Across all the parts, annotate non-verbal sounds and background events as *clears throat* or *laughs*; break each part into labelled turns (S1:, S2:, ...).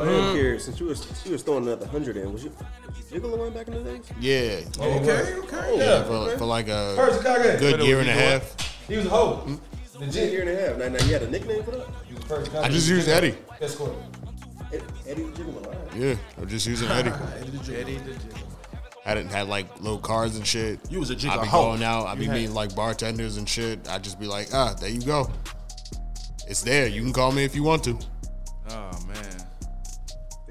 S1: I
S2: Mm.
S1: am curious. Since you was she was throwing another hundred in, was you jiggling one back in the days?
S3: Yeah.
S4: Oh.
S2: Okay, okay.
S3: Yeah,
S2: Yeah.
S3: for, for like
S2: Her
S3: a
S2: Chicago.
S3: good year and a
S5: you doing?
S3: half. Mm.
S2: He was a hoe.
S1: A
S2: Legit.
S1: year and a half. Now, now you had a nickname for that?
S2: He was first
S3: I just used Eddie.
S2: Escort.
S1: Ed- Eddie the Jiggler. all right.
S3: Yeah, I'm just using
S2: *laughs*
S3: Eddie.
S5: Eddie the Jigger.
S3: I didn't have like little cars and shit.
S5: You was a
S3: I be
S5: gigolo.
S3: going out. I be
S5: You had-
S3: meeting like bartenders and shit. I just be like, ah, there you go. It's there. You can call me if you want to.
S5: Oh man.
S1: I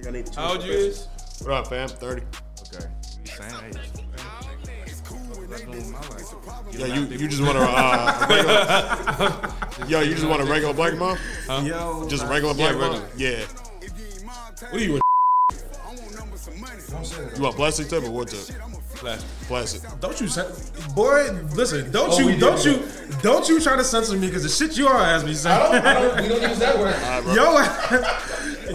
S1: think I need to
S5: How old
S1: change
S5: you
S1: the
S5: is?
S3: What up, fam? Thirty.
S5: Okay. we Same age. What I do in my life?
S3: Yeah, you, you just want to. Uh, a regular,
S5: *laughs*
S3: yo, you just want a regular black mom?
S2: Yo.
S3: Just a regular black
S5: regular.
S3: mom? Yeah.
S5: What are you
S2: I'm saying.
S3: You want plastic tip or wood tip?
S5: a
S3: Plastic.
S4: Don't you, sen- boy? Listen, don't
S2: Oh, we
S4: you,
S2: did
S4: don't
S2: it.
S4: you, don't you try to censor me because the shit you are has me
S2: I don't,
S4: saying.
S2: I don't, we don't use that word.
S4: Yo, *laughs*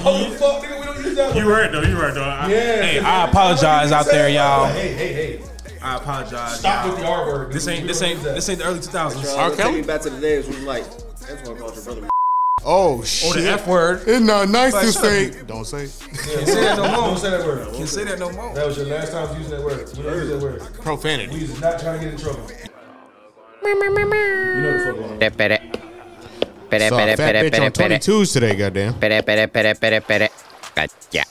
S2: Oh, fuck, nigga, we don't use that word.
S4: you right though. You right though. I,
S2: Yeah.
S4: hey,
S5: I apologize out there, y'all.
S2: Hey, hey, hey.
S4: I apologize.
S2: Stop
S4: y'all.
S2: with the R word.
S4: This
S2: dude.
S4: ain't
S2: We
S4: this
S2: don't
S4: ain't
S2: use that.
S4: this ain't the early 2000s.
S1: Charles,
S3: R.
S1: take
S3: Kelly?
S1: me back to the days when you like, that's why I called your brother.
S3: Oh shit.
S4: Oh, the F word.
S3: It's not nice
S4: But
S3: to
S4: shut up,
S3: say. Don't say.
S4: Can't say that no
S2: Don't
S4: more.
S2: say that word.
S4: Can't say that no more.
S2: That was your last time using that word. We don't use that word.
S3: Profanity.
S2: We is not trying to get in trouble. You know the fuck going on.
S6: Pere, pere. Pere,
S3: Saw
S6: pere,
S3: a fat
S6: pere,
S3: bitch
S6: pere,
S3: on
S6: pere.
S3: 22s today, goddamn.
S6: Pere, pere, pere, pere, pere. Gotcha.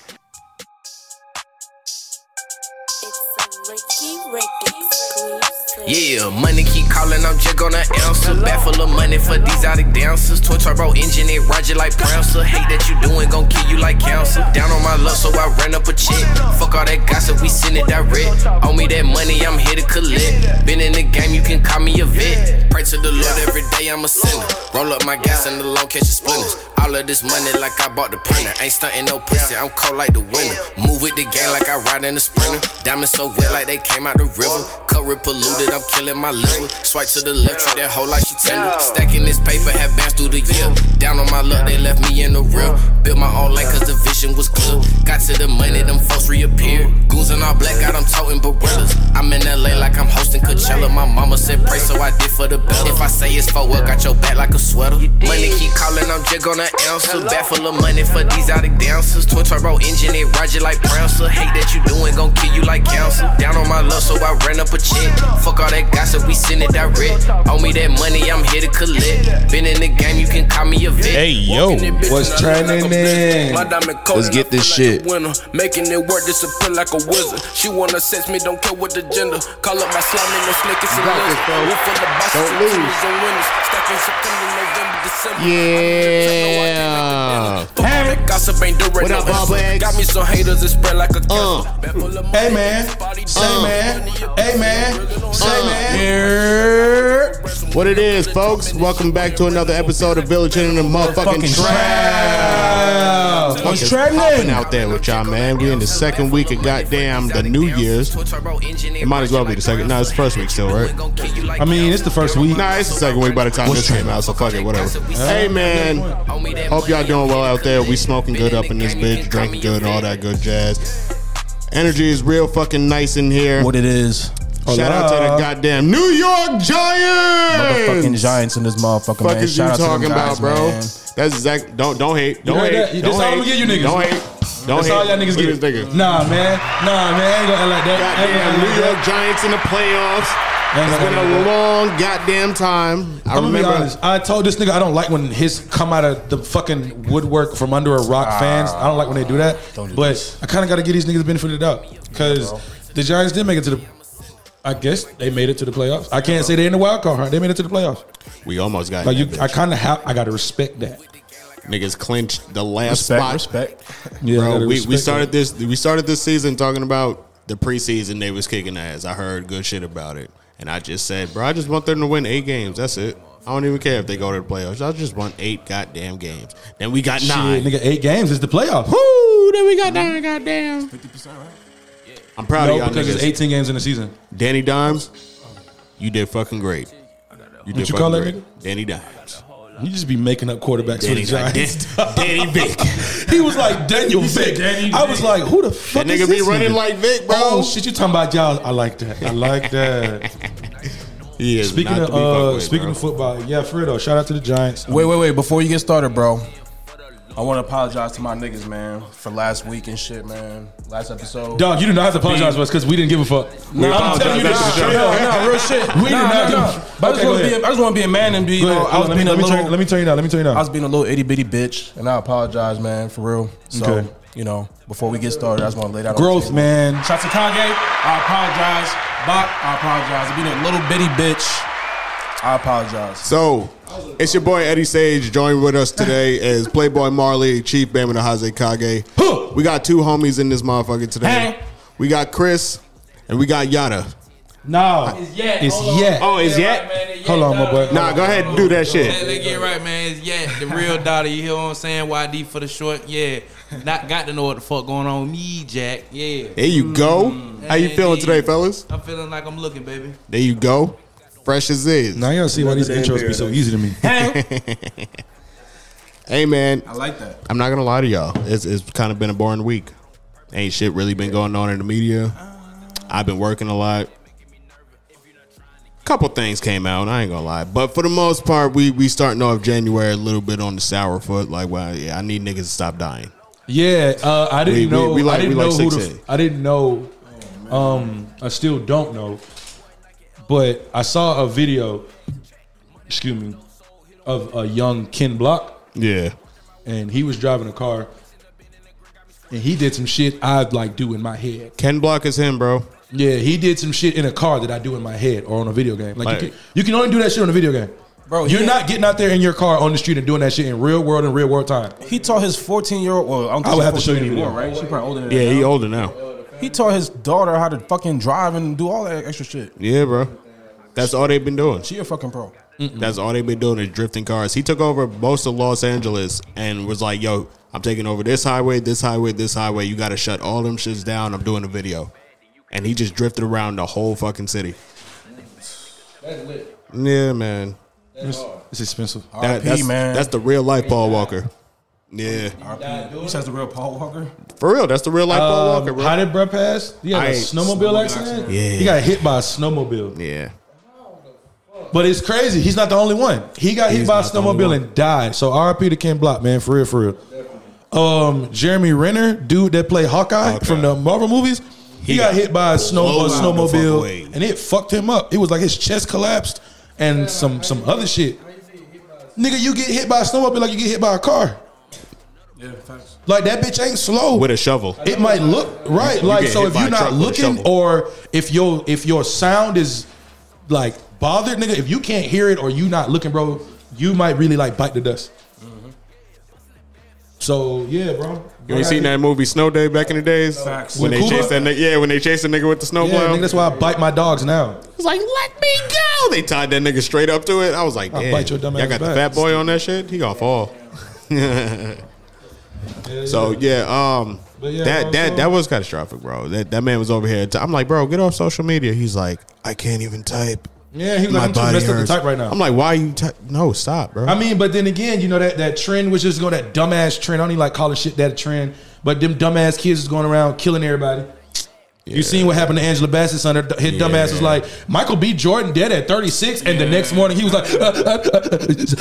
S7: Yeah, money keep calling, I'm check on an answer. Back full of money for these exotic dancers. Twin turbo engine and Roger like Prancer. Hate that you doing, gon' kill you like cancer. Down on my luck, so I ran up a check. Fuck all that gossip, we send it direct. Owe me that money, I'm here to collect. Been in the game, you can call me a vet. Pray to the Lord every day, I'm a sinner. Roll up my gas and the low catch the splinters. All of this money like I bought the printer. Ain't stunting no pussy, I'm cold like the winter. Move with the gang like I ride in the sprinter. Diamonds so wet like they came out the river. Cover polluted, I'm killing my liver. Swipe to the left, treat that hoe like she tender. Stacking this paper, have bands through the year. Down on my luck, they left me in the real. Built my own lane cause the vision was clear. Got to the money, them folks reappeared. Goons in all black, got them toting barillas. I'm in LA like I'm hosting Coachella. My mama said pray, so I did for the bell. If I say it's for well, got your back like a sweater. Money keep calling, I'm just gonna answer. Bag full of money for these exotic dancers. Twin turbo engine, it ride you like Prancer. Hate that you doing, gon' kill you like cancer. Down on my luck, so I ran up a check. Fuck all that gossip, we send it direct. Owe me that money, I'm here to collect. Been in the game, you can call me a vet.
S5: Hey, yo.
S7: what's
S2: trending, man?
S7: Let's get this shit. Making it work, disappear like a wizard. She wanna sex me, don't care what the gender. Call up my slime, ain't no snake, it's a
S3: got this, bro.
S7: lizard. Wolf on the box,
S3: Don't
S7: it's a
S3: lose.
S7: teams and winners. Stacking September, November, December.
S4: *laughs*
S3: Yeah.
S7: Hey. Gossip ain't direct,
S3: What up,
S7: no answer.
S3: Bubba X?
S7: Got me some haters, it spread like a
S3: Uh.
S7: cancer.
S2: Hey, man. Hey, man. Hey, man. Say, man.
S3: What it is, folks? Welcome back to another episode of Village in the motherfucking trap. What's popping out there with y'all, man? We in the second week of goddamn the New Year's.
S7: It
S3: It might as well be the second. No, it's the first week still, right?
S7: I
S4: I mean, it's the first week.
S3: Nah, it's the second week by the time this came out, so fuck it, whatever. Hey, man. Hope y'all doing well out there. We smoking good up in this bitch, drinking good, all that good jazz. Energy is real fucking nice in here.
S4: it is?
S3: Shout out to the goddamn New York Giants.
S4: Motherfucking giants in this motherfucker,
S3: Fuck
S4: man.
S3: is you
S4: Shout out
S3: talking
S4: to them
S3: about,
S4: guys,
S3: bro?
S4: man.
S3: That's exact. Don't don't hate. Don't
S2: heard
S3: hate.
S2: that? That's
S3: Don't
S2: all I'ma
S3: hate.
S2: give you niggas.
S3: Don't hate. Don't
S2: That's
S3: hate.
S2: all y'all niggas
S3: Look at
S2: get.
S3: This nigga.
S2: Nah, man. Nah, man. Ain't gonna act like that.
S3: Goddamn
S2: Ain't
S3: New
S2: gonna act
S3: York Giants in the playoffs.
S2: like that. Ain't
S3: It's
S2: gonna
S3: been
S2: act like
S3: a
S2: that.
S3: long goddamn time. I
S2: I'm gonna be
S3: remember.
S2: honest. I told this nigga I don't like when his come out of the fucking woodwork from under a rock fans. I don't like when they do that.
S3: Ah, do
S2: but
S3: this.
S2: I kind of got to give these niggas the benefit of the doubt because the Giants did make it to the. I guess they made it to the playoffs. I can't say they in the wild card. Huh? They made it to the playoffs.
S3: We almost got
S2: Like you,
S3: that
S2: I
S3: bitch.
S2: kind of have. I got to respect that.
S3: niggas clinched the last spot. *laughs*
S2: Yeah, I
S3: Bro,
S2: gotta
S3: we, we
S2: respect
S3: started
S2: that.
S3: this we started this season talking about the preseason they was kicking ass. I heard good shit about it. And I just said, bro, I just want them to win eight games. That's it. I don't even care if they go to the playoffs. I just want eight goddamn games. Then we got nine.
S2: Shit, nigga, eight games is the playoffs.
S3: Woo! Then we got nine goddamn. 50% right? I'm proud
S2: No,
S3: of y'all
S2: because
S3: niggas.
S2: it's 18 games in the season.
S3: Danny Dimes, you did fucking great. You did
S2: you call
S3: fucking
S2: that
S3: great. Danny Dimes.
S2: You just be making up quarterbacks for
S3: Danny
S2: the Giants.
S3: Dimes. Danny
S2: *laughs*
S3: Vick.
S2: he was like Daniel Vick. I was like, who the fuck
S3: That nigga
S2: is
S3: be
S2: this
S3: running
S2: nigga?
S3: like Vick, bro.
S2: Oh shit, you talking about y'all? I like that. I like that.
S3: He is
S2: speaking
S3: not
S2: of
S3: to be fucked
S2: uh,
S3: with,
S2: speaking
S3: bro.
S2: of football, yeah, for real though. Shout out to the Giants.
S4: Wait, wait, wait! Before you get started, bro, I want to apologize to my niggas, man, for last week and shit, man. Last episode.
S2: Dog, you do not have to apologize to us because we didn't give a fuck.
S4: No, I'm
S2: apologize
S4: telling you, this
S2: after the
S4: real,
S2: show.
S4: no, real shit.
S2: We did
S4: Nah,
S2: not
S4: nah,
S2: do-
S4: nah. But I just
S2: Okay, go
S4: want to be.
S2: ahead.
S4: A, I just want to be a man and be. You
S2: Go
S4: know,
S2: ahead.
S4: I was
S2: Let me-
S4: being a
S2: let me turn-
S4: little.
S2: Let me turn you down. Let me turn you down.
S4: I was being a little itty bitty bitch, and I apologize, man, for real. So,
S2: Okay.
S4: you know, before we get started, I just want to lay that on the
S2: Growth,
S4: table.
S2: man.
S4: Shout to Kage. I apologize. Bach, I apologize. Being a little bitty bitch, I apologize.
S3: So, it's your boy Eddie Sage. Joined with us today is Playboy Marley, Chief Bama Nahaze Kage.
S2: Huh.
S3: We got two homies in this motherfucker today.
S2: Hey.
S3: We got Chris and we got Yada.
S2: No.
S8: yet.
S2: It's
S8: Hold on.
S2: yet.
S3: Oh, is
S8: Yeah, right,
S3: yet?
S8: man, it's yet,
S2: Hold on, my
S8: dog.
S2: boy.
S3: Nah, go ahead and do that
S8: Let-
S3: shit.
S8: Let's get right, man. It's yet. The
S3: *laughs*
S8: real daughter. You hear what I'm saying? YD for the short. Yeah. Not got to know what the fuck going on with me, Jack. Yeah. Mm-hmm.
S3: There you go. How you feeling today, fellas?
S8: I'm feeling like I'm looking, baby.
S3: There you go. Fresh as is.
S2: Now y'all see why these
S1: Another day
S2: intros
S1: in
S2: be so
S1: paradise.
S2: easy to
S3: *laughs*
S2: me.
S3: Hey man,
S4: I like that.
S3: I'm not gonna lie to y'all. It's it's kind of been a boring week. Ain't shit really been going on in the media. I've been working a lot. Couple things came out. I ain't gonna lie, but for the most part, we we starting off January a little bit on the sour foot. Like, well, yeah, I need niggas to stop dying.
S2: Yeah, uh, I didn't
S3: We- we-
S2: know.
S3: we like-
S2: I didn't
S3: we like
S2: know who the,
S3: 6A.
S2: f- I didn't know. Um, I still don't know, but I saw a video. Excuse me, of a young Ken Block,
S3: Yeah,
S2: and he was driving a car, and he did some shit I'd like do in my head.
S3: Ken Block is him, bro.
S2: Yeah, he did some shit in a car that I do in my head or on a video game. Like,
S3: Like-
S2: you, can, you can only do that shit on a video game.
S4: Bro,
S2: You're
S4: he-
S2: not getting out there in your car on the street and doing that shit in real world in real world time.
S4: He taught his 14 year old. Well, I, don't think
S2: I would
S4: she's
S2: have to show you
S4: 14
S2: the
S4: anymore,
S2: video.
S4: right? She probably older than
S3: Yeah,
S4: that.
S3: he
S4: now.
S3: older now.
S4: He taught his daughter how to fucking drive and do all that extra shit.
S3: Yeah, bro. That's all they've been doing.
S4: She a fucking pro.
S3: That's all they've been doing is drifting cars. He took over most of Los Angeles and was like, yo, I'm taking over this highway, this highway, this highway. You got to shut all them shits down. I'm doing a video. And he just drifted around the whole fucking city. Yeah, man.
S2: It's, it's expensive.
S3: That-
S4: RP,
S3: that's,
S4: man.
S3: that's the real life Paul Walker. Yeah.
S4: RP. He says the real Paul Walker.
S3: For real, that's the real life Paul
S2: Um,
S3: Walker,
S2: How
S3: bro.
S2: did bruh pass? He had a
S3: I-
S2: snowmobile accident.
S3: Yeah.
S2: he got hit by a snowmobile.
S3: Yeah.
S2: But it's crazy. He's not the only one. He got hit
S3: He's
S2: by a
S3: not the only
S2: snowmobile
S3: one.
S2: and died. So RIP to Ken Block, man, for real, for real. Um, Jeremy Renner, dude that played Hawkeye
S3: Hawkeye.
S2: from the Marvel movies, he,
S3: He
S2: got,
S3: got
S2: hit by a snow
S3: blown
S2: a
S3: the fuck away.
S2: snowmobile and it fucked him up. It was like his chest collapsed and some some other shit. Nigga, you get hit by a snowmobile like you get hit by a car.
S4: Yeah, facts.
S2: Like that bitch ain't slow.
S3: With a shovel.
S2: It might look right, like
S3: get
S2: so.
S3: hit
S2: If
S3: by
S2: you're
S3: a
S2: not
S3: truck with a
S2: looking,
S3: shovel.
S2: or if your if your sound is like bothered, nigga, if you can't hear it or you not looking, bro, you might really like bite the dust. So yeah, bro.
S3: You ain't seen that movie Snow Day back in the days?
S4: Facts.
S3: When they
S2: With Cuba?
S3: chased that nigga, yeah, when they chased the nigga with the
S2: Yeah,
S3: snowplow.
S2: nigga, that's why I bite my dogs now.
S3: was like, "Let me go." They tied that nigga straight up to it. I was like,
S2: I'll
S3: "Damn,
S2: bite your dumb
S3: y'all
S2: ass
S3: got the
S2: back."
S3: fat boy on that shit. He gonna
S2: *laughs*
S3: fall." *laughs* so yeah, um,
S2: But yeah,
S3: that
S2: bro,
S3: that
S2: so-
S3: that was catastrophic, bro. That that man was over here. i I'm like, bro, get off social media. He's like, I can't even type.
S2: Yeah, he was like, I'm too messed up to type right now.
S3: I'm like, why you? Ty- no, stop, bro. *laughs*
S2: I mean, but then again, you know that that trend was just going that dumbass trend. I don't even like calling shit that a trend, but them dumbass kids is going around killing everybody. You seen what happened to Angela Bassett's son? Her d- His dumbass was
S3: Yeah.
S2: like Michael B. Jordan dead at 36, and the next morning he was like, "Uh,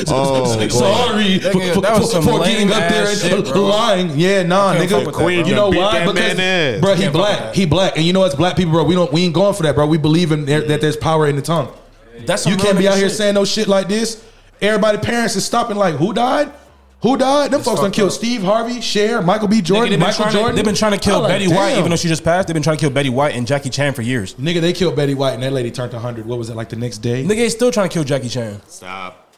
S3: Oh, boy.
S2: "Sorry
S4: That
S2: for,
S4: nigga- that was
S2: for-
S4: some
S2: for getting up
S4: lame-ass
S2: there and
S4: shit, bro.
S2: lying." Yeah, nah,
S4: can't fuck
S2: nigga.
S4: with that, Queen
S2: you
S3: done
S2: know
S3: beat
S2: why?
S3: that
S2: Because
S3: man ass.
S2: bro, he
S4: Can't fuck with
S2: black.
S4: that.
S2: He black, and you know it's black people, bro. We don't we ain't going for that, bro. We believe in there, that there's power in the tongue.
S4: That's some
S2: You
S4: real
S2: can't be
S4: nigga
S2: out here
S4: shit.
S2: saying no shit like this. Everybody, parents is stopping. Like, who died? Who died? Them folks done
S4: fucked
S2: killed
S4: up.
S2: Steve Harvey, Cher, Michael B.
S4: Nigga,
S2: Jordan,
S4: they've, been
S2: Michael
S4: trying
S2: Jordan.
S4: To, they've been trying to
S2: I
S4: kill
S2: like,
S4: Betty White,
S2: damn.
S4: even though she just passed. They've been trying to kill Betty White and Jackie Chan for years.
S2: nigga, they killed Betty White, and that lady turned 100. What was it like the next day?
S4: Nigga, they still trying to kill Jackie Chan.
S3: stop.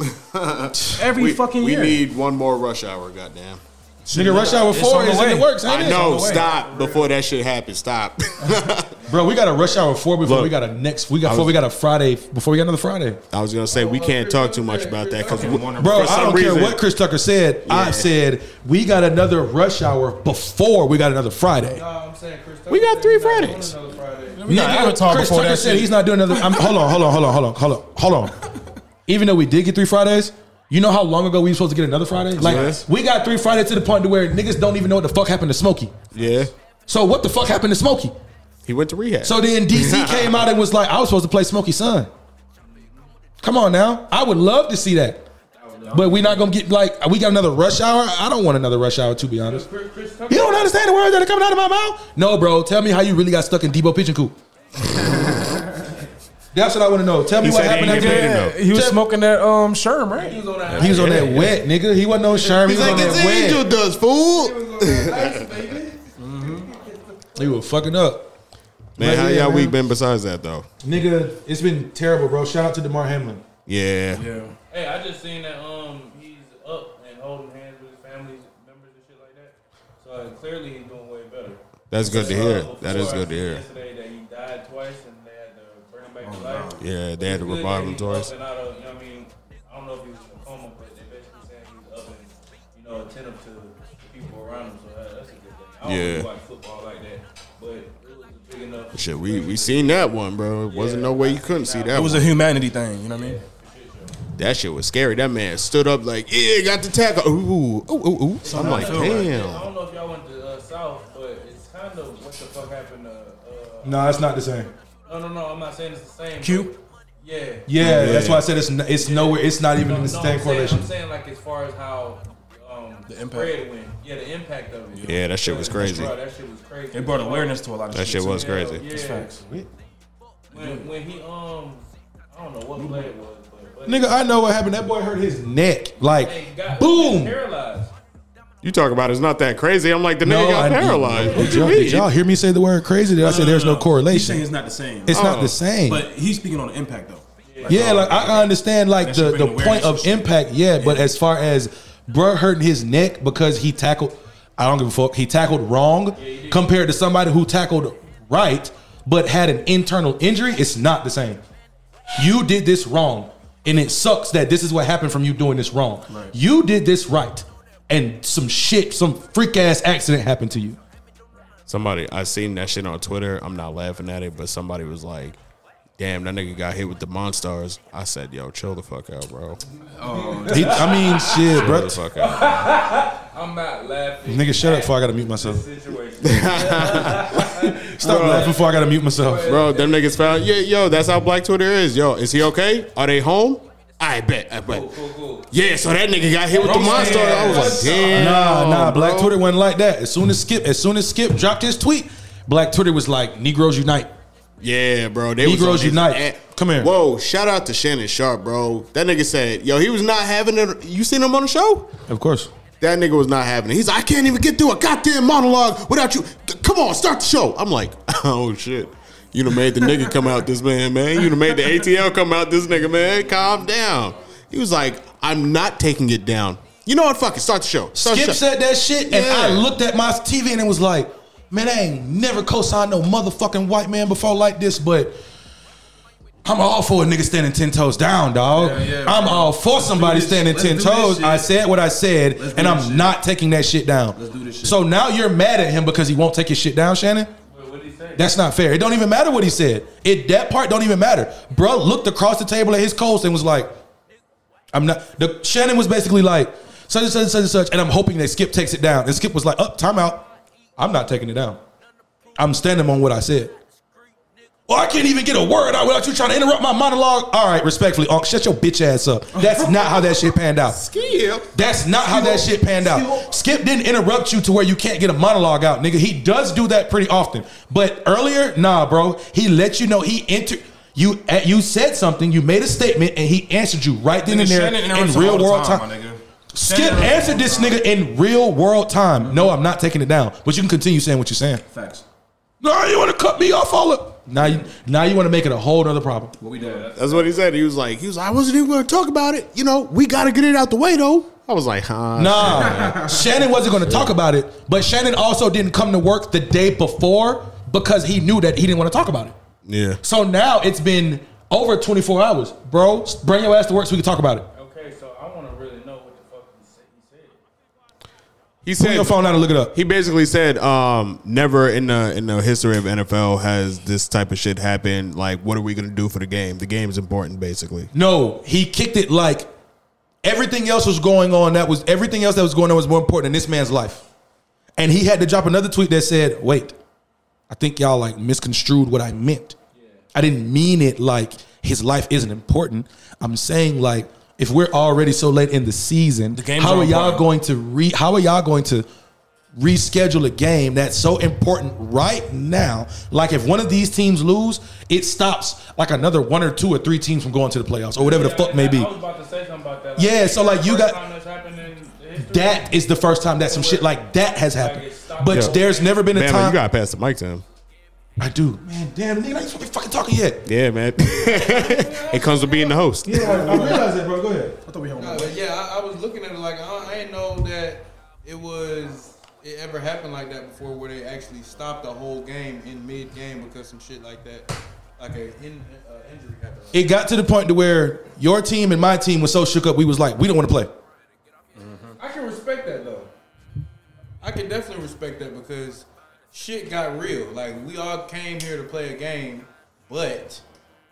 S4: Every fucking year.
S3: We need one more rush hour. Goddamn.
S2: Nigga, Rush Hour
S4: It's
S2: 4
S4: on the
S2: is in the
S4: way.
S2: works, ain't
S3: I
S2: it?
S3: know.
S4: way.
S3: Stop before that shit happens. Stop.
S2: Bro, we got a Rush Hour 4 before
S3: Look,
S2: we got a next, we got, before we got a *laughs* Friday, before we got another Friday.
S3: I was gonna say we can't talk too much about that because
S2: Bro, I don't care what Chris Tucker said. I said, we got another Rush Hour before we got another Friday.
S8: I'm saying Chris
S3: We got three Fridays.
S4: Nah, I would talk
S2: Chris
S4: before
S2: Tucker
S4: that
S2: said
S4: shit.
S2: he's not doing another. I'm, hold on, hold on, hold on, hold on, hold on, hold on. Even though we did get three Fridays, you know how long ago we were supposed to get another Friday? Like
S3: Yes.
S2: we got three Fridays to the point to where niggas don't even know what the fuck happened to Smokey.
S3: Yeah,
S2: So what the fuck happened to Smokey?
S3: he went to rehab.
S2: So then *laughs* DC came out and was like, I was supposed to play Smokey's son. Come on now, I would love to see that. But we not gonna get like we got another rush hour. I don't want another rush hour to be honest. You don't understand the words that are coming out of my mouth. No, bro. Tell me how you really got stuck in Debo
S3: *laughs*
S2: Pigeon Coop. That's what I want to know. Tell me
S3: He
S2: what
S3: said he
S2: happened.
S3: ain't get
S2: that
S3: paid
S2: day.
S9: He was
S2: Tell-
S9: smoking that um Sherm, right?
S2: He was on that wet, nigga. He wasn't on Sherm. He
S3: He's
S2: was
S3: like,
S2: on
S3: this
S2: that
S3: angel
S2: wet.
S3: does, fool.
S2: *laughs* He was fucking up.
S3: Man, how
S2: Yeah,
S3: y'all
S2: man.
S3: week been besides that, though?
S2: *laughs* Nigga, it's been terrible, bro. Shout out to DeMar Hamlin.
S3: Yeah.
S8: Hey, I just seen that um he's up and holding hands with his family members and shit like that. So uh, clearly he's doing way better.
S3: That's good to hear.
S8: Uh,
S3: That is
S8: before I
S3: good to
S8: seen
S3: hear.
S8: Yesterday that he died twice and they had to bring him back to
S2: Oh,
S8: life.
S3: Yeah, they had to
S8: Good
S3: revive
S8: that
S3: him
S8: he's
S3: twice.
S8: up and out of- you know what I mean, I don't know if he was in a coma, but they basically saying he's up and you know attentive to the people around him. So that, that's a good thing. I don't
S3: Yeah.
S8: really watch football like that, but it was a big enough.
S3: Shit, we, we seen that one, bro. It wasn't no way you couldn't see that
S5: It was
S3: one.
S5: a humanity thing, you know what I mean?
S3: that shit was scary. That man stood up like, yeah, got the tackle. Ooh, ooh, ooh, ooh. I'm like,
S8: I
S3: damn.
S8: don't know if y'all went to uh, South, but it's kind of what the fuck happened to. Uh,
S2: No, it's not the same.
S8: no, no, no. I'm not saying it's the same.
S5: Q?
S8: but- Yeah.
S2: Yeah, that's why I said it's n- it's nowhere. It's not even in the
S8: I'm
S2: same
S8: saying,
S2: correlation.
S8: I'm saying like as far as how um, the
S5: impact.
S8: spread went. Yeah, the impact of it.
S3: Yeah, that shit was crazy.
S8: Bro, that shit was crazy.
S5: It brought awareness to a lot of
S3: That
S5: shit.
S3: shit was
S8: Hell,
S3: crazy.
S8: Yeah.
S5: Facts.
S8: When, when he um, I don't know what play it was, but, but
S2: Nigga, I know what happened. That boy hurt his neck. Like,
S8: Hey, he got, He got
S2: boom.
S8: paralyzed.
S3: You talk about it's not that crazy. I'm like, the nigga got
S2: I-
S3: paralyzed. What
S2: Did
S3: you
S2: y'all, did y'all
S3: mean?
S2: hear me say the word crazy? Did I say there's no
S5: He's saying
S2: correlation?
S5: it's not the same.
S2: It's not
S3: Oh.
S2: the same.
S5: But he's speaking on the impact though.
S2: yeah, like I I understand like
S5: That
S2: the,
S5: should
S2: the
S5: bring
S2: point
S5: awareness and
S2: of
S5: shit.
S2: impact, yeah, But as far as bruh hurting his neck because he tackled, I don't give a fuck. He tackled wrong compared to somebody who tackled right but had an internal injury. It's not the same. You did this wrong, and it sucks that this is what happened from you doing this wrong. You did this right, and some shit, some freak ass accident happened to you.
S3: Somebody, I seen that shit on Twitter. I'm not laughing at it, but somebody was like, damn, that nigga got hit with the Monstars. I said, yo, chill the fuck out, bro.
S5: Oh.
S8: Oh.
S2: He- I mean, shit,
S3: Chill the
S2: bro.
S3: fuck out.
S8: *laughs* I'm not laughing.
S2: Nigga, shut up before I gotta mute myself.
S8: Situation.
S2: Stop laughing before I gotta mute myself.
S3: Bro, them niggas found, yeah, yo, that's how black Twitter is. Yo, is he okay? Are they home? I bet, I bet.
S8: cool, cool.
S3: Yeah, so that nigga got hit with the monster. I was like, damn.
S2: Nah, nah, Black
S3: bro.
S2: Twitter wasn't like that. As soon as Skip, as soon as Skip dropped his tweet, Black Twitter was like, Negroes unite.
S3: Yeah, bro. They
S2: Negroes
S3: was on his
S2: unite.
S3: ass.
S2: Come here.
S3: Whoa, shout out to Shannon Sharp, bro. That nigga said, yo, he was not having it. You seen him on the show?
S2: Of course.
S3: That nigga was not having it. He's like, I can't even get through a goddamn monologue without you. C- Come on, start the show. I'm like, *laughs* oh shit. You done made the nigga come out this man, man. You done made the ATL come out this nigga, man. Calm down. He was like, I'm not taking it down. You know what? Fuck it. Start the show. Start the
S2: Skip
S3: show.
S2: said that shit, and I
S3: Yeah.
S2: looked at my TV and it was like, man, I ain't never co-signed no motherfucking white man before like this, but I'm all for a nigga standing ten toes down, dog. I'm all for somebody
S5: this.
S2: standing
S5: Let's
S2: ten
S5: do this
S2: toes.
S5: shit.
S2: I said what I said,
S5: Let's do this
S2: and I'm
S5: shit.
S2: not taking that shit down.
S5: Let's do this shit.
S2: So now you're mad at him because he won't take his shit down, Shannon?
S8: Wait, what did he say?
S2: That's not fair. It don't even matter what he said. It that part don't even matter. Bro looked across the table at his coach and was like, I'm not the Shannon was basically like, such and such and such and such, and I'm hoping that Skip takes it down. And Skip was like, up, timeout. I'm not taking it down. I'm standing on what I said. Well, I can't even get a word out without you trying to interrupt my monologue. All right, respectfully, Unc, shut your bitch ass up. That's not how that shit panned out.
S3: Skip.
S2: That's not how that shit panned out. Skip didn't interrupt you to where you can't get a monologue out, nigga. He does do that pretty often. But earlier, nah, bro. He let you know he entered. You uh, you said something. You made a statement, and he answered you right then and there in real world time. Skip answered this nigga in real world time. No, I'm not taking it down. But you can continue saying what you're saying.
S5: Facts.
S2: No, you want to cut me off all up. Now you now you want to make it a whole other problem.
S5: What we doing?
S3: That's what he said. He was like, he was like, I wasn't even going to talk about it. You know, we got to get it out the way though. I was like, huh?
S2: Nah, Shannon wasn't going to talk about it, but Shannon also didn't come to work the day before because he knew that he didn't want to talk about it.
S3: Yeah.
S2: So now it's been over 24 hours, bro. Bring your ass to work so we can talk about it.
S8: Okay, so I want to really know what the fuck he said. He said.
S3: He
S2: Pull
S3: said
S2: your phone out and look it up.
S3: He basically said, um, never in the in the history of NFL has this type of shit happened. Like, what are we gonna do for the game? The game's important, basically.
S2: No, he kicked it like everything else was going on. That was everything else that was going on was more important than this man's life. And he had to drop another tweet that said, "Wait, I think y'all like misconstrued what I meant. I didn't mean it like his life isn't important. I'm saying like if we're already so late in the season,
S4: game's
S2: how
S4: on
S2: are y'all
S4: point.
S2: going to re? How are y'all going to reschedule a game that's so important right now? Like if one of these teams lose, it stops like another one or two or three teams from going to the playoffs or whatever the fuck may be.
S9: I was about to say something about that.
S2: Yeah, so, like, you
S9: First
S2: got-
S9: time that's happened in history.
S2: That is the first time that some shit like that has happened. But
S3: Yeah.
S2: there's never been a
S3: Bama, you
S2: time.
S3: gotta pass the mic to him.
S2: I do. Man, damn, nigga, I
S8: *laughs*
S3: *laughs*
S2: ain't *laughs* fucking fucking talking yet.
S3: Yeah, man. *laughs* it comes with being the host.
S2: I realize it, bro. Go ahead. I thought we
S9: No, but yeah, I, I was looking at it like I, don't- I didn't know that it was it ever happened like that before, where they actually stopped the whole game in mid game because some shit like that, like a in, uh, injury happened.
S2: It got to the point to where your team and my team was so shook up, we was like, we don't want to play.
S9: I can respect that though. I can definitely respect that because shit got real. Like we all came here to play a game, but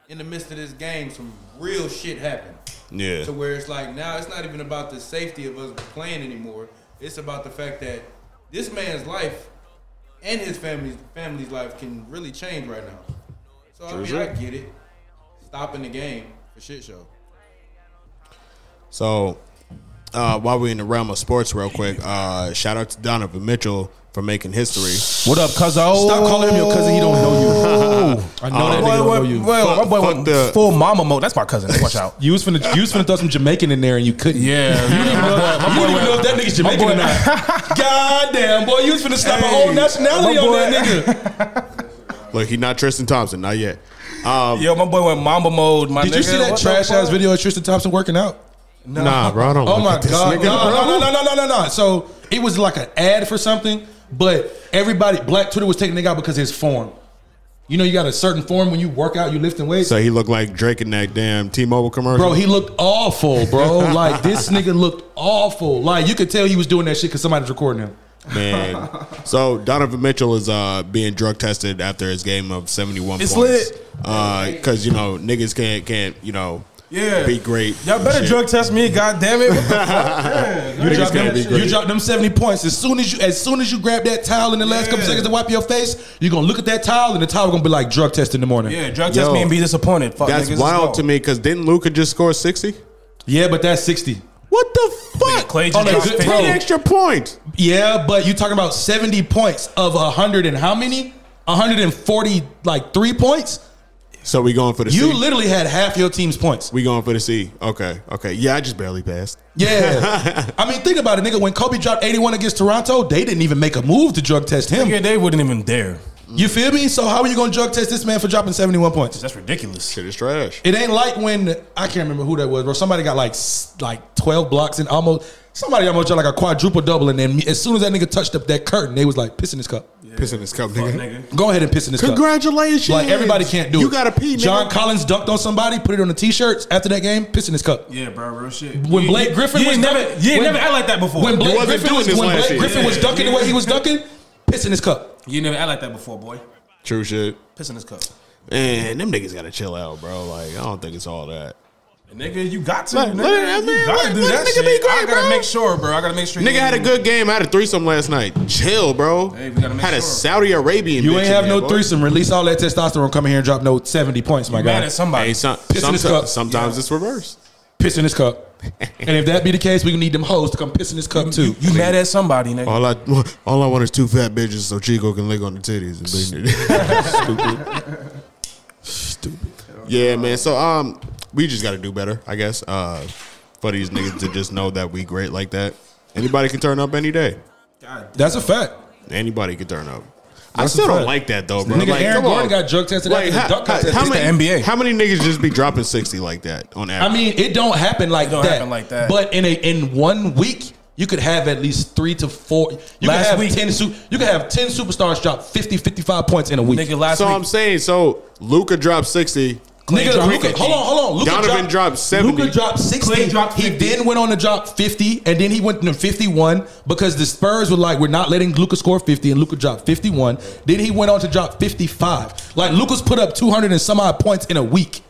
S9: in the midst of this game, some real shit happened.
S3: Yeah.
S9: To where it's like now it's not even about the safety of us playing anymore. It's about the fact that this man's life and his family's family's life can really change right now. So I mean, I get it. Stopping the game for shit show.
S3: So, uh, while we're in the realm of sports, real quick, uh, shout out to Donovan Mitchell for making history.
S4: What up, cuz? Oh,
S2: Stop calling him your cousin. He don't know you. I know that nigga don't know you.
S4: Well, my boy
S3: Fuck
S4: went
S3: the-
S4: full mama mode. That's my cousin. Watch out.
S2: You was finna, you was finna throw some Jamaican in there and you couldn't.
S4: Yeah, yeah, my boy- my
S2: you don't
S4: boy
S2: even know if that nigga's
S4: my
S2: Jamaican
S4: boy- *laughs*
S2: or not. God damn, boy, you was finna slap
S4: Hey,
S2: a whole nationality
S4: my
S2: on
S4: boy-
S2: that nigga.
S3: Look, he's not Tristan Thompson, not yet. Um,
S4: Yo, my boy went mama mode. My
S2: Did you
S4: nigga.
S2: see that
S4: What the
S2: trash
S4: fuck?
S2: ass video of Tristan Thompson working out?
S3: Nah, bro, I don't.
S2: Oh
S3: look
S2: my
S3: at this
S2: god!
S3: nigga,
S2: no,
S3: bro.
S2: no, no, no, no, no, no, no. So it was like an ad for something, but everybody, Black Twitter was taking the guy because his form. You know, you got a certain form when you work out, you
S3: *laughs*
S2: lifting weights.
S3: So he looked like Drake in that damn T-Mobile commercial.
S2: Bro, he looked awful, bro. Like this nigga looked awful. Like you could tell he was doing that shit because somebody was recording him.
S3: *laughs* man. so Donovan Mitchell is uh, being drug tested after his game of seventy-one
S4: It's
S3: points.
S4: lit.
S3: Because you know niggas can't can't you know
S4: Yeah.
S3: be great.
S4: Y'all
S3: and
S4: better
S3: shit.
S4: drug test me, god damn it. What *laughs* the fuck?
S2: You
S3: Niggas
S2: dropped,
S3: can't
S2: them,
S3: be great.
S2: you dropped them seventy points as soon as you as soon as you grab that towel in the last couple
S4: Yeah.
S2: seconds to wipe your face. You're gonna look at that towel and the towel gonna be like drug test in the morning.
S4: Yeah, drug test
S3: Yo,
S4: me and be disappointed. Fuck,
S3: That's
S4: niggas, let's
S3: wild
S4: go.
S3: to me. Because didn't Luca just score sixty?
S2: yeah but that's sixty.
S3: What the fuck?
S4: Clay just
S2: Oh, no,
S4: dropped
S2: good-
S4: fifty.
S2: bro.
S3: Ten extra points.
S2: Yeah, but you talking about 70 points of 100 and how many? 140 like 3 points?
S3: So we going for the C.
S2: You literally had half your team's points.
S3: we going for the C. Okay, okay. Yeah, I just barely passed.
S4: *laughs*
S2: Yeah. I mean, think about it, nigga, when Kobe dropped 81 against Toronto, they didn't even make a move to drug test
S4: Yeah,
S2: him.
S4: they wouldn't even dare.
S2: You feel me? So how are you going to drug test this man for dropping 71 points?
S4: That's ridiculous.
S3: Shit is trash.
S2: It ain't like when I can't remember who that was, bro. Somebody got like s- like 12 blocks and almost somebody almost got like a quadruple double and then as soon as that nigga touched up that curtain, they was like pissing his cup.
S3: Pissing his cup,
S4: Fuck,
S3: nigga.
S4: nigga.
S2: Go ahead and piss in his cup.
S3: Congratulations.
S2: Like everybody can't do
S3: you
S2: it.
S3: You got to pee, nigga.
S2: John Collins dunked on somebody, put it on the t-shirts after that game, pissed in his cup.
S4: Yeah, bro, real shit.
S2: When Blake Griffin
S4: you
S2: was
S4: ain't never,
S2: dunking-
S4: you ain't
S2: when-
S4: never act like that before.
S2: When Blake
S3: wasn't
S2: Griffin
S3: doing
S2: was
S3: this
S2: when
S3: last
S2: Blake
S3: year.
S2: Griffin was
S4: Yeah.
S2: dunking the way he was dunking, pissed in his cup.
S4: you ain't never act like that before, boy.
S3: True shit.
S4: Pissing his cup.
S3: Man, them niggas got to chill out, bro. Like I don't think it's all that.
S4: Nigga, you got to.
S3: Like,
S4: nigga,
S3: let it- I mean,
S4: you gotta
S3: let-
S4: do
S3: let
S4: that
S3: nigga
S4: shit.
S3: be great,
S4: I gotta
S3: bro.
S4: make sure, bro. I gotta make sure.
S3: Nigga had a good game. I had a threesome last night. Chill, bro.
S4: Hey, we gotta make
S3: had a
S4: sure.
S3: Saudi Arabian.
S2: You
S3: bitch
S2: ain't
S3: in
S2: have
S3: there,
S2: no
S3: boy.
S2: threesome. Release all that testosterone. Come in here and drop no seventy points, my
S4: Mad
S2: guy.
S4: at somebody.
S3: Hey, some,
S2: Piss in his
S3: somet-
S2: cup.
S3: sometimes it's reversed.
S2: Piss in his cup. and if that be the case, we need them hoes to come piss in his cup too.
S4: you mad at somebody, nigga.
S3: All I all I *laughs* want is two fat bitches so Chico can lick on the titties and be stupid. Stupid. Yeah, man. So um we just gotta do better, I guess. Uh for these niggas to just know that we great like that. Anybody can turn up any day.
S2: That's a fact.
S3: Anybody can turn up. I
S2: That's
S3: still
S2: a
S3: don't
S2: fact.
S3: like that though, bro.
S2: Nigga,
S3: like,
S2: Aaron
S3: come
S2: Gordon
S3: on.
S2: got drug tested
S3: Like,
S2: after the
S3: how,
S2: dunk contest.
S3: how- how
S2: It's the
S3: many
S4: NBA.
S3: How many niggas just be dropping sixty like that on average?
S2: I mean, it don't happen like
S4: don't
S2: that.
S4: happen like that.
S2: But in a in one week, you could have at least three to four. You
S4: Last
S2: could have
S4: week-
S2: ten. Su- you could have ten superstars drop 50, 55 points in a week.
S4: nigga, last
S3: so
S4: week.
S3: I'm saying so. Luca dropped sixty.
S2: Nigga,
S4: dropped
S2: Luka,
S4: 50.
S2: hold on, hold on. Luka
S3: Donovan dropped 70.
S2: Luka dropped sixty.
S4: Clay dropped
S2: he
S4: 50.
S2: then went on to drop fifty, and then he went to fifty-one because the Spurs were like, "We're not letting Luca score 50, and Luca dropped fifty-one. Then he went on to drop fifty-five. Like Luca's put up two hundred and some odd points in a week.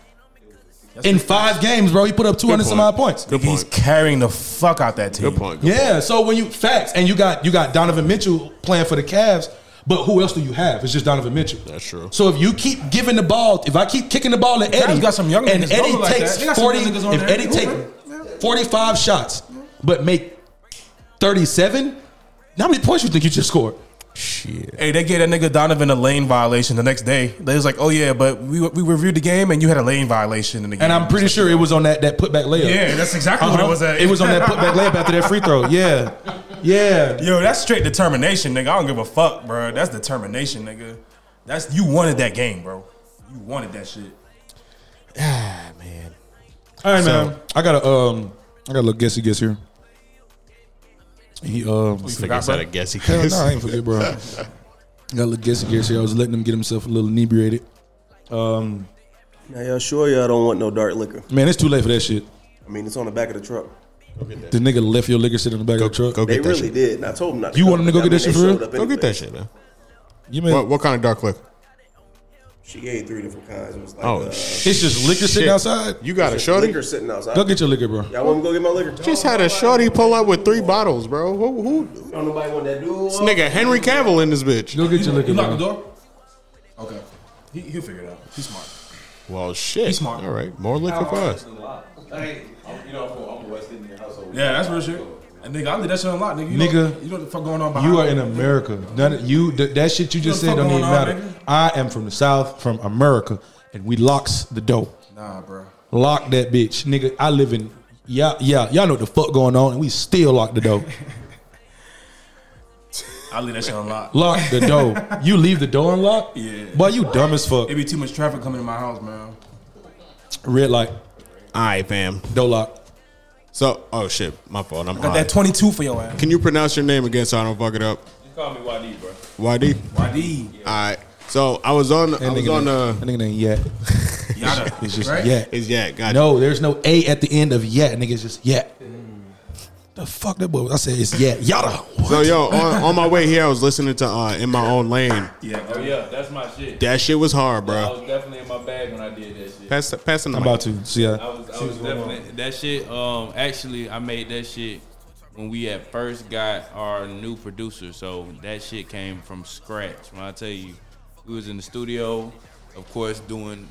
S2: in five games, bro, he put up two hundred some
S3: point.
S2: odd points.
S3: Good
S4: He's
S3: point.
S4: carrying the fuck out that team.
S3: Good point. Good
S2: Yeah, so when you facts and you got you got Donovan Mitchell playing for the Cavs, but who else do you have? It's just Donovan Mitchell.
S3: That's true.
S2: So if you keep giving the ball, if I keep kicking the ball at
S4: Cavs
S2: Eddie,
S4: got some young
S2: and
S4: niggas
S2: Eddie
S4: going like
S2: takes
S4: that. They got some
S2: forty,
S4: young niggas on
S2: if
S4: there.
S2: Eddie take, 45 shots, but make 37? How many points you think you just scored?
S3: Shit.
S4: Hey, they gave that nigga Donovan a lane violation the next day. They was like, "Oh yeah, but we we reviewed the game and you had a lane violation in the game."
S2: And I'm pretty sure it was on that, that putback layup.
S4: yeah, that's exactly what it was. At.
S2: Uh-huh. It was on
S4: *laughs*
S2: that putback layup after that free throw. Yeah. Yeah.
S4: Yo, that's straight determination, nigga. I don't give a fuck, bro. That's determination, nigga. That's you wanted that game, bro. You wanted that shit.
S3: Ah, man.
S2: All right, man. I got a um I got a little guessy guess here. He um
S3: I think I said a guess he
S2: Hell
S3: could.
S2: no, I ain't
S3: *laughs*
S2: forget, bro. Got a little guessy guess here. I was letting him get himself a little inebriated. Um
S1: Now y'all sure y'all don't want no dark liquor?
S2: man, it's too late for that shit.
S1: I mean, it's on the back of the truck.
S2: The nigga left your liquor sitting in the back of the truck.
S3: Go
S1: They
S3: get that
S1: really
S3: shit.
S1: did. And I told them not.
S2: You
S1: come,
S2: want 'em to
S1: but
S2: go get
S1: I mean,
S2: that
S1: they
S2: shit for real?
S1: showed up
S3: Go get
S1: anyway.
S3: that shit, man.
S2: You mean
S3: What, what kind of dark liquor?
S1: She gave three different kinds. It was like
S3: Oh,
S1: uh,
S3: shit.
S2: it's just liquor sitting
S3: Shit.
S2: outside?
S3: You got a shorty?
S1: liquor sitting outside.
S2: Go get your liquor, bro.
S1: y'all want me to go get my liquor?
S3: Just had a shorty pull up with three bottles, bro. Who? who? This
S1: Don't nobody want that dude.
S3: nigga Henry Cavill in this bitch.
S2: Go get your liquor,
S9: You lock
S2: bro.
S9: the door? Okay.
S4: He, he'll figure it out. He's smart.
S3: Well, shit.
S4: He's smart.
S3: All right, more liquor for us.
S4: Yeah, that's real shit. And nigga, I leave that shit unlocked, nigga. You
S2: Nigga,
S4: know, you know what the fuck going on behind
S2: You are
S4: me.
S2: in America. None of, you th- that shit you just
S4: What
S2: said
S4: the fuck
S2: don't even
S4: going on,
S2: matter.
S4: nigga?
S2: I am from the South, from America, and we locks the door.
S4: Nah, bro.
S2: Lock that bitch, nigga. I live in yeah, yeah. Y'all know what the fuck going on, and we still lock
S4: *laughs*
S2: the door.
S4: I leave that shit unlocked.
S2: Lock the door. You leave the door unlocked?
S4: Yeah.
S2: Boy, you dumb as fuck.
S4: It be too much traffic coming to my house, man.
S2: Red light,
S3: All right, fam.
S2: door lock.
S3: So, oh shit, my fault. I'm
S4: Got
S3: high.
S4: that 22 for your ass.
S3: Can you pronounce your name again so I don't fuck it up?
S5: Call me YD, bro.
S3: YD.
S4: YD.
S3: All right. So I was on. I
S2: That
S3: was
S2: nigga,
S3: on.
S2: name-
S3: Uh,
S2: that nigga name yet.
S4: *laughs* Yada.
S2: *laughs* It's just
S4: right?
S2: yet.
S3: is yeah. Got
S2: No, there's no A at the end of yet, nigga. It's just yet.
S4: Mm.
S2: The fuck that boy? I said it's yet. Yada.
S3: So
S2: *laughs*
S3: yo, on, on my way here, I was listening to uh, "In My Own Lane."
S4: Yeah.
S5: Oh yeah, that's my shit.
S3: That shit was hard,
S5: I
S3: bro.
S5: was definitely in my bag when I did that shit.
S3: Pass, pass the
S2: I'm
S3: mic.
S2: about to see.
S5: I
S2: ya.
S5: was, I was definitely that shit. Um, actually, I made that shit when we at first got our new producer. So that shit came from scratch. When I tell you, we was in the studio, of course, doing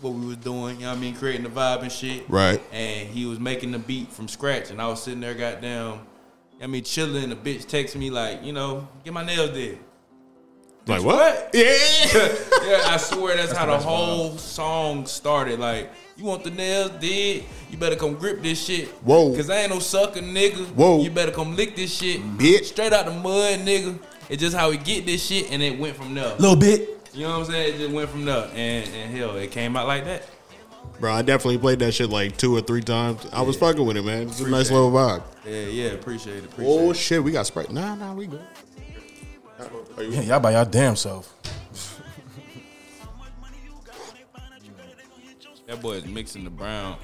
S5: what we was doing. You know what I mean, creating the vibe and shit.
S3: Right.
S5: And he was making the beat from scratch, and I was sitting there, goddamn. I mean, chilling. The bitch texts me like, you know, get my nails did.
S3: Like what? Yeah.
S5: *laughs* Yeah, I swear that's, how the whole song started. Like, you want the nails did? You better come grip this shit.
S3: Whoa.
S5: Cause I ain't no sucker, nigga.
S3: Whoa.
S5: You better come lick this shit.
S3: Bitch.
S5: Straight out the mud, nigga. It's just how we get this shit, and it went from there.
S4: Little bit.
S5: You know what I'm saying? It just went from there, and, and hell, it came out like that.
S3: bro, I definitely played that shit like two or three times. I was fucking with it, man. It's a nice little vibe.
S5: Yeah, yeah. Appreciate it. Appreciate
S3: Oh
S5: it.
S3: shit, we got Sprite. Nah, nah, we good.
S4: Yeah, y'all by y'all damn self.
S5: That boy is mixing the brown.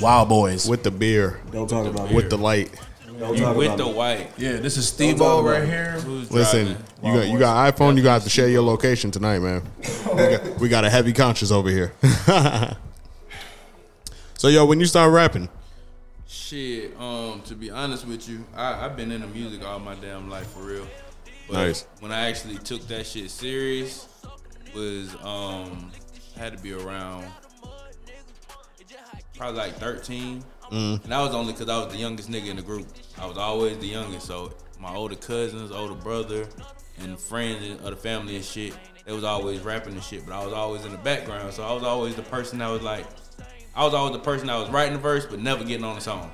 S4: Wow, boys.
S3: With the beer,
S1: Don't talk about
S3: with
S1: it.
S3: the light.
S1: Don't talk
S5: With
S1: about
S5: the
S1: it.
S5: white.
S4: Yeah, this is Steve
S1: Don't
S4: O
S1: talk about
S4: right
S1: it.
S4: here.
S5: Who's
S3: Listen,
S5: driving?
S3: you got you got iPhone. You got to share your location tonight, man. we, got, we got a heavy conscience over here. *laughs* so yo, when you start rapping,
S5: Shit, um, to be honest with you, I, I've been into music all my damn life for real. But
S3: Nice.
S5: when I actually took that shit serious was um had to be around probably like 13. And that was only because I was the youngest nigga in the group. I was always the youngest. So my older cousins, older brother, and friends of the family and shit, they was always rapping and shit. But I was always in the background. So I was always the person that was like, I was always the person that was writing the verse but never getting on the song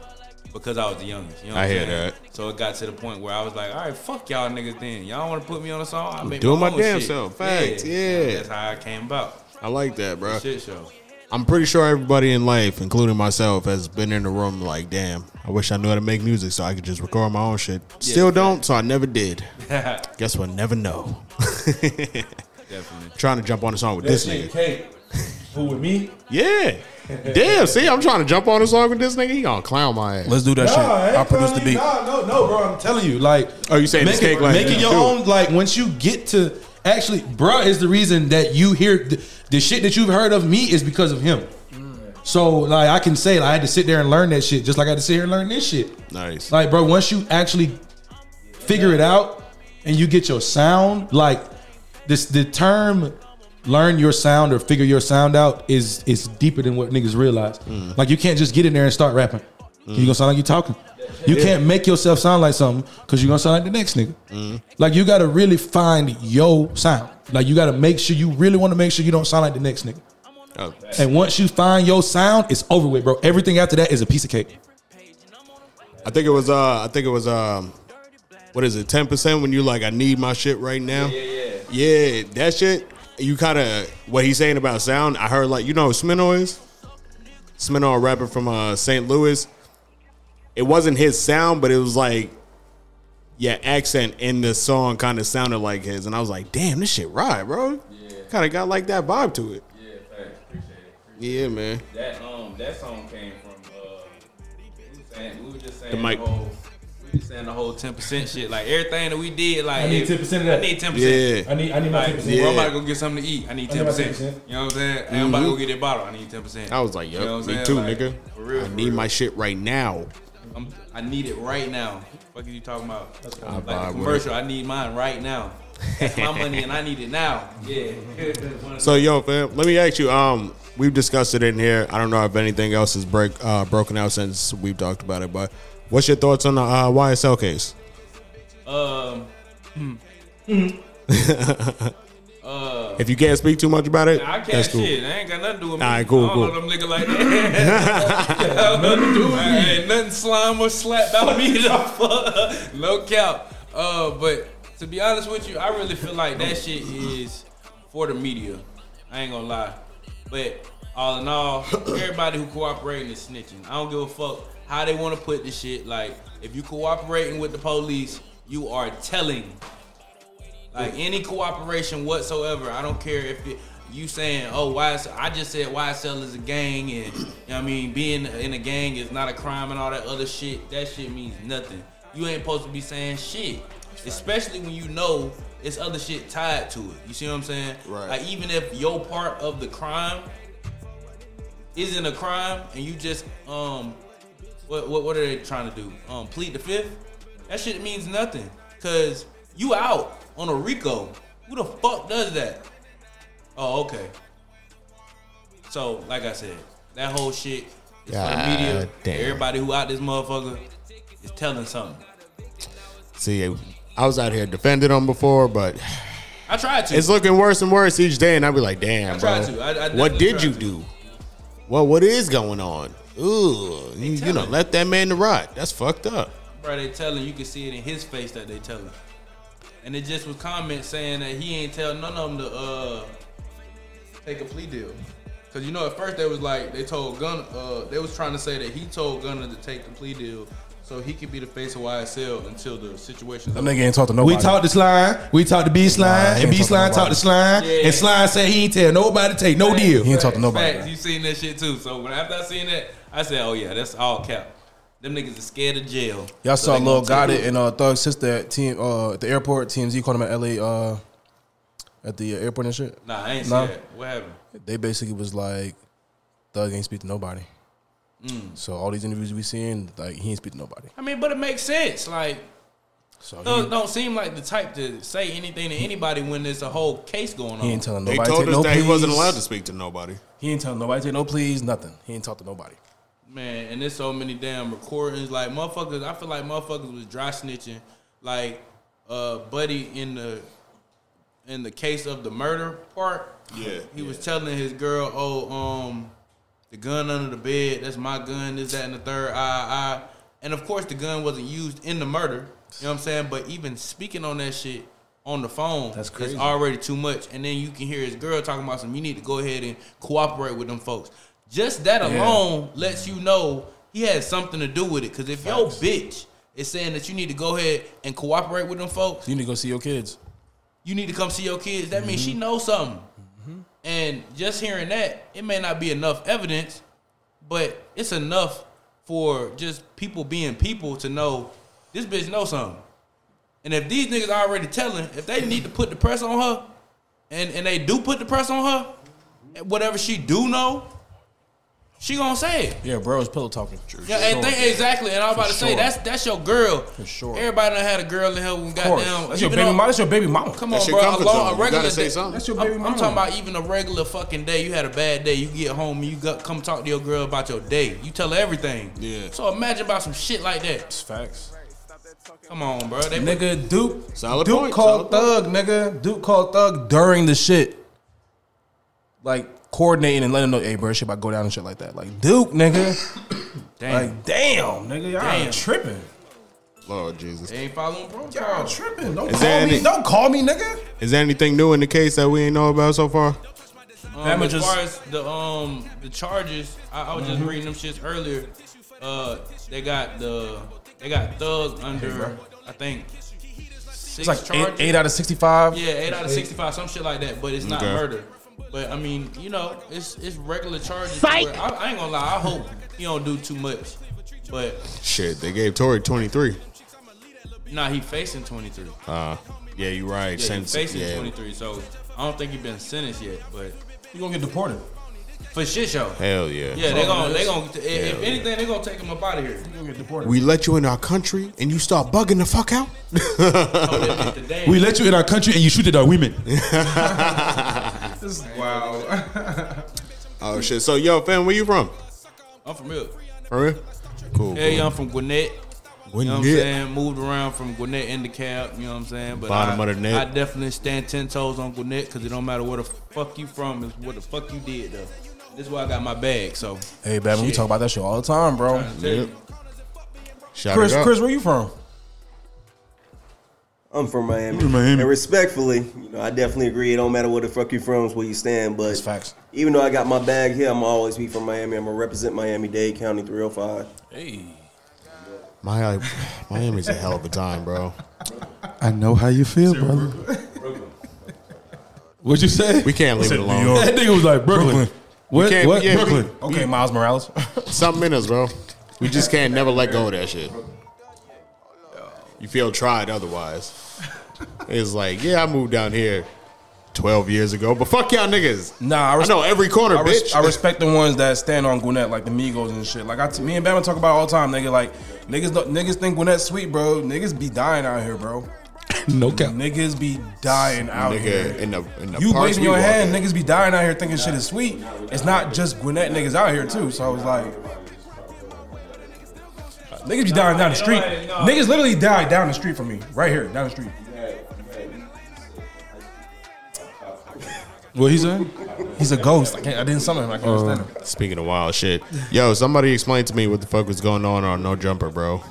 S5: because I was the youngest. You know what
S3: I
S5: I'm
S3: hear
S5: saying?
S3: that.
S5: So it got to the point where I was like, all right, fuck y'all niggas then. Y'all want to put me on a song? I make
S3: doing my
S5: own
S3: damn
S5: shit.
S3: self. Facts, yeah.
S5: That's how I came about.
S3: I like that, bro.
S5: Shit show.
S3: I'm pretty sure everybody in life, including myself, has been in the room like, damn, I wish I knew how to make music so I could just record my own shit. Still don't, so I never
S4: *laughs*
S3: did. Guess we'll never know.
S5: Definitely.
S3: *laughs* trying to jump on the song with this nigga.
S9: Kate. Who with me? *laughs*
S3: Yeah. Damn, see, I'm trying to jump on the song with this nigga. He gonna clown my ass.
S4: Let's do that shit.
S2: I
S4: I produce the beat.
S2: Nah, no, no, bro. I'm telling you, like,
S3: Oh, you saying it's
S2: making-
S3: cake like
S2: making
S3: that.
S2: your
S3: Dude.
S2: own? Like, once you get to actually, bro, is the reason that you hear the, the shit that you've heard of me is because of him.
S3: Mm.
S2: So, like, I can say, like, I had to sit there and learn that shit, just like I had to sit here and learn this shit.
S3: Nice.
S2: Like, bro, once you actually figure it out and you get your sound, like, this the term learn your sound or figure your sound out is is deeper than what niggas realize. Like you can't just get in there and start rapping. You gonna sound like you talking. You can't make yourself sound like something because you're gonna sound like the next nigga. Like you gotta really find your sound. Like you gotta make sure you really want to make sure you don't sound like the next nigga.
S3: Oh,
S2: And once you find your sound, it's over with, bro. Everything after that is a piece of cake.
S3: I think it was uh I think it was um what is it, ten percent when you like I need my shit right now? Yeah, yeah, yeah. that shit, you kinda what he's saying about sound, I heard like you know who Smino is? Smino a rapper from uh St. Louis. It wasn't his sound, but it was like yeah, accent in the song kind of sounded like his, and I was like, "Damn, this shit right, bro." Kind of got like that vibe to it.
S5: Yeah, thanks. Appreciate it.
S3: Yeah, man.
S5: That um that song came from uh we was saying- we were just saying
S3: The mic.
S5: whole we were just saying the whole ten percent shit. Like everything that we did, like
S2: I need
S5: if-
S2: 10% of that.
S5: I need ten percent.
S3: Yeah.
S2: need I need
S5: Like,
S3: Yeah.
S5: bro, I'm about to go get something to eat. I need
S2: I need
S5: ten
S2: my
S5: percent.
S2: 10%.
S5: You know what I'm saying? Hey, I'm about to go get that bottle. I need ten percent.
S3: Mm-hmm. I was like, "Yup, me too, nigga."
S5: For real,
S3: I
S5: for
S3: need
S5: real.
S3: my shit right now.
S5: I'm, I need it right now. What are you talking about?
S3: I
S5: like the
S3: vibe with it.
S5: commercial. I need mine right now. That's my money, and I need it now. Yeah. *laughs*
S3: So yo, fam, let me ask you. Um, we've discussed it in here. I don't know if anything else is break uh, broken out since we've talked about it, but what's your thoughts on the uh, YSL case? *laughs*
S5: um.
S3: If you can't speak too much about it,
S5: Uh, I can't
S3: that's cool.
S5: shit. I ain't got nothing to do with me.
S3: Alright, cool,
S5: I don't
S3: cool.
S5: know them nigga like that. I don't know nothing to do with me. *laughs* Ain't nothing slime or slap about me. the fuck. *laughs* no cap. Uh, but to be honest with you, I really feel like that shit is for the media. I ain't gonna lie. But all in all, everybody who cooperating is snitching. I don't give a fuck how they want to put this shit. Like, if you cooperating with the police, you are telling like any cooperation whatsoever. I don't care if it, you saying, oh, YSL, I just said YSL is a gang, and you know what I mean, being in a gang is not a crime and all that other shit. That shit means nothing. You ain't supposed to be saying shit, especially when you know it's other shit tied to it. You see what I'm saying?
S3: Right.
S5: Like even if your part of the crime isn't a crime, and you just um what, what what are they trying to do? Um, plead the fifth? That shit means nothing. Cause you out on a Rico. Who the fuck does that? Oh, okay. So, like I said, that whole shit is for the media.
S3: God damn.
S5: Everybody who out this motherfucker is telling something.
S3: See, I was out here defending them before, but
S5: I tried to.
S3: it's looking worse and worse each day, and I'd be like, "Damn,
S5: I
S3: bro,
S5: tried to. I- I definitely
S3: what did
S5: tried
S3: you
S5: to.
S3: do? Well, what is going on? Ooh, you, you know, let that man to rot. That's fucked up."
S5: Bro, they telling you can see it in his face that they telling. And it just was comments saying that he ain't tell none of them to uh take a plea deal. Cause you know at first they was like they told Gunner uh they was trying to say that he told Gunner to take the plea deal so he could be the face of YSL until the situation.
S4: That nigga ain't talk to nobody.
S2: We talked to Slime, we talked to B
S4: Nah,
S2: Slime,
S4: he ain't
S2: and
S4: talk
S2: B
S4: to
S2: Slime talked to
S4: nobody.
S2: Slime,
S5: Yeah.
S2: and Slime said he ain't tell nobody to take no deal.
S4: He ain't talk to nobody.
S5: Facts, you seen that shit too. So when after I seen that, I said, Oh yeah, that's all cap. Them niggas is scared of jail.
S4: Y'all
S5: So
S4: saw
S5: they gonna
S4: Lil
S5: take
S4: Gotti
S5: it.
S4: and uh, Thug sister at team uh, at the airport. TMZ called him at LA uh, at the uh, airport and shit.
S5: Nah, I ain't
S4: Nah.
S5: see that. What happened?
S4: They basically was like, Thug ain't speak to nobody.
S5: Mm.
S4: So all these interviews we seeing, like he ain't speak to nobody.
S5: I mean, but it makes sense. Like
S4: So he,
S5: Thug don't seem like the type to say anything to anybody when there's a whole case going on.
S4: he ain't telling
S3: They
S4: nobody.
S3: told
S4: take
S3: us
S4: no
S3: that
S4: please.
S3: he wasn't allowed to speak to nobody.
S4: He ain't telling nobody. Take no please. Nothing. He ain't talk to nobody.
S5: Man, and there's so many damn recordings. Like motherfuckers, I feel like motherfuckers was dry snitching. Like uh Buddy in the in the case of the murder part.
S3: Yeah.
S5: He was telling his girl, Oh, um, the gun under the bed, that's my gun, this, that, and the third, I, I. And of course the gun wasn't used in the murder. You know what I'm saying? But even speaking on that shit on the phone
S4: That's
S5: is
S4: crazy.
S5: already too much. And then you can hear his girl talking about some you need to go ahead and cooperate with them folks. Just that alone lets you know he has something to do with it. Cause if your bitch is saying that you need to go ahead and cooperate with them folks,
S4: You need to go see your kids.
S5: you need to come see your kids. That means she knows something. And just hearing that, it may not be enough evidence, but it's enough for just people being people to know this bitch knows something. And if these niggas already telling, if they need to put the press on her, and and they do put the press on her, and whatever she do know, She gonna say it.
S4: Yeah, bro, it's pillow talking.
S5: Yeah, and think exactly. And I was about
S4: For
S5: to say
S4: sure.
S5: that's that's your girl. For
S4: sure.
S5: Everybody done had a girl in her when
S4: Of course.
S5: goddamn.
S4: That's your
S5: even
S4: baby
S5: on-
S4: mama. That's your baby mama.
S5: Come
S3: That's
S5: on,
S3: your
S5: bro.
S3: comfort zone.
S5: Along a
S3: You
S5: regular
S3: gotta say
S5: day-
S3: something.
S4: That's your
S5: I'm-
S4: baby
S5: I'm,
S4: mama.
S5: talking about even a regular fucking day. You had a bad day. You get home and you go, come talk to your girl about your day. You tell her everything.
S3: Yeah.
S5: So imagine about some shit like that.
S4: It's facts.
S5: Come on, bro. They
S4: Nigga, Duke.
S3: Solid
S4: Duke
S3: point,
S4: called
S3: solid
S4: Thug, nigga. Duke called Thug during the shit. Like coordinating and letting him know, hey, bro, shit about to go down and shit like that. Like Duke, *coughs* nigga.
S5: damn.
S4: Like, damn, nigga, y'all
S5: Damn.
S4: tripping.
S3: Lord Jesus.
S5: they ain't following protocol.
S4: Y'all tripping. Don't
S3: Is
S4: call
S3: that
S4: me.
S3: it?
S4: Don't call me, nigga.
S3: Is there anything new in the case that we ain't know about so far?
S5: Um,
S4: That
S5: as
S4: much is- Mm-hmm.
S5: far as the um the charges, I, I was just reading them shits earlier. Uh, they got the they got Thug under I think six
S4: It's like eight,
S5: charges.
S4: eight out of sixty-five.
S5: yeah, eight out of sixty five, some shit like that. But it's not
S3: Okay.
S5: murder. But I mean, you know, it's it's regular charges. to where- I, I ain't gonna lie. I hope he don't do too much. But
S3: Shit, they gave Tory 23.
S5: nah, he facing twenty three.
S3: Uh, yeah, you're right.
S5: Yeah, he
S3: Since-
S5: facing
S3: yeah.
S5: twenty three. So I don't think he been sentenced yet. But
S4: You gonna get deported.
S5: for shit show.
S3: Hell yeah. *laughs*
S5: Yeah, they gonna Oh, they gonna if, if anything they gonna take him up out of here.
S4: You gonna get deported.
S3: We let you in our country and you start bugging the fuck out? *laughs*
S5: Today.
S2: *laughs* We let you in our country and you shooted our women.
S10: Wow.
S3: *laughs* Oh shit. So yo, fam, where you from?
S5: I'm from here.
S3: For real? Cool.
S5: Hey, I'm from Gwinnett.
S3: When
S5: You know what
S3: yeah.
S5: I'm saying? Moved around from Gwinnett into Cab, you know what I'm saying? But
S3: Bottom
S5: I,
S3: of the net.
S5: I definitely stand ten toes on Gwinnett because it don't matter where the fuck you from, it's what the fuck you did though. This is why I got my bag, so
S4: Hey, Batman, we talk about that shit all the time, bro.
S3: Yep. Shout
S4: Chris,
S3: it out.
S4: Chris, where you from?
S1: I'm from Miami.
S2: from Miami.
S1: And respectfully, you know, I definitely agree. It don't matter where the fuck you from, it's where you stand. But
S4: facts.
S1: even though I got my bag here, I'm gonna always be from Miami. I'm gonna represent Miami Dade County 305.
S4: Hey.
S3: My, Miami's a hell of a time, bro.
S2: I know how you feel, brother. What'd you say?
S3: We can't leave it alone.
S2: that nigga was like Brooklyn. What?
S3: can't-
S2: what?
S3: yeah, we-
S2: Brooklyn.
S4: Okay, Miles Morales.
S3: *laughs* Something in us, bro. We just can't never let go of that shit. You feel tried otherwise. It's like, yeah, I moved down here 12 years ago, but fuck y'all niggas.
S4: Nah, I
S3: I,
S4: res-
S3: know every corner,
S4: I, res-
S3: bitch.
S4: I respect the ones that stand on Gwinnett, like the Migos and shit. Like I t- me and Batman talk about it all the time, nigga. Like niggas, don't- niggas think Gwinnett's sweet, bro. Niggas be dying out here, bro.
S2: *laughs* No cap.
S4: Niggas be dying out here.
S3: nigga, in the, in the
S4: you
S3: parks
S4: waving
S3: we
S4: your
S3: walk
S4: hand,
S3: in.
S4: niggas be dying out here thinking shit is sweet. It's not just Gwinnett niggas out here too. So I was like, niggas be dying down the street. Niggas literally died down the street from me, right here, down the street.
S2: What he saying?
S4: He's a ghost. I can't. I didn't summon him.
S2: Uh.
S4: I can't understand
S2: Um,
S4: him.
S3: Speaking of wild shit, yo, somebody explain to me what the fuck was going on on No Jumper, bro.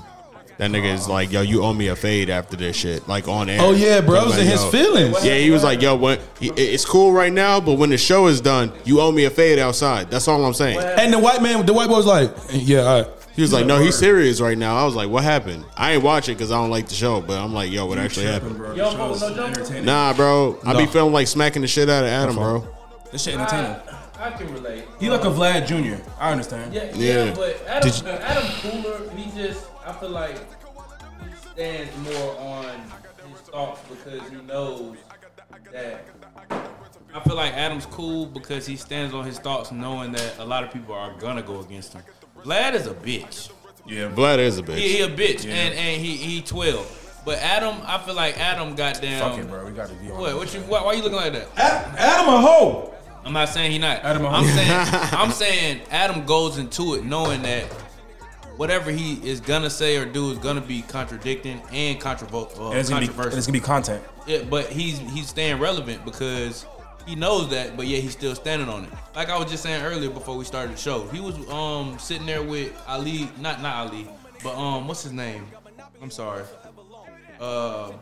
S3: That nigga is like, yo, you owe me a fade after this shit, like on air.
S2: Oh, yeah, bro,
S3: He
S2: it was in his
S3: yo-
S2: feelings.
S3: Yeah, he was like, yo, what? he- it- It's cool right now, but when the show is done, you owe me a fade outside. That's all I'm saying.
S2: And the white man, the white boy was like, yeah, all right.
S3: He was like, no, he's serious right now. I was like, what happened? I ain't watching because I don't like the show, but I'm like, yo, what actually happened?
S4: Bro, this show's entertaining.
S3: Nah, bro, I be feeling like smacking the shit out of Adam, bro.
S4: This shit entertaining.
S5: I can relate.
S4: He like a Vlad Jr. I understand.
S5: Yeah,
S3: Yeah.
S5: yeah, but Adam, Adam Cooler, he just, I feel like he stands more on his thoughts because he knows that. I feel like Adam's cool because he stands on his thoughts knowing that a lot of people are gonna go against him. Vlad is a bitch.
S3: Vlad is a
S5: He,
S3: bitch.
S5: he a bitch, and, and he he twelve. But Adam, I feel like Adam, goddamn.
S4: Fuck it, bro. We got to be on.
S5: What? What you? Why, why you looking like that?
S4: Adam a hoe.
S5: I'm not saying he not.
S4: Adam
S5: I'm
S4: Holmes.
S5: saying
S4: *laughs*
S5: I'm saying Adam goes into it knowing that whatever he is gonna say or do is gonna be contradicting and uh,
S8: Oh,
S5: controversial.
S4: And it's gonna be. And
S5: controversial.
S4: it's gonna be content.
S5: Yeah, but he's he's staying relevant because he knows that, but yet he's still standing on it. Like I was just saying earlier before we started the show, he was um sitting there with Ali, not not Ali, but um what's his name? I'm sorry. Uh,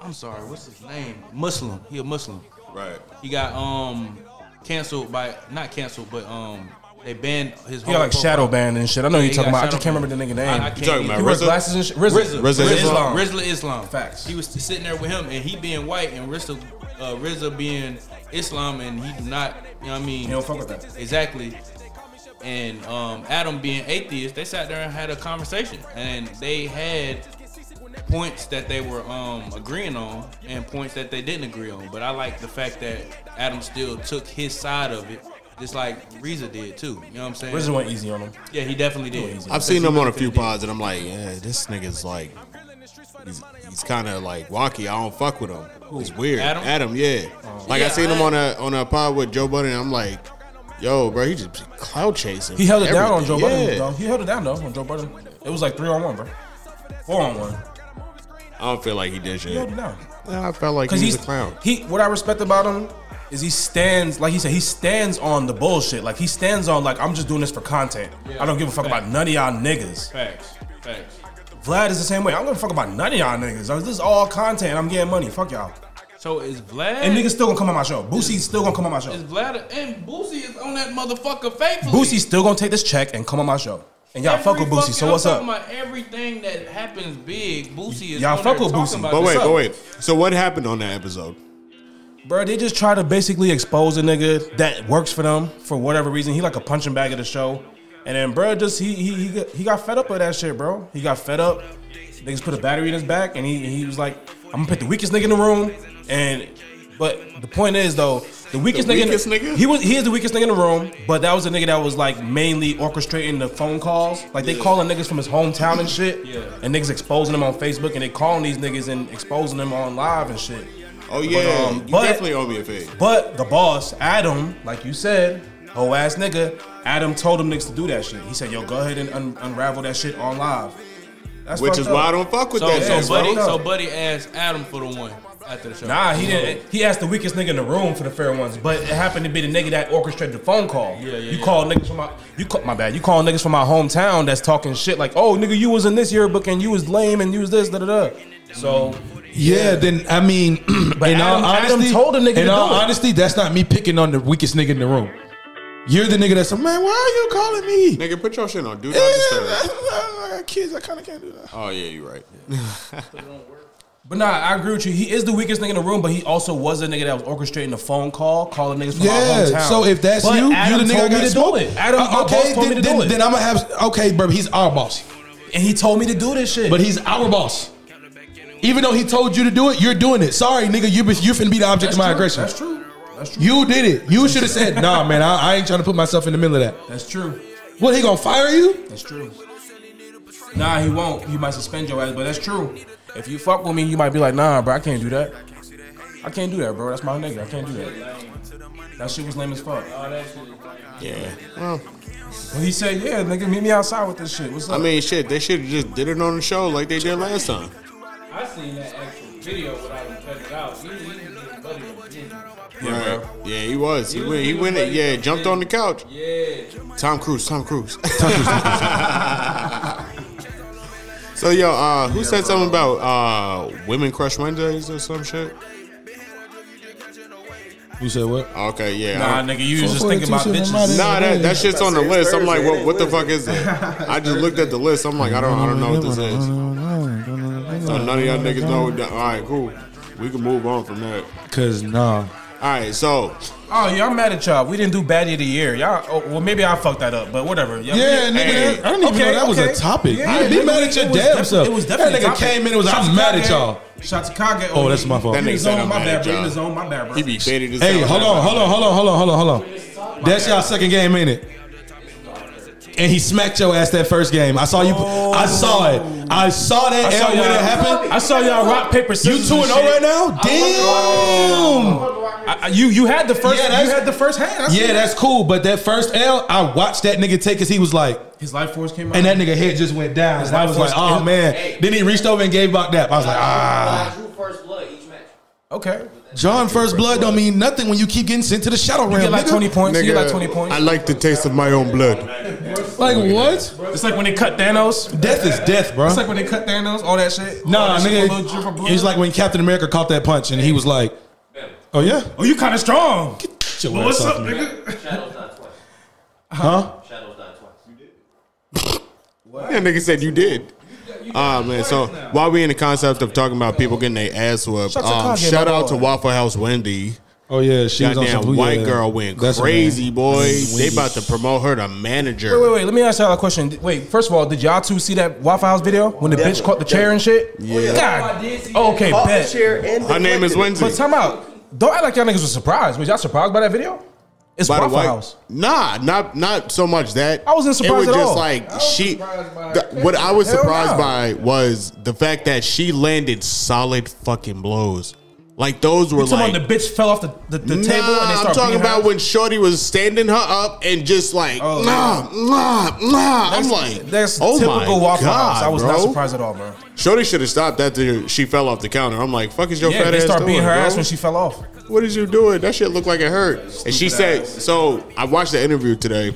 S5: I'm sorry. What's his name? Muslim. He a Muslim.
S3: Right.
S5: He got um canceled by not canceled, but um they banned his.
S4: He got like shadow band and shit. I know
S5: Yeah,
S4: who you're
S5: he
S4: talking
S5: got
S4: about. I just
S5: shadow
S4: can't remember the nigga
S5: banned.
S4: name.
S5: I, I
S3: You talking about
S5: can't.
S4: He
S5: either.
S4: wears
S3: RZA?
S4: glasses and shit. RZA.
S3: RZA
S5: RZA. RZA
S3: Islam.
S5: Islam. RZA Islam.
S4: Facts.
S5: He was sitting there with him, and he being white, and RZA, uh, RZA being Islam, and he do not. You know what I mean?
S4: He don't fuck with that.
S5: Exactly. And um, Adam being atheist, they sat there and had a conversation, and they had points that they were um, agreeing on and points that they didn't agree on. But I like the fact that Adam still took his side of it
S8: Just like Reza did too. You know what I'm saying?
S4: RZA went easy on him.
S8: Yeah, he definitely did.
S3: I've seen him on a few pods, and I'm like, yeah, this nigga's like, he's, he's kind of like wonky. I don't fuck with him. It's weird.
S8: Adam?
S3: Adam, yeah. Like I
S8: Yeah,
S4: Oh.
S3: seen him
S8: I-
S3: on a on a pod with Joe Budden. and I'm like, yo, bro, he just be cloud chasing.
S4: He held it down on Joe
S3: everything.
S4: Budden,
S3: Yeah.
S4: though. He held it down, though, on Joe Budden. It was like three on one, bro. Four on one.
S3: I don't feel like he did
S4: He
S3: shit.
S4: held it down.
S3: I felt like
S4: Because
S3: he
S4: he's
S3: was a clown.
S4: He what I respect about him is he stands like he said he stands on the bullshit. Like he stands on like I'm just doing this for content. I don't give a fuck about none of y'all niggas.
S8: Facts. Facts.
S4: Vlad is the same way. I don't give a fuck about none of y'all niggas. Like, this is all content. I'm getting money. Fuck y'all.
S8: So is Vlad
S4: And niggas still gonna come on my show. Boosie's still gonna come on my show.
S8: is Vlad and Boosie is on that motherfucker faithfully.
S4: Boosie's still gonna take this check and come on my show. And y'all
S8: Every
S4: fuck with Boosie.
S8: fucking-
S4: So what's
S8: I'm
S4: up?
S8: Talking about everything that happens big, Boosie is
S4: Y'all
S8: on
S4: fuck
S8: there
S4: with
S8: talking
S4: Boosie.
S8: about
S3: But
S8: this.
S3: wait,
S4: up?
S3: but wait. So what happened on that episode?
S4: Bro, they just try to basically expose a nigga that works for them for whatever reason. He like a punching bag of the show, and then bro, just he he he got, he got fed up with that shit, bro. He got fed up. Niggas put a battery in his back, and he he was like, "I'm gonna pick the weakest nigga in the room." And but the point is though, the weakest, nigga, in the-
S3: weakest nigga?
S4: he was he is the weakest nigga in the room. But that was a nigga that was like mainly orchestrating the phone calls. Like they calling niggas from his hometown and shit, yeah. and niggas exposing them on Facebook, and they calling these niggas and exposing them on live and shit.
S3: Oh yeah,
S4: um,
S3: you
S4: but-
S3: definitely owe me a fig.
S4: But the boss, Adam, like you said, whole ass nigga, Adam told them niggas to do that shit. He said, yo, go ahead and un- unravel that shit on live. That's
S3: Which
S4: fucked
S3: is
S4: up.
S3: why I don't fuck with
S8: So,
S3: that.
S8: so
S4: Yeah,
S3: shit.
S4: bro.
S8: buddy,
S4: fucked
S8: so
S4: up.
S8: buddy asked Adam for the one after the show.
S4: Nah, he didn't. He asked the weakest nigga in the room for the fair ones, but it happened to be the nigga that orchestrated the phone call.
S8: Yeah, yeah,
S4: You
S8: yeah.
S4: call niggas from my, you call my bad. You call niggas from my hometown that's talking shit like, oh nigga, you was in this yearbook and you was lame and you was this da da da. So
S2: Yeah, then
S3: *clears throat*
S4: *coughs*
S2: I mean, but in all
S4: Adam- Adam
S2: honesty,
S4: told the nigga
S2: in
S4: to
S2: all
S4: do it.
S2: honesty, that's not me picking on the weakest nigga in the room. You're the nigga that's like, man, why are you calling me?
S3: Nigga, put your shit on. Do not
S2: Yeah,
S3: disturb.
S2: I I got kids, I kind of can't do that.
S3: Oh yeah, you're
S4: *laughs*
S3: right.
S4: But nah, I agree with you. He is the weakest nigga in the room, but he also was a nigga that was orchestrating the phone call, calling niggas from
S2: Yeah,
S4: my hometown.
S2: so if that's
S4: But
S2: you,
S4: Adam
S2: you're the nigga I
S4: told me
S2: got
S4: to do it. Adam, my boss told
S2: then,
S4: me to do it,
S2: I'm gonna have okay, bro. He's our boss,
S4: and he told me to do this shit.
S2: but he's our boss. Even though he told you to do it, you're doing it. Sorry, nigga, you you're finna be the object
S4: that's
S2: of my
S4: true.
S2: aggression.
S4: That's true. That's true.
S2: You did it. You should have said, "Nah, man, I, I ain't trying to put myself in the middle of that."
S4: That's true.
S2: What he gonna fire you?
S4: That's true. Nah, he won't. He might suspend your ass, but that's true. If you fuck with me, you might be like, nah, bro, I can't do that. I can't do that, bro. That's my nigga. I can't do that. That shit was lame as fuck.
S8: Oh,
S3: Yeah. Well,
S4: But he said, yeah, nigga, meet me outside with this shit. What's up?
S3: I mean, shit, they should have just did it on the show like they did last time.
S8: I seen that actual video without him cutting it out. He, he, his buddy was in.
S3: Yeah, yeah, he was. He went. He went. it. Yeah, jumped on the couch.
S8: Yeah.
S3: Tom Cruise. Tom Cruise. so yo, uh, who said something about uh, women crush Wednesdays or some shit?
S2: You said what?
S3: Okay, yeah.
S4: Nah,
S3: I-
S4: nigga, you was just
S2: 442
S4: thinking about
S2: shit
S4: bitches.
S2: from my day.
S3: Nah, that, that shit's on the
S1: It's
S3: list. I'm like,
S1: Thursday,
S3: what, what
S1: it
S3: the
S1: ain't
S3: fuck is it? I just looked at the list. I'm like, I don't, I don't know what this is. So none of y'all niggas know. what that- All right, cool. We can move on from that.
S2: Cause nah,
S3: All right, so
S4: Oh, y'all mad at y'all. We didn't do Baddie of the Year. Y'all, oh, well, maybe I fucked that up, but whatever. Y'all,
S2: yeah, nigga,
S3: Hey.
S2: that- I didn't even
S4: Okay,
S2: know that was
S4: okay.
S2: a topic.
S4: Yeah,
S2: You'd be
S4: it
S2: mad
S4: was-
S2: at your
S4: it was
S2: damn
S4: defi-
S2: self.
S4: it was definitely
S2: that nigga
S4: a topic.
S2: came in and was, I'm
S4: Shots
S2: mad
S4: Kage.
S2: at y'all.
S4: Shots to Kage.
S2: Oh, that's my fault.
S4: He
S3: That nigga
S4: was
S3: said
S4: on
S3: I'm
S4: my
S3: mad
S4: bad,
S3: at
S4: bro. He
S3: y'all.
S4: was on my bad, bro.
S3: he be faded as
S2: Hey,
S3: hell.
S2: hold on, hold on, hold on, hold on, hold on, hold on. That's y'all second game, ain't it? And he smacked your ass that first game. I saw you. I saw it. I saw that L when it happened.
S4: I saw y'all rock paper
S2: You
S4: scissors.
S2: two and zero right now. Damn.
S4: I, I- you you had the first.
S2: Yeah,
S4: you
S2: that's-
S4: had the first hand. I see
S2: Yeah,
S4: it.
S2: that's cool. But that first L, I watched that nigga take because he was like,
S4: his life force came out.
S2: and that nigga head just went down. And I was like, oh man. Then he reached over and gave back that. I was like, ah.
S4: okay.
S2: John first blood don't mean nothing when you keep getting sent to the shadow realm.
S4: You get like
S2: nigga.
S4: twenty points. you get like twenty points.
S3: I like the taste of my own blood.
S2: Like what?
S4: it's like when they cut Thanos.
S2: Death is death, bro.
S4: It's like when they cut Thanos. All that shit.
S2: Nah,
S4: All that shit with a little drip of
S2: nigga.
S4: blood.
S2: It's like when Captain America caught that punch and he was like, "Oh yeah,
S4: Oh, you kind of strong.
S2: Get your
S4: Well,
S2: ass
S4: what's
S2: off
S4: up,
S2: me.
S4: nigga?
S2: Huh?
S3: That nigga said you did. Ah man, so while we in the concept of talking about people getting their ass whooped,
S4: Shout to
S3: um,
S4: Kage,
S3: shout
S4: my
S3: out to
S4: boy.
S3: Waffle House Wendy.
S2: Oh yeah, she was on
S3: Goddamn
S2: some
S3: white
S2: yeah.
S3: girl went
S2: That's her
S3: crazy,
S2: name.
S3: boy.
S2: Wendy.
S3: They about to promote her to manager.
S4: Wait, wait, wait. Let me ask y'all a question. Did- Wait, first of all, did y'all two see that Waffle House video when the bitch caught the chair and shit? Yeah. God. Oh, okay,
S1: Off Oh, the
S4: bet.
S1: chair and
S3: Her name
S1: deflected
S3: is
S1: it.
S3: Wendy.
S4: But time out. Don't act like y'all niggas was surprised. Was y'all surprised by that video? It's
S3: by the
S4: Waffle
S3: white.
S4: House.
S3: Nah, not not so much that.
S4: I wasn't
S3: It was
S4: surprised at
S3: just
S4: all.
S3: like she.
S9: surprised by
S3: the- what I was
S4: Hell
S3: surprised
S4: no.
S3: by was the fact that she landed solid fucking blows. Like those were
S4: You talking
S3: like
S4: about the bitch fell off the, the, the
S3: nah,
S4: table and they
S3: I'm
S4: start
S3: talking
S4: beating
S3: about
S4: her?
S3: when Shorty was standing her up and just like
S4: Oh,
S3: nah, nah, nah. I'm like,
S4: that's
S3: oh
S4: typical
S3: my
S4: Waffle
S3: god,
S4: House. I was
S3: bro.
S4: not surprised at all, bro.
S3: Shorty should have stopped after she fell off the counter. I'm like, fuck is your
S4: Yeah,
S3: fat
S4: they
S3: ass
S4: start
S3: doing,
S4: beating her
S3: bro?
S4: ass when she fell off.
S3: what is you doing? That shit looked like it hurt. and she said, so I watched the interview today.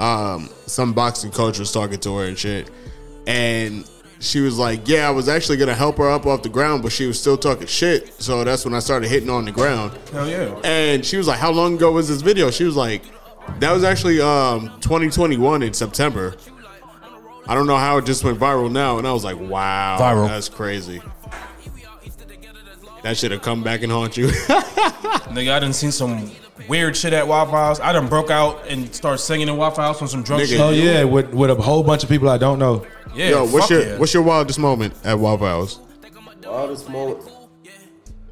S3: Um, some boxing coach was talking to her and shit, and she was like, "Yeah, I was actually gonna help her up off the ground, but she was still talking shit. So that's when I started hitting on the ground."
S4: Hell yeah.
S3: And she was like, "How long ago was this video?" She was like, "That was actually um 2021 in September." I don't know how it just went viral now, and I was like, "Wow,
S4: Viral.
S3: that's crazy." That should have come back and haunt you. *laughs*
S4: Nigga, I done seen some weird shit at Waffle House. I done broke out and started singing in Waffle House on some drunk
S3: Nigga.
S4: shit.
S2: Oh yeah, with with a whole bunch of people I don't know.
S4: Yeah,
S3: Yo, what's
S4: fuck
S3: your
S4: yeah.
S3: what's your wildest moment at Waffle House?
S1: Wildest moment.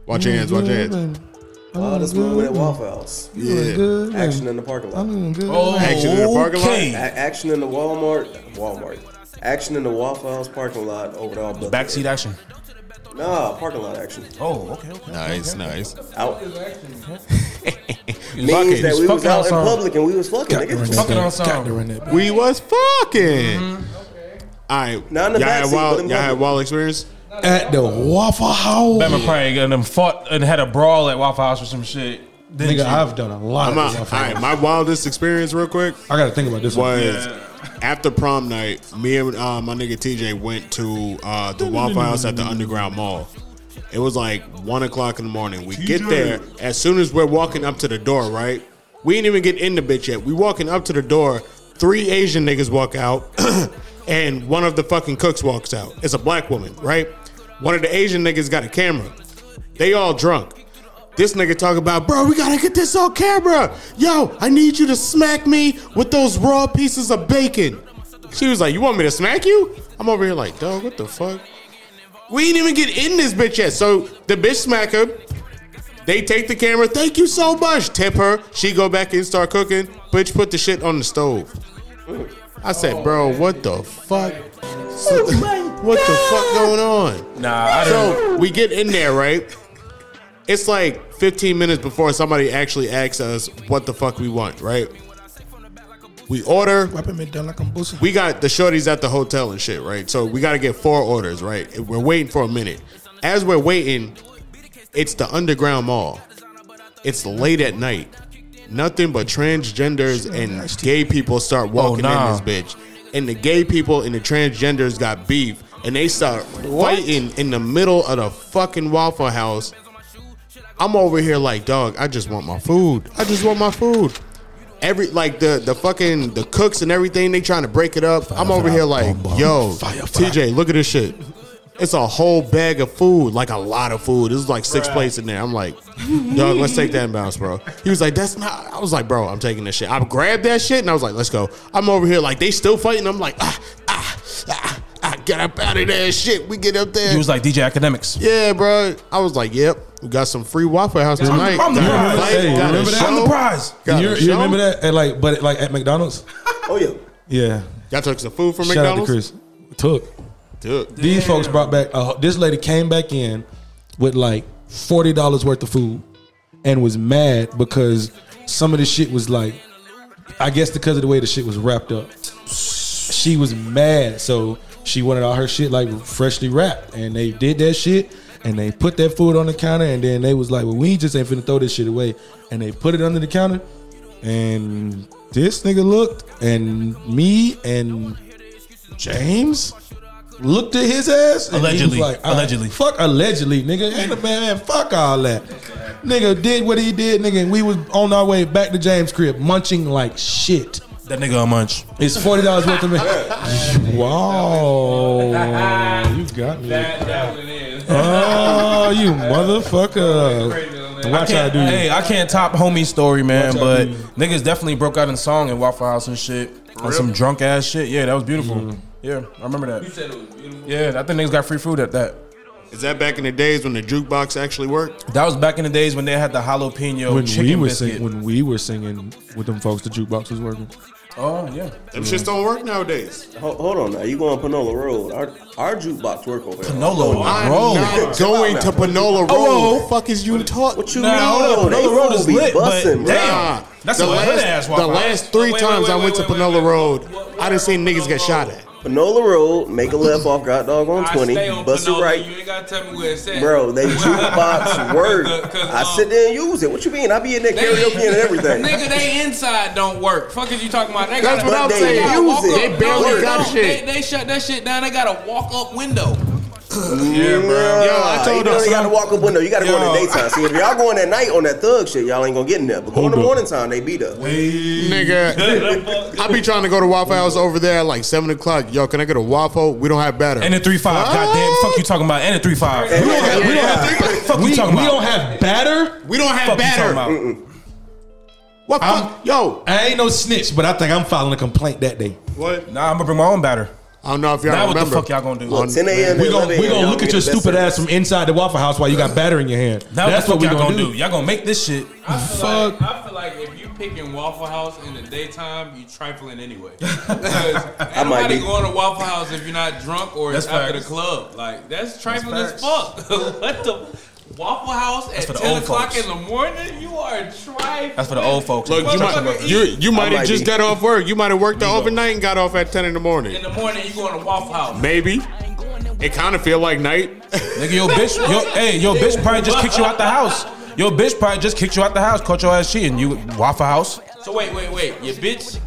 S3: Watch your hands, watch your hands.
S1: Wildest moment at Waffle House.
S3: Yeah,
S1: Action in the parking lot.
S4: oh,
S3: Action in the parking lot?
S1: A-
S4: okay.
S1: action in the Walmart. Walmart. Action in the Waffle House parking lot over there. But
S4: Backseat action.
S1: Nah, parking lot action.
S4: Oh, okay.
S1: *laughs*
S4: okay.
S3: nice, nice.
S1: Out.
S3: Fucking-
S1: Means that we was
S4: fucking
S1: out in
S4: outside.
S1: public and we was fucking. nigga.
S4: Fucking on song.
S3: We was fucking. All right,
S1: Mm-hmm. Not in
S3: y'all
S1: the
S3: had
S1: backseat,
S3: wild,
S1: but in
S3: y'all had
S1: public.
S3: wild experience.
S2: At the Waffle House,
S4: Batman probably and them fought and had a brawl at Waffle House or some shit. Didn't
S2: nigga,
S4: you?
S2: I've done a lot.
S3: I'm
S2: of
S3: out.
S2: this
S3: All
S2: Waffle House.
S3: right, my wildest experience, real quick.
S2: I gotta think about this one.
S3: was after prom night, me and uh, my nigga TJ went to uh, the Waffle House at the Underground Mall. It was like one o'clock in the morning. We get there as soon as we're walking up to the door. Right, we ain't even get in the bitch yet. We walking up to the door. Three Asian niggas walk out, *clears throat* and one of the fucking cooks walks out. It's a black woman, right? One of the Asian niggas got a camera. They all drunk. This nigga talk about, bro, we gotta get this on camera. Yo, I need you to smack me with those raw pieces of bacon. She was like, you want me to smack you? I'm over here like, dog, what the fuck? We ain't even get in this bitch yet. So the bitch smack her. They take the camera. Thank you so much. Tip her. She go back and start cooking. Bitch put the shit on the stove. I said, bro, what the fuck? what the fuck going on?
S4: Nah, I didn't.
S3: So we get in there, right? It's like 15 minutes before somebody actually asks us what the fuck we want, right? We order. We got the shorties at the hotel and shit, right? So we got to get four orders, right? And We're waiting for a minute. As we're waiting, it's the underground mall. It's late at night. Nothing but transgenders and gay people start walking
S4: nah.
S3: in this bitch. And the gay people and the transgenders got beef. And they start fighting in the middle of the fucking Waffle House. I'm over here like, dog, I just want my food. I just want my food. Every like the the fucking the cooks and everything, they trying to break it up. I'm over here like, yo, TJ, look at this shit. It's a whole bag of food, like a lot of food. There's like six plates in there. I'm like, dog, let's take that and bounce, bro. He was like, that's not. I was like, bro, I'm taking this shit. I grabbed that shit and I was like, let's go. I'm over here like they still fighting. I'm like, ah, ah, ah, ah, get up out of there, shit. We get up there.
S4: He was like DJ Academics.
S3: Yeah, bro. I was like, yep, we got some free Waffle House tonight.
S4: I'm the
S3: Got a
S4: prize.
S3: light, got
S2: Hey,
S3: a
S2: remember that?
S3: show.
S4: I'm the prize.
S3: Got
S2: You,
S3: a
S2: you
S3: show.
S2: remember that? And like, but like at McDonald's.
S1: Oh yeah.
S2: Yeah.
S3: Y'all took some food from
S2: Shout out to
S3: McDonald's?
S2: Chris. Took.
S3: Dude,
S2: These folks brought back. A, this lady came back in with like forty dollars worth of food, and was mad because some of the shit was like, I guess because of the way the shit was wrapped up, she was mad. So she wanted all her shit like freshly wrapped, and they did that shit, and they put that food on the counter, and then they was like, well, we just ain't finna throw this shit away, and they put it under the counter, and this nigga looked, and me and James looked at his ass. and he was
S4: Allegedly.
S2: "Ah,
S4: Allegedly.
S2: Fuck allegedly, nigga. Ain't a man, man, fuck all that. Nigga did what he did, nigga, and we was on our way back to James' crib, munching like shit.
S4: That nigga a munch.
S2: It's forty dollars worth of me. Wow, you got me. *laughs* Oh, you motherfucker! Watch how I do.
S4: Hey,
S2: you.
S4: I can't top homie story, man,
S2: Watch out,
S4: but
S2: dude.
S4: niggas definitely broke out in song in Waffle House and shit. On some drunk
S2: Mm.
S4: ass shit. Yeah, that was beautiful. Yeah, I remember that.
S8: said it was beautiful.
S4: Yeah, I think niggas got free food at that.
S3: Is that back in the days when the jukebox actually worked?
S4: That was back in the days when they had the jalapeno
S2: when
S4: chicken
S2: we were
S4: biscuit.
S2: singing, when we were singing with them folks, the jukebox was working.
S4: oh yeah,
S3: Them shits don't work nowadays.
S1: Hold, hold on now. You go on Panola Road. Our, our jukebox work over there.
S4: Nolo.
S3: I'm
S4: Road.
S3: not going to Panola Road.
S4: Oh,
S3: the fuck is you talking?
S1: What you
S4: Nah,
S1: mean?
S4: hold up,
S1: They
S4: Panola Road
S1: full
S4: is
S1: be
S4: lit, but
S1: bussin',
S4: damn.
S1: bruh.
S3: Nah,
S4: That's
S3: the
S4: a hood ass
S3: last,
S4: walk
S3: the
S4: around.
S3: last three
S5: Wait, wait,
S3: times I
S5: wait, wait,
S3: went
S5: wait,
S3: to
S5: wait,
S3: Panola
S5: wait.
S3: Road,
S5: What-
S3: I done seen niggas get shot at.
S1: Panola Road, make a left off God Dog on
S5: I
S1: 20,
S5: stay on
S1: bust it
S5: Panola.
S1: right.
S5: You ain't gotta tell me where it's at. uh,
S1: Bro,
S5: *laughs*
S1: they jukebox work.
S5: 'Cause,
S1: I
S5: um,
S1: sit there and use it. What you mean? I be in there karaoke and everything.
S5: *laughs* Nigga, they inside don't work. Fuck is you talking about? They
S3: That's
S5: gotta-
S3: what I'm
S5: they
S3: saying.
S5: gotta
S1: Use
S5: walk
S1: it.
S5: up-
S1: They
S5: no,
S3: barely
S5: they
S3: got
S5: don't.
S3: shit.
S5: They, they shut that shit down. They got a walk up window.
S1: Yeah, bro.
S3: Yo, I told
S1: you know,
S3: her,
S1: you gotta
S3: son.
S1: walk up window. You gotta go in
S4: Yo.
S1: the daytime. See, if y'all going at night on that thug shit, y'all ain't gonna get in there. But go in the
S2: Hold up.
S1: morning time, they beat up.
S3: Nigga, I be trying to go to Waffle House over there at like seven o'clock. Yo, can I get a waffle? We don't have batter.
S4: And a three five.
S3: What?
S4: Goddamn, fuck you talking about? And a three five.
S1: We don't
S2: have- we don't have-
S4: Fuck you
S2: we,
S4: talking
S2: we
S4: about?
S2: don't have batter.
S3: we don't have
S4: Fuck you talking
S3: batter.
S4: about?
S3: What the
S2: I'm-
S3: fuck? Yo,
S2: I ain't no snitch, but I think I'm filing a complaint that day.
S3: what?
S4: Nah, I'm gonna bring my own batter.
S3: I don't know if y'all
S4: Now what
S3: remember.
S4: the fuck y'all gonna do?
S1: Look, 10 a.m.
S2: We
S1: to
S2: gonna
S1: 11
S2: we gonna
S1: y'all
S2: look at your
S1: get the best
S2: stupid ass
S1: service.
S2: from inside the Waffle House while you got batter in your hand.
S4: Now
S2: That's what we
S4: y'all
S2: gonna, do.
S4: Y'all gonna make this shit.
S5: I feel like-
S2: Fuck.
S5: I feel like if you picking Waffle House in the daytime, you trifling anyway. *laughs* Because
S1: I might be.
S5: nobody going to Waffle House if you're not drunk or it's
S4: That's
S5: after
S4: facts.
S5: the club. Like that's trifling as
S4: facts.
S5: fuck. *laughs* what the Waffle House
S4: for
S5: at
S4: the
S5: ten
S4: old
S5: o'clock
S4: folks.
S5: in the morning? You are trifling.
S4: That's for the old folks.
S3: Look, you might
S5: Motherfucker,
S3: you you might
S1: I
S3: have
S1: might
S3: just
S1: be.
S3: got off work. You might have worked the overnight and got off at ten in the morning.
S5: In the morning, you going to Waffle House.
S3: Maybe it kind of feel like night.
S4: Nigga, your bitch, yo, hey, your bitch probably just kicked you out the house. Your bitch probably just kicked you out the house, caught your ass cheating. You Waffle House.
S5: So wait, wait, wait. Your bitch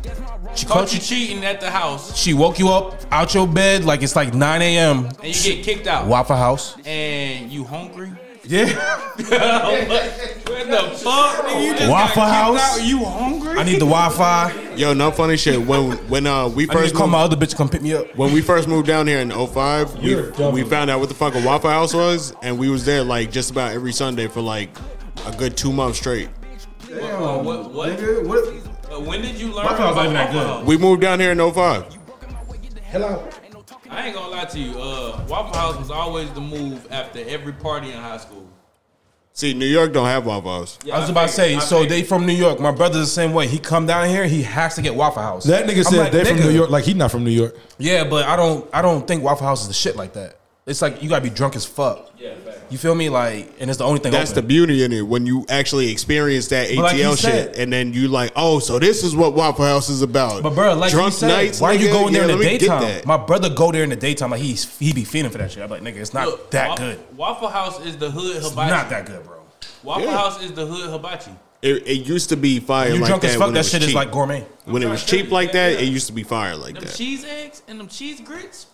S4: She
S5: caught
S4: caught
S5: you
S4: you.
S5: cheating at the house,
S4: She woke you up out your bed like it's like 9 a.m.
S5: and you get kicked out,
S4: Waffle House.
S5: and you hungry. *laughs*
S4: Yeah.
S5: What the fuck? nigga? You just got
S4: Waffle
S5: kicked
S4: House?
S5: Out. You hungry?
S4: I need the Wi-Fi.
S3: Yo, no funny shit. When when uh we
S4: I need to
S3: first
S4: call
S3: moved,
S4: my other bitch to come pick me up.
S3: when we first moved down here in 05, we,
S2: You're a dummy.
S3: we found out what the fuck a Waffle House was, and we was there like just about every Sunday for like a good two months straight.
S5: Uh, what? What? Uh, when did you learn?
S4: Waffle House
S5: about
S4: ain't that
S5: Waffle
S4: good.
S5: House?
S3: We moved down here in 05.
S5: I ain't gonna lie to you. Uh, Waffle House was always the move after every party in high school.
S3: See, New York don't have Waffle House.
S5: Yeah,
S4: I was about to say,
S5: figured- I
S4: so
S5: figured.
S4: they from New York. My brother's the same way. He come down here, he has to get Waffle House.
S2: That nigga
S4: I'm
S2: said
S4: like,
S2: they from
S4: nigga,
S2: New York. Like he not from New York.
S4: Yeah, but I don't I don't think Waffle House is the shit like that. It's like you gotta be drunk as fuck. Yeah, you feel me? Like, and it's the only thing.
S3: That's the
S4: open.
S3: beauty in it when you actually experience that ATL
S4: But like he
S3: shit,
S4: said-
S3: and then you like, oh, so this is what Waffle House is about.
S4: But bro, like
S3: drunk
S4: you said,
S3: nights.
S4: why are you
S3: nigga?
S4: going there
S3: Yeah,
S4: in the
S3: let me get
S4: daytime?
S3: that.
S4: My brother go there in the daytime. Like he's he be feeling for that shit. I'm like, nigga, it's not
S5: Look,
S4: that
S5: Waffle,
S4: good.
S5: Waffle House is the hood
S4: It's
S5: hibachi.
S4: not that good, bro.
S5: Waffle
S3: Yeah.
S5: House is the hood hibachi.
S3: It, it used to be fire.
S4: You
S3: like
S4: drunk
S3: that
S4: as fuck.
S3: when it
S4: That
S3: was
S4: shit is
S3: cheap.
S4: like gourmet.
S3: When it was cheap like that, it used to be fire like
S5: Them
S3: that.
S5: cheese eggs and them cheese grits.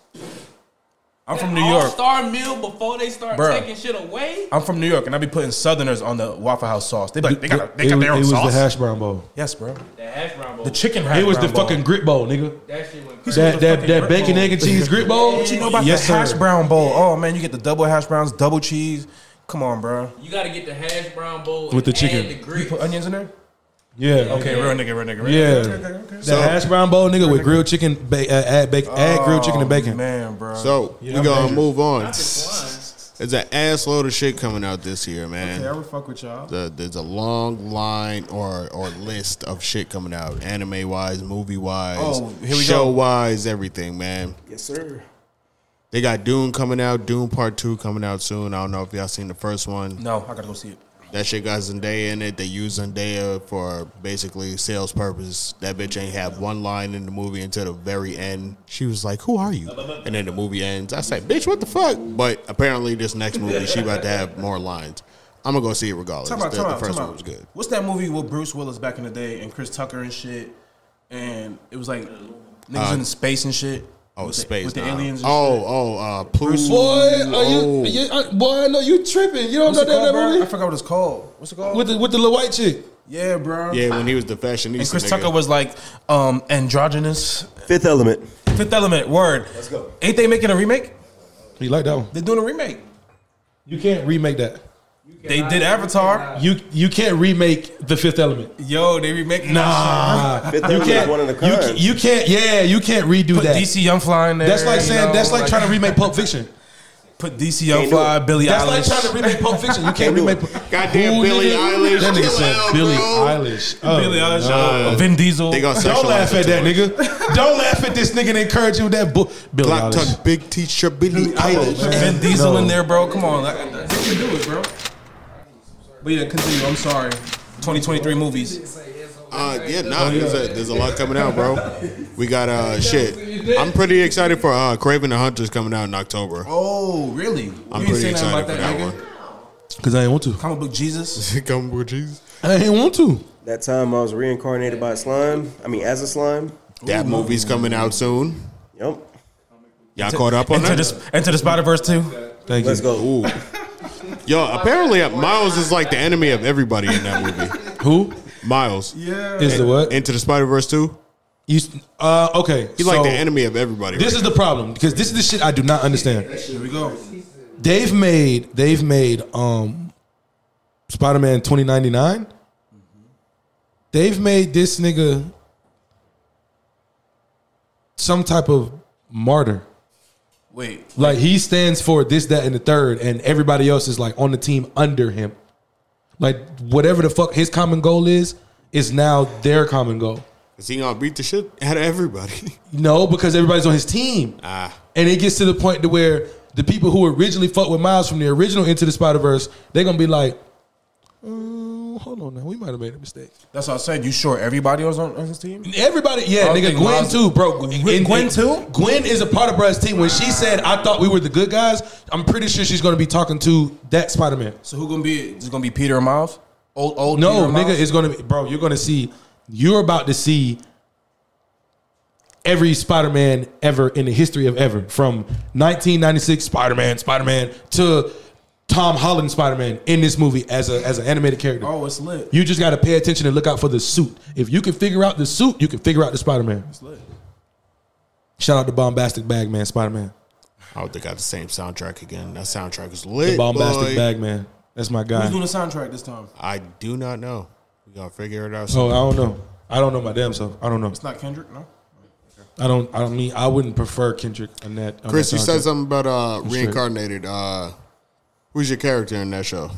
S4: I'm from New York.
S5: Star meal before they start
S4: Bruh.
S5: taking shit away.
S4: I'm from New York, and I be putting Southerners on the Waffle House sauce. They be like they got a- they
S2: It
S4: got
S2: was-
S4: their
S2: it
S4: own
S2: was the
S4: sauce.
S2: hash brown bowl.
S4: Yes, bro.
S5: The hash brown bowl.
S4: The chicken.
S2: It was the
S4: brown bowl.
S2: fucking grit bowl, nigga.
S5: that shit went crazy.
S2: That that
S4: fucking
S2: that
S4: grit
S2: bacon
S4: bowl.
S2: egg and cheese grit bowl.
S4: What you know about the hash brown bowl? Oh man, you get the double hash browns, double cheese. Come on, bro.
S5: You gotta get the hash brown bowl
S2: With the
S5: and
S2: chicken.
S5: The
S4: You
S5: grits.
S4: put onions in there?
S2: Yeah.
S4: Okay, real nigga, real nigga. Real
S2: Yeah.
S4: Nigga. Okay, okay, okay.
S2: The hash brown bowl, nigga, with grilled chicken, ba- uh, add bacon, add grilled chicken and bacon.
S4: Oh, man, bro.
S3: So
S2: Yeah,
S3: we
S2: I'm
S3: gonna
S2: dangerous.
S3: move on.
S5: Just
S3: There's an ass load of shit coming out this year, man.
S4: okay, I would fuck with y'all.
S3: The, there's a long line or or list of shit coming out, anime wise, movie wise,
S4: Oh, here we go.
S3: show wise, everything, man.
S1: Yes, sir.
S3: They got Dune coming out, Dune Part Two coming out soon. I don't know if y'all seen the first one.
S4: No, Oh, I gotta go see it.
S3: That shit got Zendaya in it. They use Zendaya for basically sales purpose. That bitch ain't have one line in the movie until the very end. She was like, "Who are you?" And then the movie ends. I say, "Bitch, what the fuck?" But apparently, this next movie, she about to have more lines. I'm gonna go see it regardless.
S4: Talk about,
S3: the,
S4: talk
S3: the
S4: about,
S3: first one
S4: talk about.
S3: was good.
S4: What's that movie with Bruce Willis back in the day and Chris Tucker and shit? And it was like niggas in space and shit.
S3: Uh, Oh,
S4: With the-
S3: space
S4: with the
S3: nah.
S4: aliens. And
S3: Oh, oh, uh, Pluto. Oh.
S2: uh, boy, I know you tripping. You don't
S4: shit. What's it called, bro? I forgot what it's called. What's it called?
S2: the with the little white chick.
S4: yeah, bro.
S3: Yeah, when he was the fashionista.
S4: And Chris
S3: nigga.
S4: Tucker was like um, androgynous.
S1: Fifth Element.
S4: Fifth Element, word. Let's
S1: go.
S4: Ain't they making a remake?
S2: You like that one?
S4: They're doing a remake.
S2: You can't remake that.
S4: They did Avatar.
S2: You you can't remake the Fifth Element.
S4: Yo, they remaking that
S2: Nah,
S1: Fifth Element is one of the
S2: you, ca-
S1: kind.
S2: you can't. Yeah, you can't redo
S4: shit. Put
S2: that.
S4: DC Young Fly in there.
S2: That's like
S4: you
S2: saying
S4: know,
S2: that's like, trying to remake Pulp Fiction.
S4: put DC on
S1: Can't do
S4: fire, Billy
S2: That's
S4: Eilish.
S2: like trying to remake Pulp Fiction. You
S3: *laughs*
S2: can't
S1: Can't do
S2: remake.
S1: it.
S3: Goddamn
S2: Who
S3: Billy
S2: did it?
S3: Eilish.
S2: That nigga
S3: Chill
S2: said
S3: out,
S2: Billy
S3: bro.
S2: Eilish. Oh,
S4: Billy Eilish,
S3: Nah.
S4: uh, Vin Diesel.
S3: They gonna
S2: Don't
S3: sexualize
S2: laugh
S3: it
S2: at
S3: too
S2: that
S3: much.
S2: nigga. Don't laugh at this nigga and encourage you with that book. Billy
S3: Black
S2: Eilish. Oh,
S3: Tuck, big teacher Billy Eilish.
S4: Vin Diesel
S2: No.
S4: in there, bro. Come on, like, you can do it, bro. But yeah, continue. I'm sorry. 2023 movies.
S3: Uh, yeah, nah, there's, a, there's a lot coming out, bro. We got uh shit. I'm pretty excited for uh Craven the Hunter's coming out in
S2: *laughs*
S3: October.
S4: Oh, really?
S3: I'm pretty excited for that one.
S2: Because I ain't want to.
S4: Comic book Jesus.
S3: *laughs* Come with Jesus.
S2: I ain't want to.
S1: That time I was reincarnated by a slime. I mean, as a slime.
S3: That movie's coming out soon.
S1: Yep.
S3: Y'all caught up on
S4: Enter
S3: that?
S4: the, enter the Spider Verse too.
S2: Thank
S1: Let's
S2: you.
S1: go.
S3: Ooh. Yo, apparently uh, Miles is like the enemy of everybody in that movie.
S2: *laughs* Who
S3: Miles.
S2: is the what?
S3: Into the Spider Verse 2.
S2: You s- uh, okay.
S3: He's like
S2: so
S3: the enemy of everybody.
S2: This
S3: right?
S2: is the problem because this is the shit I do not understand. Here we go. They've made they've made um Spider Man twenty ninety nine. They've made this nigga some type of martyr.
S5: Wait,
S2: Like he stands for this, that, and the third, and everybody else is like on the team under him. Like whatever the fuck his common goal is, is now their common goal.
S3: is he gonna beat the shit out of everybody? *laughs*
S2: No, because everybody's on his team.
S3: Ah.
S2: And it gets to the point to where the people who originally fucked with Miles from the original Into the Spider Verse, they're gonna be like, "Mm, hold on now, we might have made a mistake.
S4: That's what I said. You sure everybody was on, on his team?
S2: And everybody, yeah,
S4: I don't
S2: nigga,
S4: think
S2: Gwen
S4: Miles-
S2: too, bro. And-
S4: Gwen
S2: and-
S4: too?
S2: Gwen is a part of Brad's team. When she said, "I thought we were the good guys," I'm pretty sure she's gonna be talking to that Spider Man.
S4: So who gonna be? Is it gonna be Peter and Miles? Old old Peter
S2: No,
S4: and
S2: nigga,
S4: Miles?
S2: it's gonna be, bro. You're gonna see, you're about to see every Spider-Man ever in the history of ever, from 1996 Spider-Man, Spider-Man to Tom Holland Spider-Man in this movie as a as an animated character.
S4: oh, it's lit.
S2: You just gotta pay attention and look out for the suit. If you can figure out the suit, you can figure out the Spider-Man. Shout out to Bombastic Bagman, Spider-Man.
S3: I hope they got the same soundtrack again. That soundtrack is lit.
S2: Bombastic
S3: boy.
S2: Bagman. That's my guy.
S4: Who's doing the soundtrack this time?
S3: I do not know. We gonna figure it out.
S2: Oh,
S3: soon.
S2: I don't know. I don't know my damn self. I don't know.
S4: It's not Kendrick, no.
S2: I don't. I don't mean. I wouldn't prefer Kendrick on that. on
S3: Chris,
S2: Oh, that
S3: you said
S2: soundtrack.
S3: something about uh,
S2: straight.
S3: reincarnated. Uh, who's your character in that show?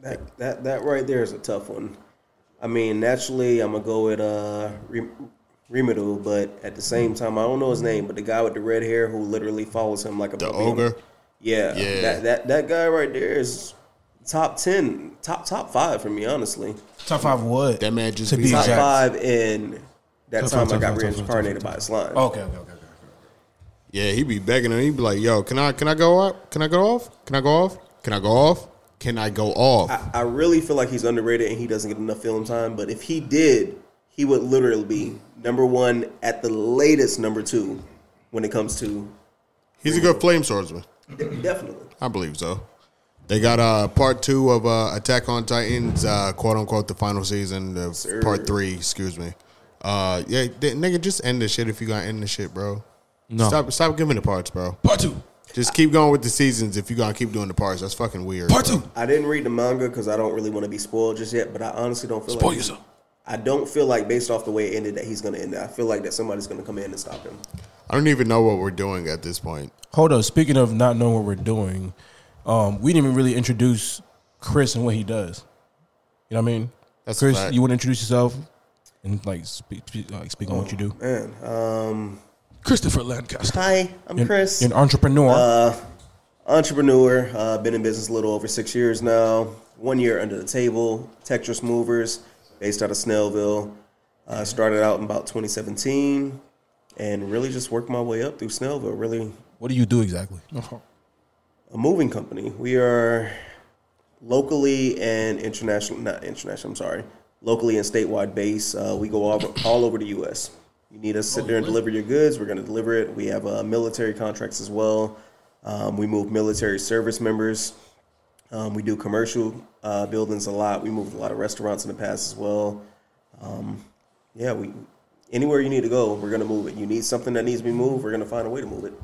S1: That, that that right there is a tough one. I mean, naturally, I'm gonna go with uh Re- Remedy, but at the same time, I don't know his name, but the guy with the red hair who literally follows him like a
S3: The
S1: puppy.
S3: ogre.
S1: Yeah,
S3: Yeah.
S1: That that that guy right there is top ten, top top five for me, honestly.
S4: Top five what?
S3: That man just
S4: To
S3: be
S4: be
S3: like-
S1: Top
S4: exact.
S1: five in that
S2: Top
S1: time
S2: five, top
S1: I got
S2: five, top five,
S1: reincarnated by a slime.
S4: Oh, Okay, okay, okay, okay.
S3: Yeah, he be begging her. He be like, "Yo, can I can I go up? Can I go off? Can I go off? Can I go off? Can I go off?"
S1: I, I really feel like he's underrated and he doesn't get enough film time. But if he did, he would literally be number one at the latest number two when it comes to
S3: He's a good flame swordsman.
S1: definitely.
S3: I believe so. They got uh, part two of uh, Attack on Titans, uh, quote unquote, the final season of part three. Excuse me. Uh, yeah, th- nigga, just end the shit if you gonna end the shit, bro.
S2: No.
S3: Stop, stop giving the parts, bro.
S2: part two.
S3: Just keep going with the seasons if you gonna keep doing the parts. That's fucking weird.
S2: Part
S3: bro.
S2: two.
S1: I didn't read the manga because I don't really want to be spoiled just yet. But I honestly don't feel
S2: Spoil
S1: like
S2: yourself.
S1: I don't feel like based off the way it ended that he's going to end it. I feel like that somebody's going to come in and stop him.
S3: I don't even know what we're doing at this point.
S4: Hold up. Speaking of not knowing what we're doing, um, we didn't even really introduce Chris and what he does. You know what I mean?
S3: That's a
S4: Chris.
S3: fact.
S4: You want to introduce yourself and like speak, speak, like, speak on what you do.
S1: Oh, Man, um,
S2: Christopher Lancaster.
S1: hi, I'm
S4: You're-
S1: Chris.
S4: You're an entrepreneur.
S1: Uh, entrepreneur. Uh, been in business a little over six years now. One year under the table. Tetris Movers, based out of Snellville. Uh, started out in about 2017, and really just worked my way up through Snellville. Really,
S4: what do you do exactly?
S1: a moving company. We are locally and international, not international. I'm sorry, locally and statewide base. Uh, we go all, all over the U.S. You need us to sit there and deliver your goods. We're going to deliver it. We have uh, military contracts as well. Um, we move military service members. Um, we do commercial uh, buildings a lot. We moved a lot of restaurants in the past as well. Um, yeah, we anywhere you need to go, we're going to move it. You need something that needs to be moved, we're going to find a way to move it.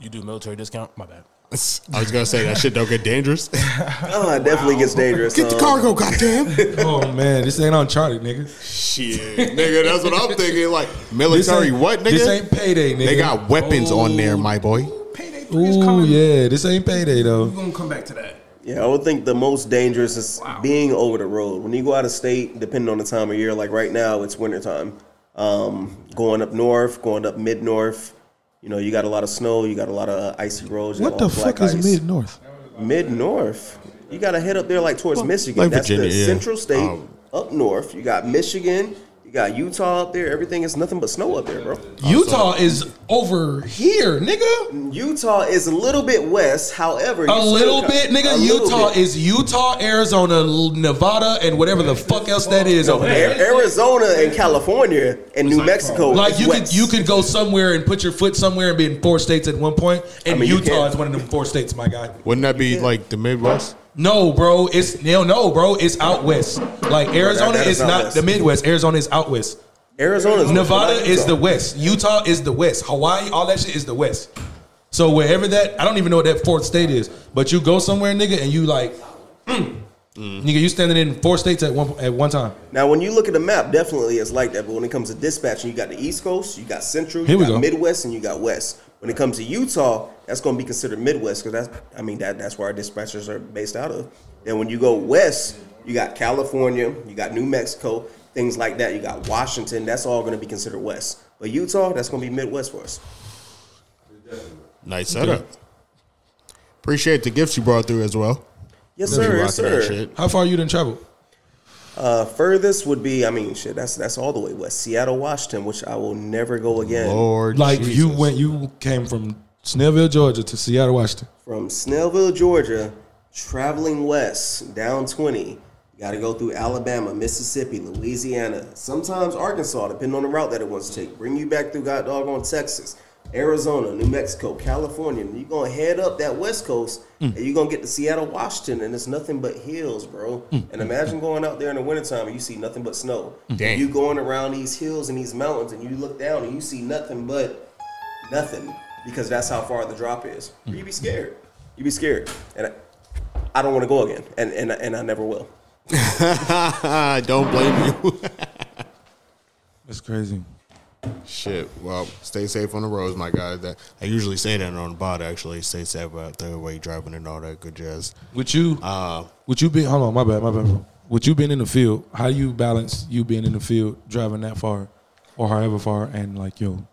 S4: You do military discount? My bad.
S3: I was gonna say that shit don't get dangerous.
S2: *laughs*
S1: Oh, it definitely gets dangerous.
S3: Get the
S1: um,
S3: cargo, goddamn.
S2: Oh man, this ain't uncharted, nigga.
S3: shit, nigga, that's what I'm thinking. Like
S2: This
S3: military,
S2: ain't,
S3: what, nigga?
S2: This ain't payday, nigga. Oh.
S3: they got weapons on there, my boy.
S4: Payday three is
S2: Ooh
S4: coming.
S2: yeah, this ain't payday
S4: We're
S2: though.
S4: gonna come back to that.
S1: *laughs* Yeah, I would think the most dangerous is being over the road. When you go out of state, depending on the time of year, like right now, it's wintertime. Um, going up north, going up mid north, you know, you got a lot of snow, you got a lot of uh, icy roads. you got
S2: What
S1: a
S2: the
S1: lot of black
S2: fuck is
S1: ice.
S2: mid north?
S1: Mid north, you got to head up there like towards Michigan.
S3: like
S1: That's
S3: Virginia,
S1: the
S3: yeah.
S1: central state.
S3: Oh.
S1: Up north, you got Michigan, you got Utah up there. Everything is nothing but snow up there, bro.
S2: Utah is over here, nigga.
S1: Utah is a little bit west. However, you
S2: A
S1: still
S2: little
S1: got-
S2: bit,
S1: a
S2: nigga.
S1: little
S2: Utah
S1: bit.
S2: is Utah, Arizona, Nevada, and whatever the fuck else that is over
S1: A-
S2: there.
S1: Arizona and California and New Mexico.
S2: Like
S1: is
S2: you could
S1: west.
S2: you could go somewhere and put your foot somewhere and be in four states at one point, and
S1: mean, you
S2: Utah
S1: can't-
S2: is one of them four states, my guy.
S3: Wouldn't that be like the Midwest?
S2: No, bro, it's no, no, bro, it's out west. Like Arizona
S1: that
S2: is
S1: is out
S2: not
S1: west.
S2: the Midwest. Arizona is out west.
S1: Arizona's
S2: Nevada
S1: Utah.
S2: is the west. Utah is the west. Hawaii, all that shit is the west. So wherever that, I don't even know what that fourth state is, but you go somewhere, nigga, and you like, mm.
S1: Mm.
S2: nigga, you standing in four states at one at one time.
S1: Now, when you look at the map, definitely it's like that. But when it comes to dispatching, you got the East Coast, you got Central,
S2: Here
S1: you
S2: we
S1: got
S2: go.
S1: Midwest, and you got West. When it comes to Utah, that's going to be considered Midwest because that's, I mean, that that's where our dispatchers are based out of. And when you go West, you got California, you got New Mexico, things like that. You got Washington. That's all going to be considered West. But Utah, that's going to be Midwest for us.
S3: Nice setup. Appreciate the gifts you brought through as well.
S1: Yes, sir.
S3: You
S1: Yes,
S3: rocking that
S1: sir.
S3: shit.
S2: How far you done traveled?
S1: Uh, furthest would be, I mean, shit, that's that's all the way west. Seattle, Washington, which I will never go again.
S3: Lord,
S2: Like you
S3: Jesus.
S2: went, you came from Snellville, Georgia, to Seattle, Washington.
S1: From Snellville, Georgia, traveling west down 20, you got to go through Alabama, Mississippi, Louisiana, sometimes Arkansas, depending on the route that it wants to take. Bring you back through God dog on Texas, Arizona, New Mexico, California. And you're going to head up that west coast and you're going to get to Seattle, Washington, and it's nothing but hills, bro. And imagine going out there in the wintertime and you see nothing but snow.
S3: Damn.
S1: You going around these hills and these mountains and you look down and you see nothing but nothing because that's how far the drop is.
S3: Hmm.
S1: You be scared. You be scared, and I, I don't want to go again, and and and I never will.
S3: *laughs* Don't blame you. *laughs*
S2: That's crazy.
S3: Shit. Well, stay safe on the roads, my guy. That I usually say that on the bot. Actually, stay safe out there while you're driving and all that good jazz.
S2: Would you?
S3: Uh,
S2: Would you be? Hold on, my bad, my bad. bro. Would you been in the field? How do you balance you being in the field, driving that far, or however far, and like yo,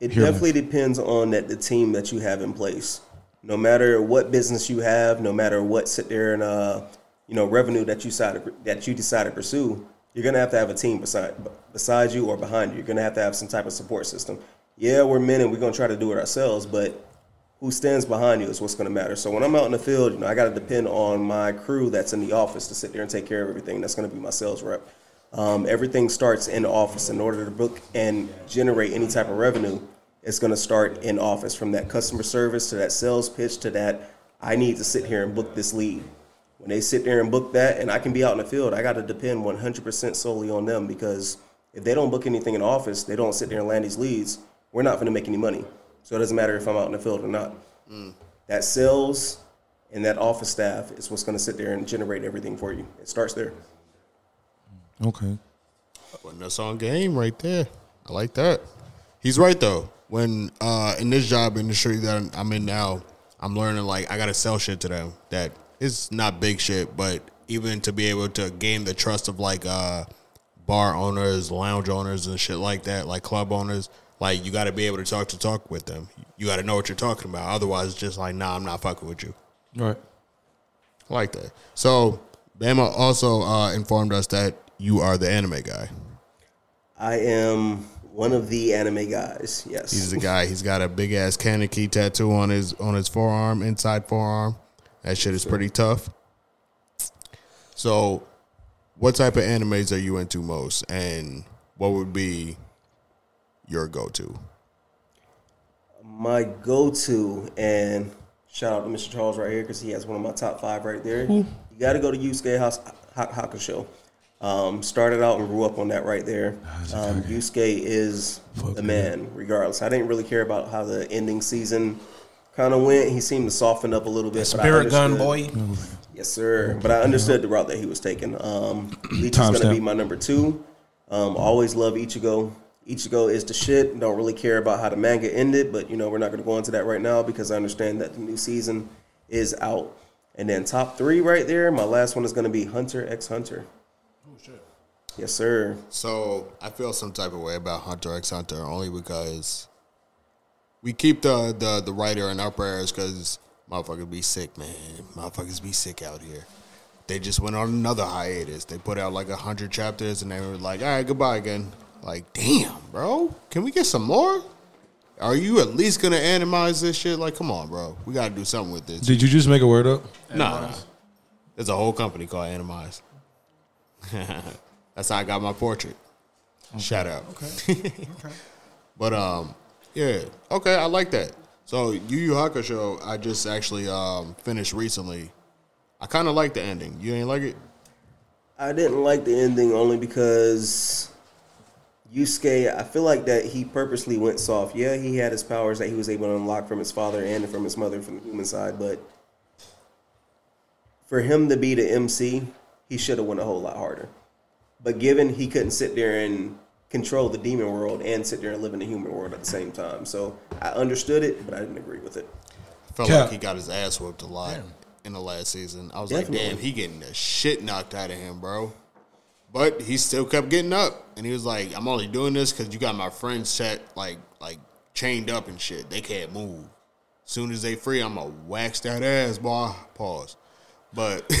S1: It
S2: Hear me.
S1: definitely depends on that the team that you have in place. No matter what business you have, no matter what sit there and uh, you know revenue that you decide to, that you decide to pursue, you're gonna have to have a team beside beside you or behind you. You're gonna have to have some type of support system. Yeah, we're men and we're gonna try to do it ourselves, but who stands behind you is what's gonna matter. So when I'm out in the field, you know I gotta depend on my crew that's in the office to sit there and take care of everything. That's gonna be my sales rep. Um, everything starts in office. In order to book and generate any type of revenue, it's going to start in office from that customer service to that sales pitch to that I need to sit here and book this lead. When they sit there and book that, and I can be out in the field, I got to depend 100% solely on them because if they don't book anything in office, they don't sit there and land these leads, we're not going to make any money. So it doesn't matter if I'm out in the field or not. That sales and that office staff is what's going to sit there and generate everything for you. It starts there.
S2: okay,
S3: Putting us on game right there. I like that. He's right though. When uh in this job industry that I'm in now, I'm learning like I gotta sell shit to them that it's not big shit, but even to be able to gain the trust of like uh bar owners, lounge owners and shit like that, like club owners, like you gotta be able to talk to talk with them. You gotta know what you're talking about. Otherwise it's just like, nah, I'm not fucking with you.
S2: all right.
S3: I like that. So Bama also uh informed us that you are the anime guy.
S1: I am one of the anime guys. Yes.
S3: He's the guy. He's got a big ass Kaneki tattoo on his on his forearm, inside forearm. That shit is pretty tough. So, what type of animes are you into most, and what would be your go to?
S1: my go-to, and shout out to Mr. Charles right here because he has one of my top five right there. You got to go to Yusuke Has- Ha- Hakusho. Um, started out and grew up on that right there. Um, Yusuke is the man, regardless. I didn't really care about how the ending season kind of went. He seemed to soften up a little bit. but I
S4: Spirit gun
S1: understood-
S4: boy.
S1: Yes, sir. But I understood the route that he was taking. Um, Leach is going to
S2: Timestamp.
S1: be my number two. Um, always love Ichigo. Ichigo is the shit. Don't really care about how the manga ended, but you know we're not going to go into that right now because I understand that the new season is out. And then top three right there. My last one is going to be Hunter X Hunter. Oh shit. Yes, sir.
S3: So I feel some type of way about Hunter X Hunter only because we keep the the, the writer in our prayers because motherfuckers be sick, man. Motherfuckers be sick out here. They just went on another hiatus. They put out like a hundred chapters and they were like, all right, goodbye again. Like, damn, bro, can we get some more? Are you at least gonna animize this shit? Like, come on, bro, we gotta do something with this.
S2: Did you just make a word up?
S3: Nah, nah. There's a whole company called Animize. *laughs* That's how I got my portrait. Shout out. *laughs* Okay. but um, yeah. Okay, I like that. So Yu Yu Hakusho, I just actually um finished recently. I kind of like the ending. You ain't like it?
S1: I didn't like the ending only because Yusuke, I feel like that he purposely went soft. Yeah, he had his powers that he was able to unlock from his father and from his mother from the human side, but for him to be the MC, he should have went a whole lot harder. But given he couldn't sit there and control the demon world and sit there and live in the human world at the same time. So I understood it, but I didn't agree with it.
S3: Felt
S2: Cap.
S3: like he got his ass whooped a lot in the last season. I was
S1: Definitely.
S3: like, damn, he getting the shit knocked out of him, bro. But he still kept getting up, and he was like, "I'm only doing this because you got my friends set like like chained up and shit. They can't move. Soon as they free, I'ma wax that ass, boy." Pause. But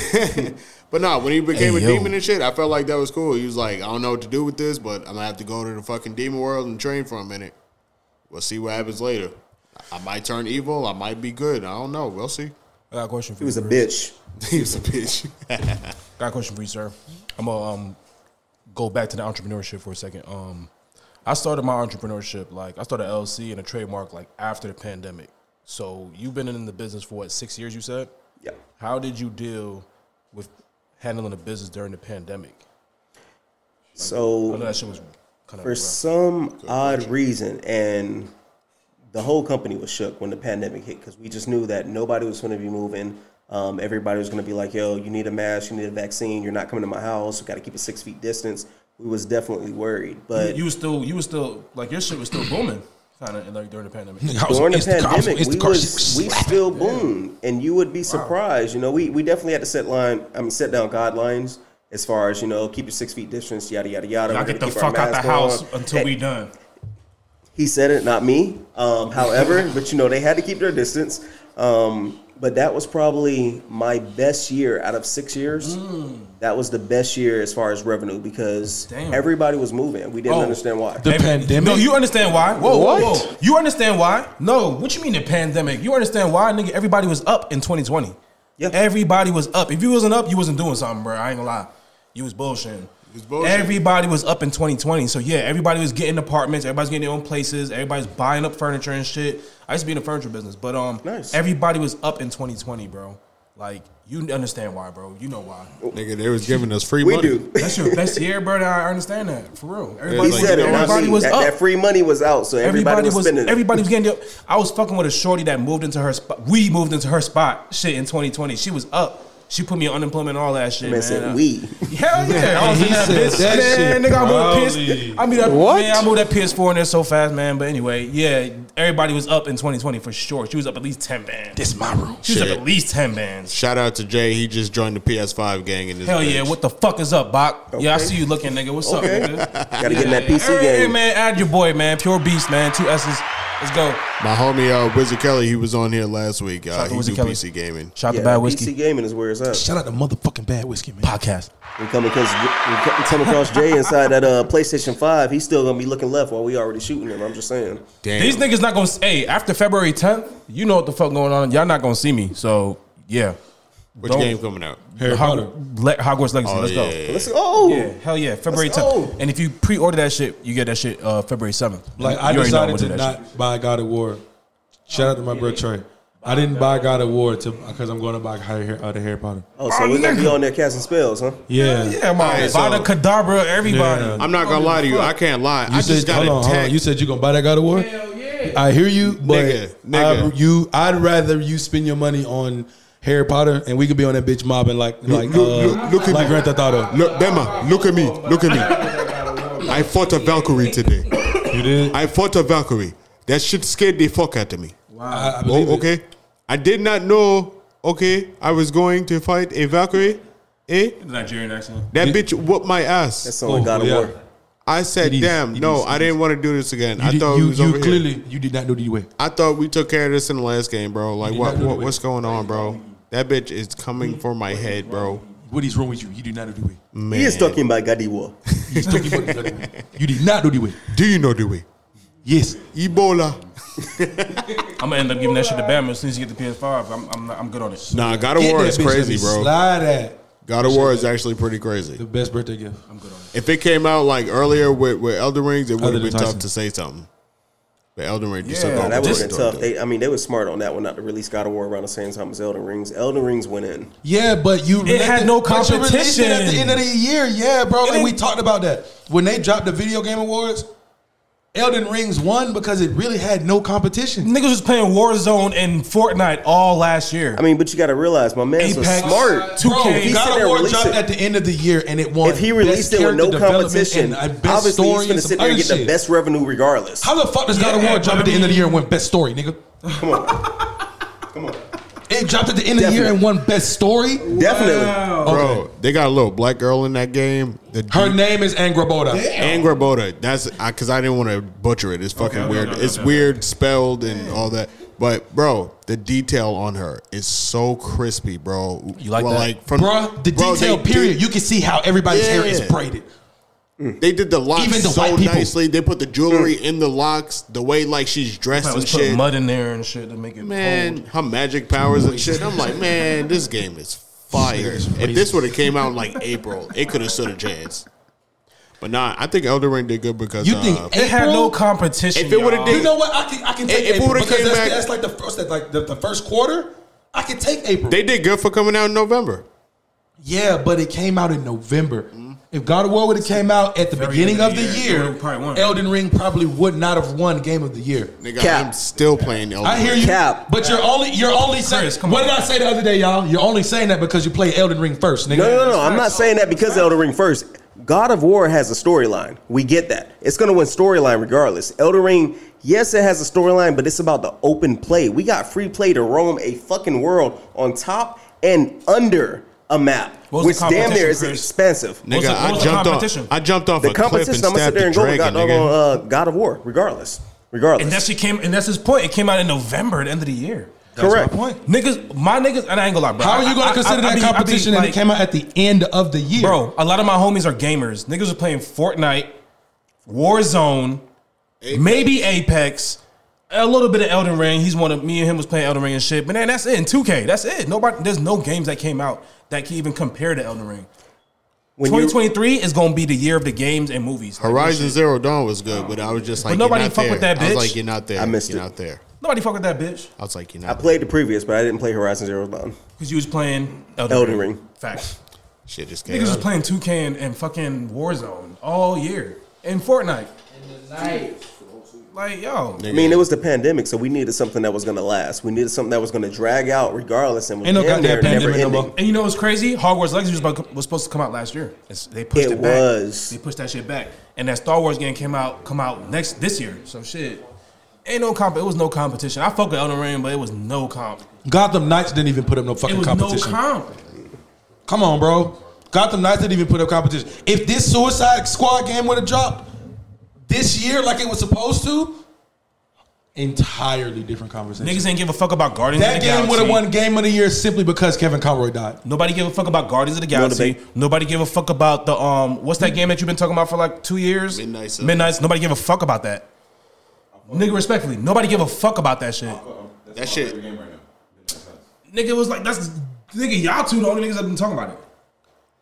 S3: *laughs* but nah, when he became
S2: Hey,
S3: a
S2: yo.
S3: demon and shit, I felt like that was cool. He was like, "I don't know what to do with this, but I'm gonna have to go to the fucking demon world and train for a minute. We'll see what happens later. I might turn evil. I might be good. I don't know. We'll see." *laughs*
S4: I got a question for
S1: He
S4: you.
S1: was a
S4: bro.
S1: bitch.
S3: he was a bitch.
S4: Got a question for you, sir. I'm gonna um, go back to the entrepreneurship for a second. Um, I started my entrepreneurship like I started LLC and a trademark like after the pandemic. So you've been in the business for what six years? You said.
S1: Yeah.
S4: How did you deal with handling the business during the pandemic?
S1: So
S4: I know that shit was kind of
S1: for some odd reason, and the whole company was shook when the pandemic hit because we just knew that nobody was going to be moving. Um, everybody was going to be like, "Yo, you need a mask, you need a vaccine. You're not coming to my house. We got to keep a six feet distance." We was definitely worried, but
S4: you was still you was still like your shit was still booming kind of like during the *laughs* pandemic.
S1: during the pandemic, we, was, we still boomed, and you would be surprised. You know, we, we definitely had to set line. I mean, set down guidelines as far as you know, keep your six feet distance, yada yada yada.
S4: Y'all
S1: We're
S4: get
S1: gonna
S4: the
S1: keep our
S4: fuck out the
S1: mask on.
S4: house until we done.
S1: He said it, not me. Um,
S2: *laughs*
S1: however, but you know, they had to keep their distance. Um, but that was probably my best year out of six years.
S2: Mm.
S1: That was the best year as far as revenue because
S4: Damn.
S1: everybody was moving. We didn't understand why.
S2: Oh, The pandemic?
S4: No, you understand why? Whoa, whoa,
S2: What?
S4: whoa! You understand why? No, what you mean the pandemic? You understand why, nigga? Everybody was up in 2020.
S1: Yeah.
S4: everybody was up. If you wasn't up, you wasn't doing something, bro. I ain't gonna lie, you was bullshitting.
S3: was bullshitting.
S4: Everybody was up in 2020, so yeah, everybody was getting apartments. Everybody's getting their own places. Everybody's buying up furniture and shit. I used to be in the furniture business, but um,
S1: Nice.
S4: everybody was up in 2020, bro. Like you understand why, bro? You know why?
S3: Nigga, they was giving us free
S1: we
S3: money.
S1: do.
S4: That's your best year, bro. I understand that for real.
S1: He
S4: Everybody,
S3: Like,
S1: said it. not
S4: everybody
S1: me.
S4: was
S1: that,
S4: up.
S1: that free money was out, so everybody, was, spending it.
S4: everybody was getting the, I was fucking with a shorty that moved into her spot. We moved into her spot. Shit in 2020, she was up. She put me on unemployment and all that shit.
S1: Man
S4: Man,
S1: said
S4: Uh,
S1: we.
S4: Hell yeah, I was in
S2: He
S4: that
S2: said
S4: bitch.
S2: that
S4: man,
S2: shit
S4: nigga, I moved
S2: probably-
S4: PS. I mean, that,
S2: What?
S4: Man, I moved that PS4 in there so fast, man. But anyway, yeah, everybody was up in 2020 for sure. She was up at least 10 bands. This my room. She was
S3: Shit.
S4: up at least 10 bands.
S3: Shout out to Jay. He just joined the PS5 gang in this.
S4: Hell
S3: bitch.
S4: yeah, what the fuck is up, Bok? Yeah, I
S1: Okay.
S4: see you looking, nigga. What's
S1: Okay.
S4: up, nigga?
S1: Gotta get in that PC
S4: hey,
S1: game.
S4: man, add your boy, man. Pure beast, man. Two S's. Let's go.
S3: My homie uh, Wizard Kelly, he was on here last week. Uh,
S4: out to
S3: he
S4: Wizard
S3: do
S4: Kelly.
S3: PC gaming.
S4: Shout out
S1: Yeah,
S4: to Bad
S1: that
S4: Whiskey
S1: PC gaming is where it's at.
S2: Shout out to motherfucking bad whiskey, man.
S4: podcast.
S1: We come across, we come across Jay inside that uh, PlayStation Five. He's still gonna be looking left while we already shooting him. I'm just saying.
S3: Damn.
S4: These niggas not gonna. s- Hey, after February 10th, you know what the fuck going on. Y'all not gonna see me. So yeah,
S3: Which
S4: don't-
S3: game coming out?
S2: Harry
S4: Hog-
S2: Potter.
S4: Le- Hogwarts Legacy.
S3: Oh,
S4: Let's
S3: yeah.
S4: go.
S1: Let's oh
S4: Yeah, hell yeah, February
S1: Let's
S4: 10th.
S1: go.
S4: And if you pre-order that shit, you get that shit uh, February 7th.
S2: Like
S4: You already
S2: I
S4: know I'm
S2: decided
S4: gonna
S2: to
S4: do that
S2: not buy God of War. Shout out to my bro Trey. I didn't buy God of War to because I'm going to buy Harry, uh, the Harry Potter.
S1: Oh, so we're gonna be on there casting spells, huh?
S2: Yeah,
S4: shit. Yeah, my
S3: Alright, so-
S4: Vada Kedavra, everybody.
S2: Yeah.
S3: I'm not gonna lie to you. I can't lie. I
S2: You
S3: just
S2: said,
S3: got
S2: hold on, hold on.
S3: attacked.
S2: You said you gonna buy that God of War?
S9: Hell yeah.
S2: I hear you, but
S3: Nigga,
S2: I,
S3: nigga.
S2: you, I'd rather you spend your money on Harry Potter, and we could be on that bitch mobbing like like
S3: look-
S2: uh,
S3: look- look at
S2: like
S3: me.
S2: Grand Theft Auto.
S3: Look, Emma, look at me. Look at me. I fought a Valkyrie today.
S2: You did.
S3: I fought a Valkyrie. That shit scared the fuck out of me.
S2: I, I believe
S3: Oh,
S2: it.
S3: okay. I did not know, okay, I was going to fight a Valkyrie. Eh?
S4: Nigerian accent.
S3: That bitch whooped my
S1: That's
S3: ass.
S1: something
S2: Oh,
S1: God of
S2: yeah.
S1: War.
S3: I said,
S2: It is-
S3: damn,
S2: it
S3: no,
S2: is-
S3: I didn't want to do this again.
S2: You,
S3: I
S2: did-
S3: thought we
S2: you,
S3: was
S2: you
S3: over here.
S2: clearly you did not know the way.
S3: I thought we took care of this in the last game, bro. Like,
S2: did
S3: what,
S2: not do
S3: what
S2: it.
S3: what's going on, bro? That bitch is coming for my head, bro.
S2: What is wrong with you? You did not know the way.
S3: Man.
S1: He is talking about God of War.
S2: You, stuck your butt in the way. you did not know the way.
S3: Do you know the way?
S2: Yes.
S4: *laughs*
S3: Ebola.
S4: I'm gonna end up giving that shit to Batman as soon as you get the PS5. I'm, I'm, not, I'm good on it.
S3: Nah, God of
S2: Get
S3: War
S2: that
S3: is
S2: bitch, let
S3: crazy,
S2: me
S3: bro.
S2: Slide that.
S3: God of War is actually pretty crazy.
S2: The best birthday gift. I'm good on it.
S3: If it came out like earlier with, with Elden Rings, it would
S2: Other
S3: have
S2: than
S3: been tough
S2: Tyson.
S3: to say something. But Elden Ring just
S4: Yeah,
S3: took
S1: Nah,
S3: off.
S1: that would
S3: Just
S1: have been
S3: took
S1: tough.
S3: off.
S1: They, I mean, they were smart on that one not to release God of War around the same time as Elden Rings. Elden Rings went in.
S2: Yeah, but you
S4: It had no
S2: but you released it at the
S4: competition.
S2: end of the year. Yeah, bro.
S4: It
S2: Like we
S4: ain't-
S2: talked about that when they dropped the video game awards. Elden Rings won because it really had no competition.
S4: Niggas was playing Warzone and Fortnite all last year.
S1: I mean, but you got to realize, my man's was
S4: Apex.
S1: smart.
S4: Two
S2: Bro,
S4: K.
S1: He said
S2: God
S1: they
S2: of War
S1: released
S2: dropped
S1: it.
S2: at the end of the year and it won.
S1: If he
S2: Best
S1: released it with no
S2: character development
S1: competition,
S2: and, uh, best
S1: obviously
S2: story
S1: he's going to
S2: some
S1: sit there and
S2: other
S1: get the
S2: shit.
S1: best revenue regardless.
S2: How the fuck does God of
S4: Yeah,
S2: War drop
S4: but
S2: at the
S4: I
S2: end of the
S4: mean-
S2: year and win best story, nigga?
S1: Come on. Come on.
S2: It dropped at the end of the year
S1: Definitely.
S2: and won best story.
S1: Definitely.
S3: Bro, they got a little black girl in that game. The
S2: Her name is Angraboda.
S3: Angra Boda. That's because I, didn't want to butcher it. It's fucking weird. it's weird spelled and all that. But bro, the detail on her is so crispy, bro. You
S4: like that?
S3: Like from
S2: Bruh, the
S3: bro,
S2: detail
S3: they
S2: period.
S3: did-
S2: you can see how everybody's hair is
S3: Yeah. Mm.
S2: braided.
S3: They did the locks
S2: Even the
S3: so
S2: white people. Mm.
S3: nicely. They put the jewelry in the locks. The way like she's dressed
S4: Probably
S3: and
S4: put
S3: shit.
S4: mud in there and shit to make it
S3: Man,
S4: cold.
S3: her magic powers and shit. I'm like, man, this game is fire. If this would have came out in like April, it could have stood a chance. But nah, I think Elder Ring did good because
S2: You
S3: uh,
S2: think
S4: It had
S2: April?
S4: no competition.
S3: If it would've
S4: y'all.
S3: did-
S2: You know what? I can I can take
S3: If- if we
S2: April
S3: would've
S2: because
S3: came
S2: that's,
S3: back-
S2: that's like the first that like the, the first quarter. I can take April.
S3: they did good for coming out in November.
S2: yeah, but it came out in November. If God of War would have came out at the
S4: Very end
S2: beginning of
S4: of
S2: the
S4: the year, it
S2: year,
S4: would've probably won.
S2: Elden Ring probably would not have won Game of the Year.
S3: Nigga,
S1: Cap.
S3: I'm still playing Elder
S2: I hear
S3: Ring.
S2: you,
S1: Cap.
S2: but you're only you're only saying.
S4: Chris, come
S2: what
S4: on.
S2: did I say the other day, y'all? You're only saying that because you played Elden Ring first, nigga.
S1: No, no, no, no. I'm not saying that because Elden Ring first. God of War has a storyline. We get that. It's going to win storyline regardless. Elden Ring, yes, it has a storyline, but it's about the open play. We got free play to roam a fucking world on top and under a map,
S4: What was the
S1: which damn near
S4: competition,
S1: is
S4: Chris?
S1: expensive.
S4: What's
S3: Nigga,
S4: the-
S3: I
S4: what's the
S3: jumped
S4: competition?
S3: off. I jumped off
S1: The
S3: a cliff and
S1: competition, I'm going to sit
S3: stabbed
S1: there
S3: the
S1: and go with
S3: dragon,
S1: God,
S3: nigga.
S1: uh, God of War, regardless.
S4: And that's
S1: Regardless.
S4: she came, and that's his point. It came out in November, at the end of the year.
S1: Correct.
S4: Niggas, my niggas, and I ain't gonna lie, bro.
S2: How are you going
S4: I- I-
S2: to consider
S4: I- I
S2: that
S4: be- I be
S2: competition and
S4: like-
S2: it came out at the end of the year,
S4: Bro, a lot of my homies are gamers. Niggas are playing Fortnite, Warzone, maybe Apex, a little bit of Elden Ring. He's one of me and him was playing Elden Ring and shit. But man, that's it. In 2K, that's it. Nobody, there's no games that came out that can even compare to Elden Ring.
S1: When you-
S4: 2023 is gonna be the year of the games and movies. Like,
S3: Horizon Zero Dawn was good, but I was just like,
S4: nobody
S3: you're not
S4: fuck
S3: there.
S4: with that
S3: I was
S4: bitch.
S3: like, you're not there.
S1: I missed
S3: you're
S1: it.
S3: not there.
S4: nobody fuck with that bitch
S3: I was like, you're
S1: I
S3: not. there.
S1: played the previous, but I didn't play Horizon Zero Dawn.
S4: because you was playing Elden,
S1: Elden
S4: Ring.
S1: Ring.
S4: Facts.
S3: Shit just
S4: Niggas
S3: came.
S4: was
S3: out.
S4: playing 2K and, and fucking Warzone all year and Fortnite. Like yo,
S1: I mean, it was the pandemic, so we needed something that was going to last. We needed something that was going to drag out regardless and was
S2: Ain't no
S1: damn
S2: goddamn
S1: near never
S2: pandemic no more.
S1: ending.
S4: And you know what's crazy? Hogwarts Legacy was, about, was supposed to come out last year. It's- they pushed it,
S1: It
S4: back.
S1: was.
S4: They pushed that shit back. And that Star Wars game came out come out next this year. So shit, ain't no comp. It was no competition. I fuck with Elden Ring, but it was no comp.
S2: Gotham Knights didn't even put up no
S4: It
S2: fucking
S4: was no
S2: competition.
S4: comp.
S2: Come on, bro. Gotham Knights didn't even put up competition. If this Suicide Squad game would have dropped this year like it was supposed to, entirely different conversation.
S4: Niggas ain't give a fuck about Guardians
S2: that
S4: of the
S2: game
S4: Galaxy.
S2: would have won Game of the Year simply because Kevin Conroy died.
S4: Nobody give a fuck about Guardians of the
S1: wanna
S4: Galaxy.
S1: debate?
S4: Nobody give a fuck about the um. What's that game that you've been talking about for like two years?
S3: Midnight Sun.
S4: Midnight's. Nobody give a fuck about that. Nigga, respectfully, nobody give a fuck about that shit.
S3: That shit.
S4: Nigga was like, that's nigga. Y'all two the only niggas that been talking about it.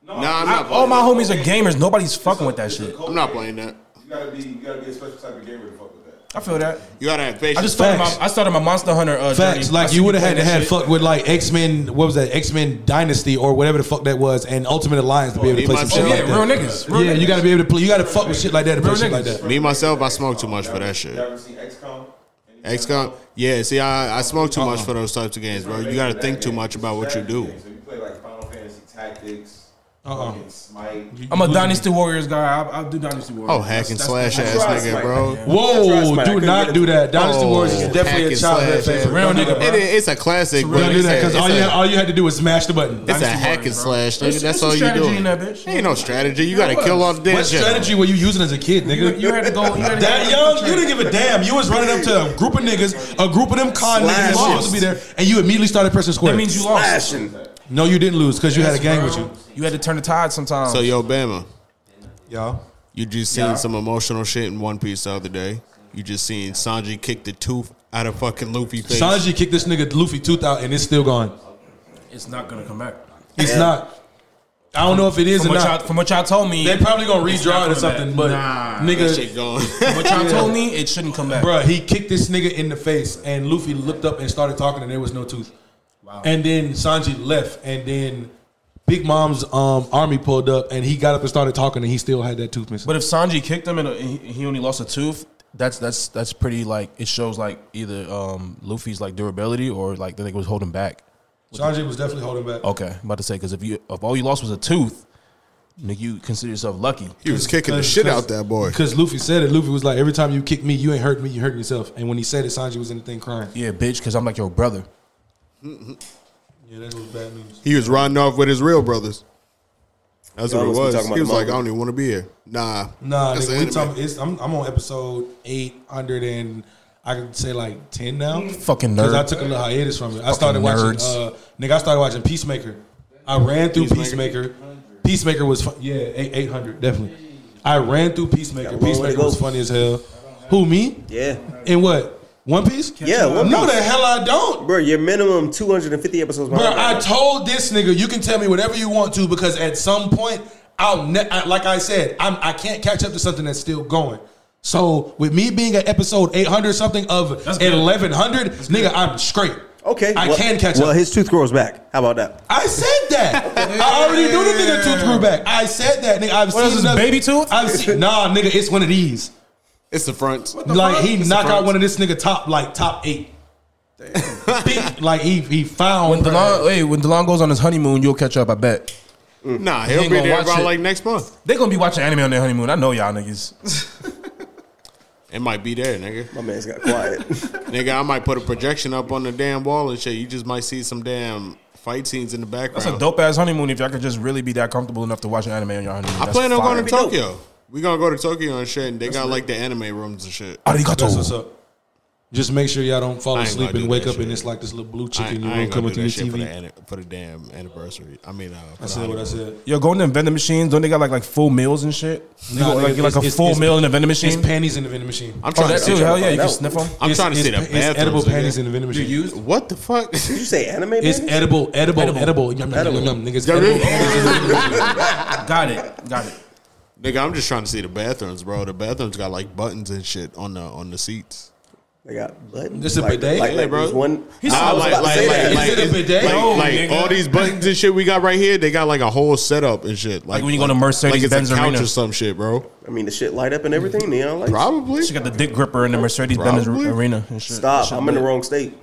S3: Nah, I'm
S4: I,
S3: not.
S4: all my
S3: playing
S4: homies are gamers. Nobody's fucking with that shit.
S3: that. I'm not playing that.
S11: You gotta be, you gotta be a special type of gamer to fuck with that.
S4: I feel that.
S3: You gotta have patience.
S4: I just started my,
S2: Facts.
S4: I started my Monster Hunter uh,
S2: Facts,
S4: journey. I
S2: like
S4: see
S2: you would have had to
S4: playing
S2: had
S4: that
S2: fucked with like X Men, what was that? X Men Dynasty or whatever the fuck that was, and Ultimate Alliance to be able to
S3: Oh,
S2: play
S3: they
S2: some
S3: might-
S2: shit
S3: oh,
S2: like
S4: yeah,
S2: that.
S4: real niggas, real
S2: yeah, you
S4: niggas.
S2: got to be able to play. You got to fuck with shit like that to play
S4: Real
S2: shit like
S4: niggas.
S2: that.
S3: Me myself, I smoke too much for that shit.
S11: Y'all ever seen XCOM?
S3: XCOM. Yeah, see, I, I smoke too
S2: Uh-uh.
S3: much for those types of games, bro. You got to think too much about what you do.
S11: So you play like Final Fantasy Tactics,
S2: Uh-uh.
S11: fucking Smite.
S4: I'm a Dynasty Warriors guy. I, I do Dynasty Warriors.
S3: Oh, hack and
S4: That's-
S3: slash
S4: that's-
S3: ass nigga, bro.
S1: That's
S2: Whoa,
S1: right, Smite.
S2: do
S1: I
S2: not
S1: couldn't
S2: do
S1: get it.
S2: that. Dynasty
S3: Oh,
S2: Wars is definitely
S3: hack
S2: a
S3: and
S2: childhood
S3: slash,
S2: favorite.
S4: Real
S2: Don't do
S4: nigga,
S2: that.
S4: bro.
S3: It, is- it's a classic,
S2: Don't
S3: but
S2: do
S3: it's
S2: that
S3: a,
S2: because
S3: it's
S2: all you,
S3: a,
S2: all you had to do was smash the button.
S3: it's a
S4: Dynasty
S3: hack and
S4: Warriors, bro.
S3: slash, nigga. That's
S4: There's- there's some
S3: all you
S4: strategy
S3: do.
S4: in that bitch.
S3: Ain't no strategy. You got to kill all the dead
S2: What
S3: shit.
S2: strategy were you using as a kid, nigga?
S4: You had to go. You had to go
S2: That young, you didn't give a damn. You was running up to a group of niggas, a group of them con niggas that was supposed to be there, and you immediately started pressing square.
S4: That means you lost.
S1: Fashion.
S2: no, you didn't lose because you had a gang with you.
S4: You had to turn the tide sometimes.
S3: So, yo, Bama,
S2: Y'all.
S3: you just seen some emotional shit in One Piece the other day. You just seen Sanji kick the tooth out of fucking Luffy face.
S2: Sanji kicked this nigga Luffy tooth out and it's still gone.
S4: it's not gonna come back.
S2: It's not. I don't know if it is
S4: From
S2: or
S4: what,
S2: not.
S4: y'all, from what y'all told me,
S2: They probably gonna
S4: It's not
S2: redraw it
S4: coming
S2: or something,
S4: back.
S2: but
S3: Nah,
S2: nigga,
S3: that shit gone. *laughs*
S4: what y'all told me, it shouldn't come back.
S2: Bruh, he kicked this nigga in the face, and Luffy looked up and started talking, and there was no tooth. And then Sanji left, and then Big Mom's um, army pulled up, and he got up and started talking, and he still had that tooth missing.
S4: But if Sanji kicked him and uh, he he only lost a tooth, that's that's that's pretty like it shows like either um, Luffy's like durability or like the nigga was holding back.
S2: Sanji was definitely holding back.
S4: Okay, I'm about to say because if you if all you lost was a tooth, nigga, you consider yourself lucky.
S3: he was kicking the shit out that boy.
S2: Because Luffy said it. Luffy was like, every time you kick me, you ain't hurt me, you hurt yourself. And when he said it, Sanji was in the thing crying.
S4: Yeah, bitch, because I'm like your brother.
S2: Yeah, that was bad news.
S3: Mm-hmm. He was riding off with his real brothers. That's
S1: Y'all
S3: what it
S1: must be
S3: was.
S1: talking about
S3: He was
S1: the
S3: like, I
S1: manga.
S3: don't even want to be here. Nah.
S2: Nah,
S3: That's
S2: nigga,
S3: the
S2: we talking, it's, I'm, I'm on episode 800 and I can say like 10 now.
S4: Fucking
S2: Because I
S4: nerd.
S2: took a little hiatus from it. I started watching.
S4: nerds.
S2: Uh, nigga, I started watching Peacemaker. I ran through Peacemaker.
S3: Peacemaker.
S2: Peacemaker was fun. yeah, eight hundred definitely. I ran through Peacemaker.
S1: Got a long way to
S2: Peacemaker
S1: go.
S2: was funny as hell. Who me?
S1: Yeah.
S2: In what? One Piece?
S1: Yeah, One
S2: no,
S1: Piece.
S2: the hell I don't.
S1: Bro, your minimum 250 episodes.
S2: Bro,
S1: behind
S2: I
S1: that.
S2: told this nigga you can tell me whatever you want to because at some point I'll ne- I, like I said I'm I can't catch up to something that's still going. So with me being at episode eight hundred something of
S4: That's good.
S2: eleven hundred, nigga, I'm straight.
S1: Okay.
S2: I
S1: well-
S2: can catch
S1: Well,
S2: up.
S1: his tooth grows back. How about that?
S2: I said that. I already knew the nigga tooth grew back. I said that, nigga. I've
S4: What
S2: seen
S4: is this,
S2: another-
S4: baby tooth?
S2: I've seen, nah, nigga, it's one of these.
S3: It's the front.
S2: Like he knocked out one of this nigga top like top eight. Big- *laughs* like he he found
S4: When DeLon, hey, when DeLon goes on his honeymoon, you'll catch up. I bet
S3: Mm. Nah, he'll
S4: ain't
S3: be
S4: gonna
S3: there
S4: watch
S3: around
S4: it.
S3: like next month.
S4: they gonna be watching anime on their honeymoon. I know
S3: *laughs*
S4: y'all niggas.
S3: It might be there, nigga.
S1: My man's got quiet.
S3: *laughs* nigga, I might put a projection up on the damn wall and shit. You just might see some damn fight scenes in the background.
S4: That's a dope ass honeymoon if y'all could just really be that comfortable enough to watch an anime on your honeymoon.
S3: I
S4: That's
S3: plan on
S4: fire.
S3: going to
S1: Dope.
S3: Tokyo. We gonna go to Tokyo and shit, and they got like the anime rooms and shit.
S2: That's
S4: Arigato.
S2: what's up. Just make sure y'all don't fall
S3: I ain't
S2: asleep
S3: gonna
S2: and
S3: do
S2: wake
S3: that
S2: up and
S3: shit.
S2: it's like this little blue
S3: I, I
S2: chick in
S3: ain't
S2: your
S3: gonna
S2: room coming
S3: do
S2: through your
S3: that shit for the,
S2: TV.
S3: anni- for the damn anniversary. I mean, uh, for
S2: I
S3: the
S2: said what I
S3: honeymoon.
S2: said.
S4: Yo, going to the vending machines, don't they got like like full meals and shit? You
S2: Nah,
S4: go, like,
S2: nigga,
S4: get like a
S2: it's-
S4: full
S2: it's-
S4: meal in the vending machine.
S2: It's panties in the vending machine.
S3: I'm
S4: oh,
S3: trying
S4: that
S3: to
S4: too.
S3: see.
S4: Hell yeah, you can
S1: That-
S4: sniff them.
S3: I'm
S2: It's-
S3: trying to see the
S2: it's- It's
S3: bathrooms.
S2: edible
S3: nigga.
S2: panties in the vending machine.
S3: What the fuck?
S1: Did you
S3: *laughs*
S1: say anime?
S2: It's
S1: baby?
S2: edible, edible, edible, Yum, yum, yum, yum, nigga. It's edible. *laughs*
S4: Got it. Got it.
S3: Nigga, I'm just trying to see the bathrooms, bro. The bathrooms got like buttons and shit on the on the seats.
S1: They got buttons.
S2: This a bidet?
S1: Like,
S3: Yeah,
S1: like
S3: bro.
S1: there's One,
S4: He's
S1: I was
S3: like,
S1: about to
S3: like,
S1: say
S3: like,
S1: that.
S3: like,
S2: Is it a bidet?
S3: Like,
S2: No,
S3: like,
S4: nigga.
S3: all these buttons and shit we got right here, they got like a whole setup and shit. Like,
S4: when you go to Mercedes-Benz
S3: like it's a couch
S4: Arena.
S3: or some shit, bro.
S1: I mean, the shit light up and everything. Neon lights.
S3: Probably.
S4: She got the dick gripper in the Mercedes Benz
S3: Probably.
S4: arena and shit.
S1: Stop.
S4: Shit
S1: I'm in the
S4: lit.
S1: wrong state.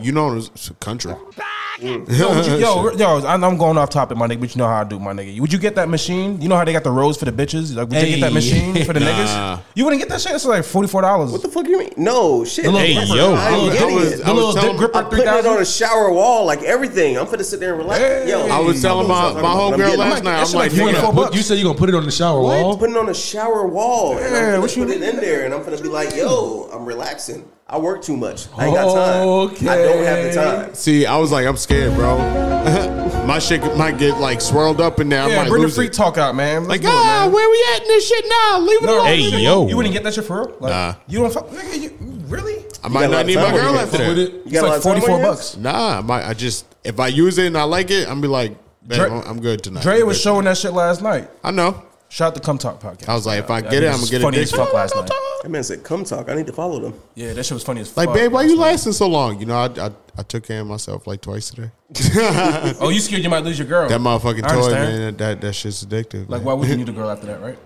S3: You know, it's it's a country. *laughs*
S4: Yo, would you- yo, yo, I know I'm going off topic, my nigga, but you know how I do, my nigga. Would you get that machine? You know how they got the rose for the bitches? Like, would you get that
S2: Hey.
S4: machine for
S3: *laughs*
S4: the
S3: Nah.
S4: niggas? You wouldn't get that shit? It's like $44.
S1: What the fuck you mean? No shit.
S3: Hey,
S1: I'm
S3: yo. I was- I
S1: getting
S3: was-
S1: it.
S3: I
S4: little
S3: was
S4: dick
S3: telling-
S4: gripper
S1: I'm putting it
S4: 3000
S1: on a shower wall, like everything. I'm finna sit there and relax.
S2: *laughs*
S1: Yo,
S3: I was telling my,
S1: I'm
S3: my
S1: talking
S3: homegirl
S1: about- I'm
S3: last
S1: getting-
S3: night, I'm
S4: shit
S3: like,
S4: like
S3: you
S2: You
S4: Twenty
S2: gonna
S3: know,
S4: fuck-
S2: put-
S4: bucks.
S2: You said you gonna put it on the shower
S1: I'm
S2: wall?
S1: putting on a shower wall. and
S4: Yeah,
S1: I'm
S4: what
S1: finna
S4: you
S1: put it in there, and I'm finna be like, yo, I'm relaxing. I work too much. I ain't got time. I
S4: Oh,
S1: don't have the time.
S3: see, I was like, I'm scared, bro. *laughs* my shit might get like swirled up in there. I
S4: yeah,
S3: might
S4: bring the
S3: lose
S4: free
S3: it.
S4: talk out, man. Let's
S3: Like,
S4: do it, man.
S3: ah, where we at in this shit now? Leave it alone.
S4: nigga,
S3: yo.
S4: You wouldn't get that shit for real? Like,
S3: Nah.
S4: You don't fuck. Nigga, you, really?
S3: I might
S1: You got
S3: not
S1: a
S3: need
S1: lot
S3: my
S1: of time
S3: girl
S1: on your
S3: after
S1: hands.
S3: that.
S1: You
S4: It's
S1: got a lot
S4: like
S1: of time on
S4: 44
S1: your hands?
S4: bucks.
S3: Nah, I might. I just if I use it and I like it, I'm be like, "Babe,
S4: Dre-
S3: I'm, I'm good tonight.
S4: Dre
S3: I'm
S4: was
S3: good
S4: showing that shit last night.
S3: tonight." I know.
S4: Shout out to Come Talk Podcast.
S3: I was like, if I
S4: That
S3: get it,
S4: nigga's
S3: I'm gonna get
S4: funny
S3: it.
S4: as fuck last night.
S1: That man said, come talk. I need to follow them.
S4: Yeah, that shit was funny as fuck.
S3: Like, babe, why you
S4: last
S3: lasting so long? You know, I I, I took care of myself like twice today. *laughs*
S4: night. Oh, you scared you might lose your girl.
S3: That motherfucking
S4: I
S3: toy,
S4: understand.
S3: man. That that, that shit's addictive. *laughs*
S4: Like,
S3: man.
S4: why would you need a girl after that, right?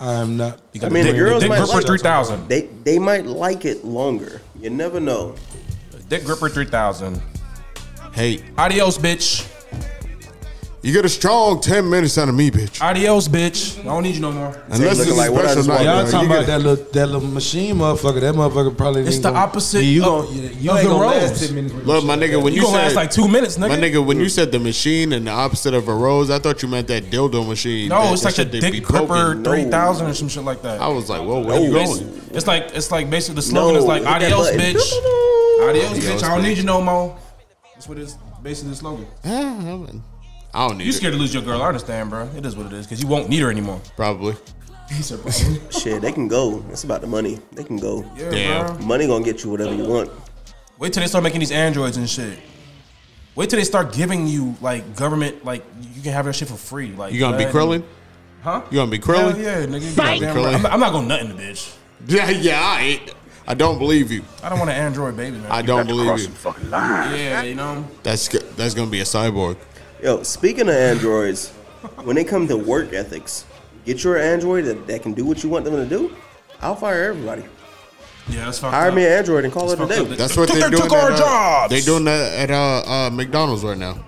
S2: I'm not.
S1: I mean, the
S4: dick,
S1: girls
S4: dick
S1: might
S4: gripper
S1: like
S4: three thousand.
S1: They they might like it longer. You never know.
S4: Dick gripper three thousand.
S3: Hey,
S4: Adios, bitch.
S3: you get a strong ten minutes out of me, bitch.
S4: Adios, bitch. I don't need you no more.
S3: Unless
S1: looking
S3: it's
S1: like,
S3: like,
S1: what I
S3: special
S1: just
S3: night.
S1: want.
S2: Y'all
S3: bro.
S2: talking
S3: You
S2: about
S3: get
S2: that little that little machine motherfucker? That motherfucker probably.
S4: It's
S2: ain't
S4: the
S2: gonna-
S4: opposite
S2: You
S4: of-
S2: gonna you
S4: of
S2: ain't
S4: the
S2: gonna
S4: rose.
S2: last ten minutes.
S3: it.
S2: with
S3: Look, my nigga, when
S4: You
S3: you
S4: gonna
S3: said
S4: last like two minutes, nigga.
S3: My nigga, when you said the machine and the opposite of a rose, I thought you meant that dildo machine.
S4: No,
S3: that
S4: it's
S3: the
S4: like a
S3: shit they be
S4: dick gripper
S3: poking.
S1: No.
S4: three thousand or some shit like that.
S3: I was like, well, where you
S1: it's-
S3: going?
S4: It's like it's like basically the slogan is like
S1: hit that
S4: adios,
S1: button.
S2: *laughs*
S4: bitch. Adios, bitch. I don't
S3: bitch.
S4: need you no more. That's what it's basically the slogan.
S3: I don't need
S4: You
S3: it.
S4: scared to lose your girl? I understand, bro. It is what it is because you won't need her anymore.
S3: Probably.
S1: *laughs* Shit, they can go. It's about the money. They can go.
S4: Yeah,
S3: Damn.
S4: bro.
S1: Money gonna get you whatever you want.
S4: Wait till they start making these androids and shit. Wait till they start giving you like government like you can have that shit for free. Like
S3: You gonna be
S4: go ahead
S3: Krillin?
S4: and- Huh?
S3: You gonna be Krillin?
S4: Hell yeah, nigga. You
S3: Fight.
S4: goddamn right. I'm, not- I'm not going nothing to bitch.
S3: *laughs* Yeah, yeah, I ain't. I don't believe you.
S4: I don't want an android baby, man.
S3: I don't believe you.
S4: yeah, you know.
S3: That's g- that's gonna be a cyborg.
S1: Yo, speaking of androids, when they come to work ethics, get your android that, that can do what you want them to do. I'll fire everybody.
S4: Yeah, that's fucked
S1: Hire
S4: up.
S1: me an android and call
S4: It's
S1: it a
S4: fucked
S1: day.
S4: up
S3: That's what
S4: Took-
S3: they're
S4: took
S3: doing.
S4: our
S3: at,
S4: jobs.
S3: They doing that at uh, uh, McDonald's right now.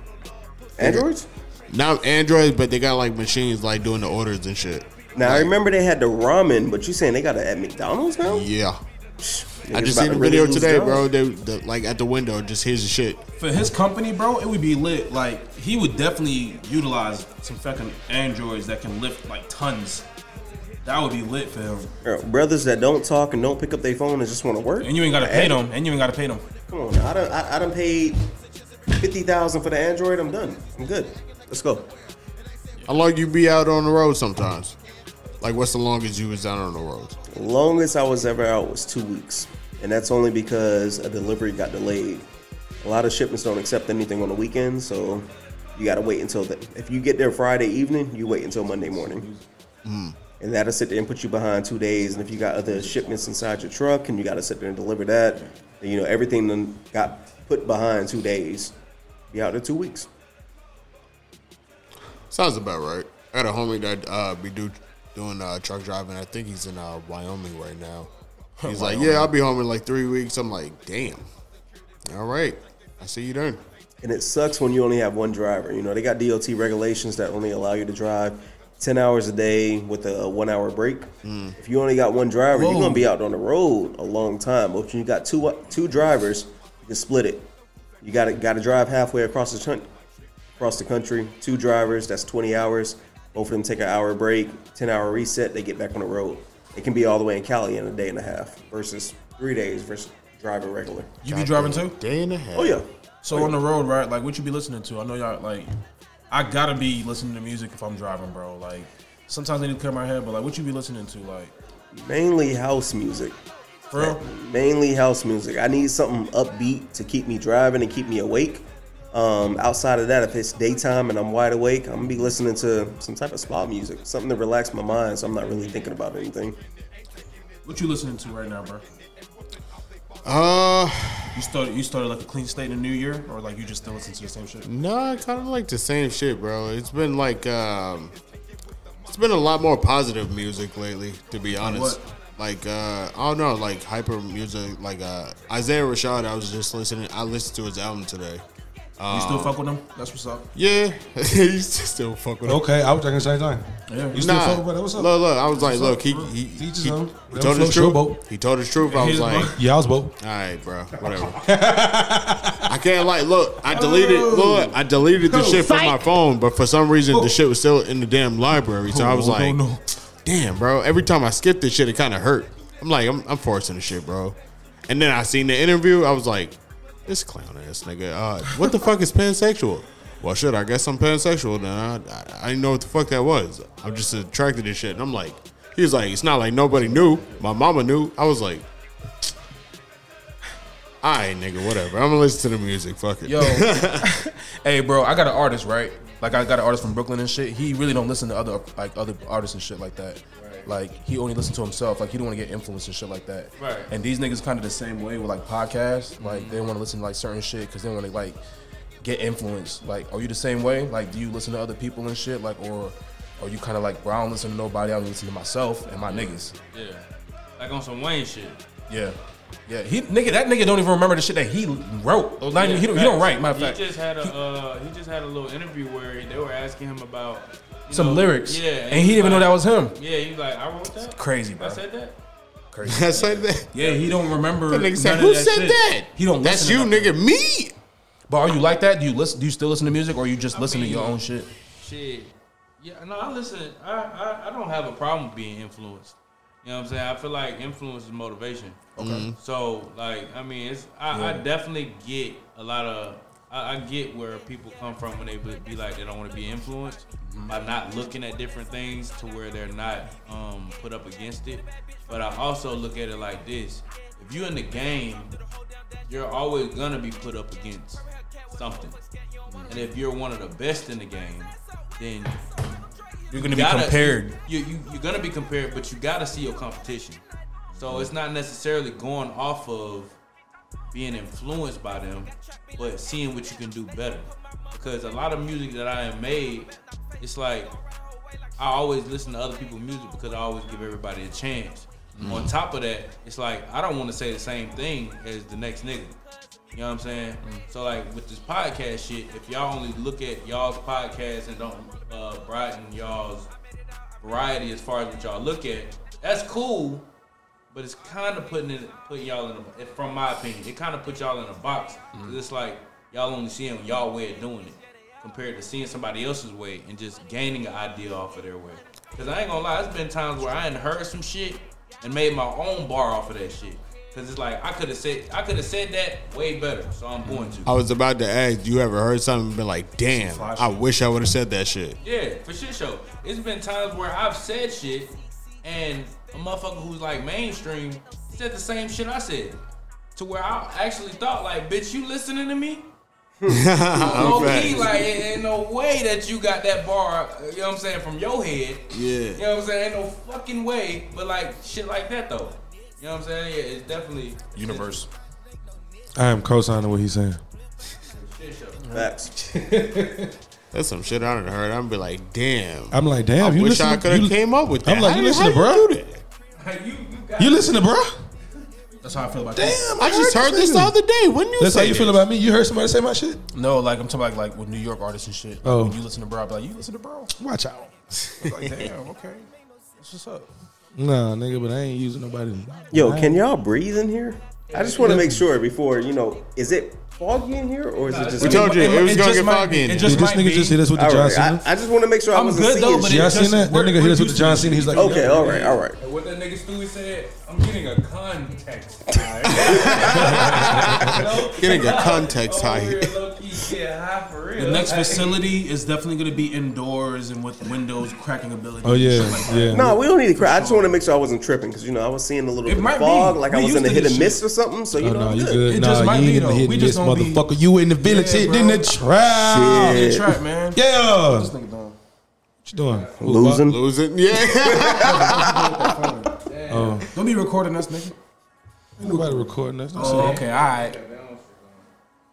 S1: Androids?
S3: Not Androids, but they got like machines like doing the orders and shit.
S1: Now I remember they had the ramen, but you saying they got it at McDonald's now?
S3: Yeah. I
S1: Niggas
S3: just
S1: about
S3: seen
S1: to
S3: a
S1: really
S3: video
S1: lose
S3: today,
S1: jobs.
S3: bro. They, the, like at the window, just here's the shit.
S4: for his company, bro, it would be lit. Like he would definitely utilize some fucking androids that can lift like tons. That would be lit for him.
S1: Bro, Brothers that don't talk and don't pick up their phone and just want to work.
S4: And you ain't gotta pay them. And you ain't gotta pay them.
S1: Come on, I done, I, I done paid fifty thousand for the Android. I'm done. I'm good. Let's go.
S3: How long you be out on the road sometimes? Like, what's the longest you was out on the road?
S1: Longest I was ever out was two weeks, and that's only because a delivery got delayed. A lot of shipments don't accept anything on the weekend, so you gotta wait until the, if you get there Friday evening, you wait until Monday morning. And that'll sit there and put you behind two days. And if you got other shipments inside your truck and you gotta sit there and deliver that, then, you know, everything then got put behind two days. Be out there two weeks.
S3: Sounds about right. I got a homie that uh, be do, doing uh, truck driving. I think he's in uh, Wyoming right
S1: *laughs*
S3: now. He's like, yeah, I'll be home in like three weeks. I'm like, damn. All right, I see you then.
S1: And it sucks when you only have one driver. You know, they got DOT regulations that only allow you to drive 10 hours a day with a one hour break.
S3: Hmm.
S1: If you only got one driver, you're going to be out on the road a long time. But if you got two two drivers, you can split it. You got to got to drive halfway across the country. Across the country, two drivers, that's 20 hours. Both of them take an hour break, 10 hour reset, they get back on the road. It can be all the way in Cali in a day and a half versus three days versus driving regular.
S4: You be driving too?
S3: Day and a half.
S1: Oh, yeah.
S4: So on the road, right? Like what you be listening to? I know y'all like I gotta be listening to music if I'm driving, bro. Like sometimes I need to clear my head, but like what you be listening to? Like
S1: Mainly house music.
S4: for real?
S1: mainly house music. I need something upbeat to keep me driving and keep me awake. Um, outside of that, if it's daytime and I'm wide awake, I'm gonna be listening to some type of spa music, something to relax my mind, so I'm not really thinking about anything.
S4: What you listening to right now, bro?
S3: Uh,
S4: You started you started like a clean slate in the new year, or like you just still listen to the same shit?
S3: no, I kind of like the same shit, bro. It's been like, um, it's been a lot more positive music lately, to be honest.
S4: what?
S3: Like, uh, I don't know, like hyper music, like uh, Isaiah Rashad. I was just listening. I listened to his album today. Um,
S4: You
S3: Uh,
S4: still fuck with them? That's what's up.
S3: Yeah, *laughs* he's still fuck with him.
S2: Okay, I was talking the same thing.
S4: Yeah.
S2: You still
S3: Nah,
S2: fuck with it? What's up?
S3: look, look. I was like,
S2: up,
S3: look, he
S2: bro?
S3: he, he,
S2: Teach his
S3: he
S2: own. Let
S3: told
S2: him
S3: his
S2: float
S3: truth.
S2: your boat.
S3: He told his truth. I was
S4: his
S3: like,
S4: boat.
S2: Yeah, I was both.
S3: all right, bro,
S2: *laughs*
S3: whatever. I can't like look. I deleted look. I deleted the shit from my phone, but for some reason the shit was still in the damn library. So I was
S2: Oh,
S3: like,
S2: no, no.
S3: damn, bro. Every time I skip this shit, it kind of hurt. I'm like, I'm, I'm forcing the shit, bro. And then I seen the interview. I was like, this clown ass nigga. Uh, what the fuck is pansexual? Well, shit, I guess I'm pansexual. Then I, I, I didn't know what the fuck that was. I'm just attracted to shit. And I'm like, he was like, it's not like nobody knew. My mama knew. I was like, all right, nigga, whatever. I'm gonna listen to the music. Fuck it.
S4: Yo, *laughs* hey, bro, I got an artist, right? Like, I got an artist from Brooklyn and shit. He really don't listen to other like other artists and shit like that. Like, he only listens to himself. Like, he don't want to get influenced and shit like that. Right. And these niggas kind of the same way with like podcasts. Like, they want to listen to like certain shit because they want to like get influenced. Like, are you the same way? Like, do you listen to other people and shit? Like, or or you kind of like, bro, I don't listen to nobody. I listen to myself and my niggas.
S5: Yeah. Like on some Wayne shit.
S4: Yeah. Yeah, he nigga, that nigga don't even remember the shit that he wrote. Or not even- Oh, he, don't, he don't write. Matter of
S5: He
S4: fact,
S5: just had a uh, he just had a little interview where they were asking him about you
S4: some
S5: know,
S4: lyrics.
S5: Yeah,
S4: and he didn't even know that was him.
S5: Yeah, he was like, I wrote that.
S4: Crazy, bro.
S5: I said that.
S3: *laughs* I said that.
S4: Yeah, he don't remember.
S3: That nigga said,
S4: none of
S3: "Who
S4: that
S3: said
S4: shit.
S3: that?"
S4: He don't.
S3: That's
S4: listen to
S3: you,
S4: nothing.
S3: nigga. Me.
S4: But are you like that? Do you listen? Do you still listen to music, or you just listen to your own shit?
S5: Shit. Yeah, no, I listen. I, I, I don't have a problem being influenced. You know what I'm saying? I feel like influence is motivation. Okay. So like, I mean, it's I, I definitely get a lot of. I, I get where people come from when they be be like they don't want to be influenced
S4: Mm-hmm.
S5: by not looking at different things to where they're not um, put up against it. But I also look at it like this: if you're in the game, you're always gonna be put up against something. And if you're one of the best in the game, then
S4: You're gonna
S5: you
S4: be
S5: gotta-
S4: compared.
S5: You, you you're gonna be compared, but you gotta see your competition. So it's not necessarily going off of being influenced by them, but seeing what you can do better. Because a lot of music that I have made, it's like I always listen to other people's music because I always give everybody a chance. On top of that, it's like I don't want to say the same thing as the next nigga. You know what I'm saying? So like with this podcast shit, if y'all only look at y'all's podcast and don't uh, broaden y'all's variety as far as what y'all look at, that's cool. But it's kind of putting it, putting y'all in a, it- from my opinion, it kind of put y'all in a box. 'Cause It's like y'all only seeing y'all way of doing it compared to seeing somebody else's way and just gaining an idea off of their way. Cause I ain't gonna lie, it's been times where I hadn't heard some shit and made my own bar off of that shit. Cause it's like I could have said I could have said that way better, so I'm going to.
S3: I was about to ask, you ever heard something and been like, damn, I wish I would have said that shit. *laughs*
S5: Yeah, for shit show. It's been times where I've said shit and a motherfucker who's like mainstream said the same shit I said. To where I actually thought like, bitch, you listening
S3: *laughs*
S5: to me? Low key,
S3: Facts.
S5: like it ain't no way that you got that bar, you know what I'm saying, from your head. You
S3: Yeah.
S5: know what I'm saying? Ain't no fucking way. But like shit like that though. You know what I'm saying? Yeah, it's definitely
S4: *laughs* Universe.
S2: I am co-signing what he's saying.
S5: shit show.
S1: Facts.
S3: That's some shit I done heard. I'm be like, damn.
S2: I'm like, damn,
S3: I
S2: you
S3: wish
S2: listen
S3: I
S2: to-
S3: could have
S2: you-
S3: came up with that.
S2: I'm like,
S3: How
S2: you
S3: did-
S2: listen
S3: how
S2: to
S3: did
S2: bro?
S3: you do that?
S5: you you got
S2: You listen to bro.
S4: That's how I feel about
S2: Damn,
S3: I just heard this the other day. When you
S2: That's
S3: say
S2: how you feel
S3: this?
S2: about me. You heard somebody say my shit.
S4: No, like I'm talking about like with New York artists and shit. Like,
S2: Oh.
S4: when you listen to bro, I'm like you listen to bro.
S2: Watch out.
S3: *laughs*
S4: I'm like damn, okay, that's what's up.
S2: Nah, nigga, but I ain't using nobody.
S1: Yo, can y'all breathe in here? I just want to make sure before you know, is it foggy in here or is it just?
S3: We told you it was gonna get foggy. in
S4: It
S3: here.
S4: just
S2: Did this
S4: might
S2: nigga
S4: be.
S2: just hit us with the
S1: All
S2: John
S1: right,
S2: Cena?
S1: I, I just want to make sure I
S5: I'm
S1: wasn't
S5: good,
S1: seeing
S5: though, but
S1: shit.
S5: it-
S2: Y'all
S5: just-
S2: seen that? That
S5: we're-
S2: nigga hit
S5: we're
S2: us with the
S5: used
S2: John
S5: to
S2: Cena. He's like,
S1: Okay, all right, all right.
S12: And what that nigga Stewie said, I'm getting a context. high.
S3: *laughs* Getting a context
S12: Over
S3: high.
S12: here, low-key, yeah, high for real.
S13: The next
S12: *laughs*
S13: facility is definitely going to be indoors and with windows cracking ability.
S2: Oh
S13: and shit
S2: yeah,
S13: like that.
S2: yeah.
S1: No, we don't need to cry. I just want to make sure I wasn't tripping because you know I was seeing a little bit of
S4: might be.
S1: fog, like I
S4: We
S1: was in
S4: used
S1: a
S4: to
S1: hit
S4: this
S1: and
S2: *laughs*
S1: miss or something. So you
S2: Oh,
S1: know,
S2: no,
S1: I'm
S2: you
S1: good.
S2: good?
S4: It
S2: nah,
S4: just might
S2: you
S4: be,
S2: ain't
S4: though.
S2: even
S4: We
S2: hitting
S4: just
S2: this
S4: don't be-
S2: motherfucker. You in the village
S4: Yeah,
S2: hitting in the
S4: bro.
S2: trap.
S4: Get trapped, man.
S2: Yeah. What
S4: This nigga done.
S2: you doing?
S1: Losing.
S3: Losing. *laughs* Yeah.
S2: *laughs*
S4: Don't be recording us, nigga.
S2: Ain't Nobody recording us.
S4: Oh, okay, all right.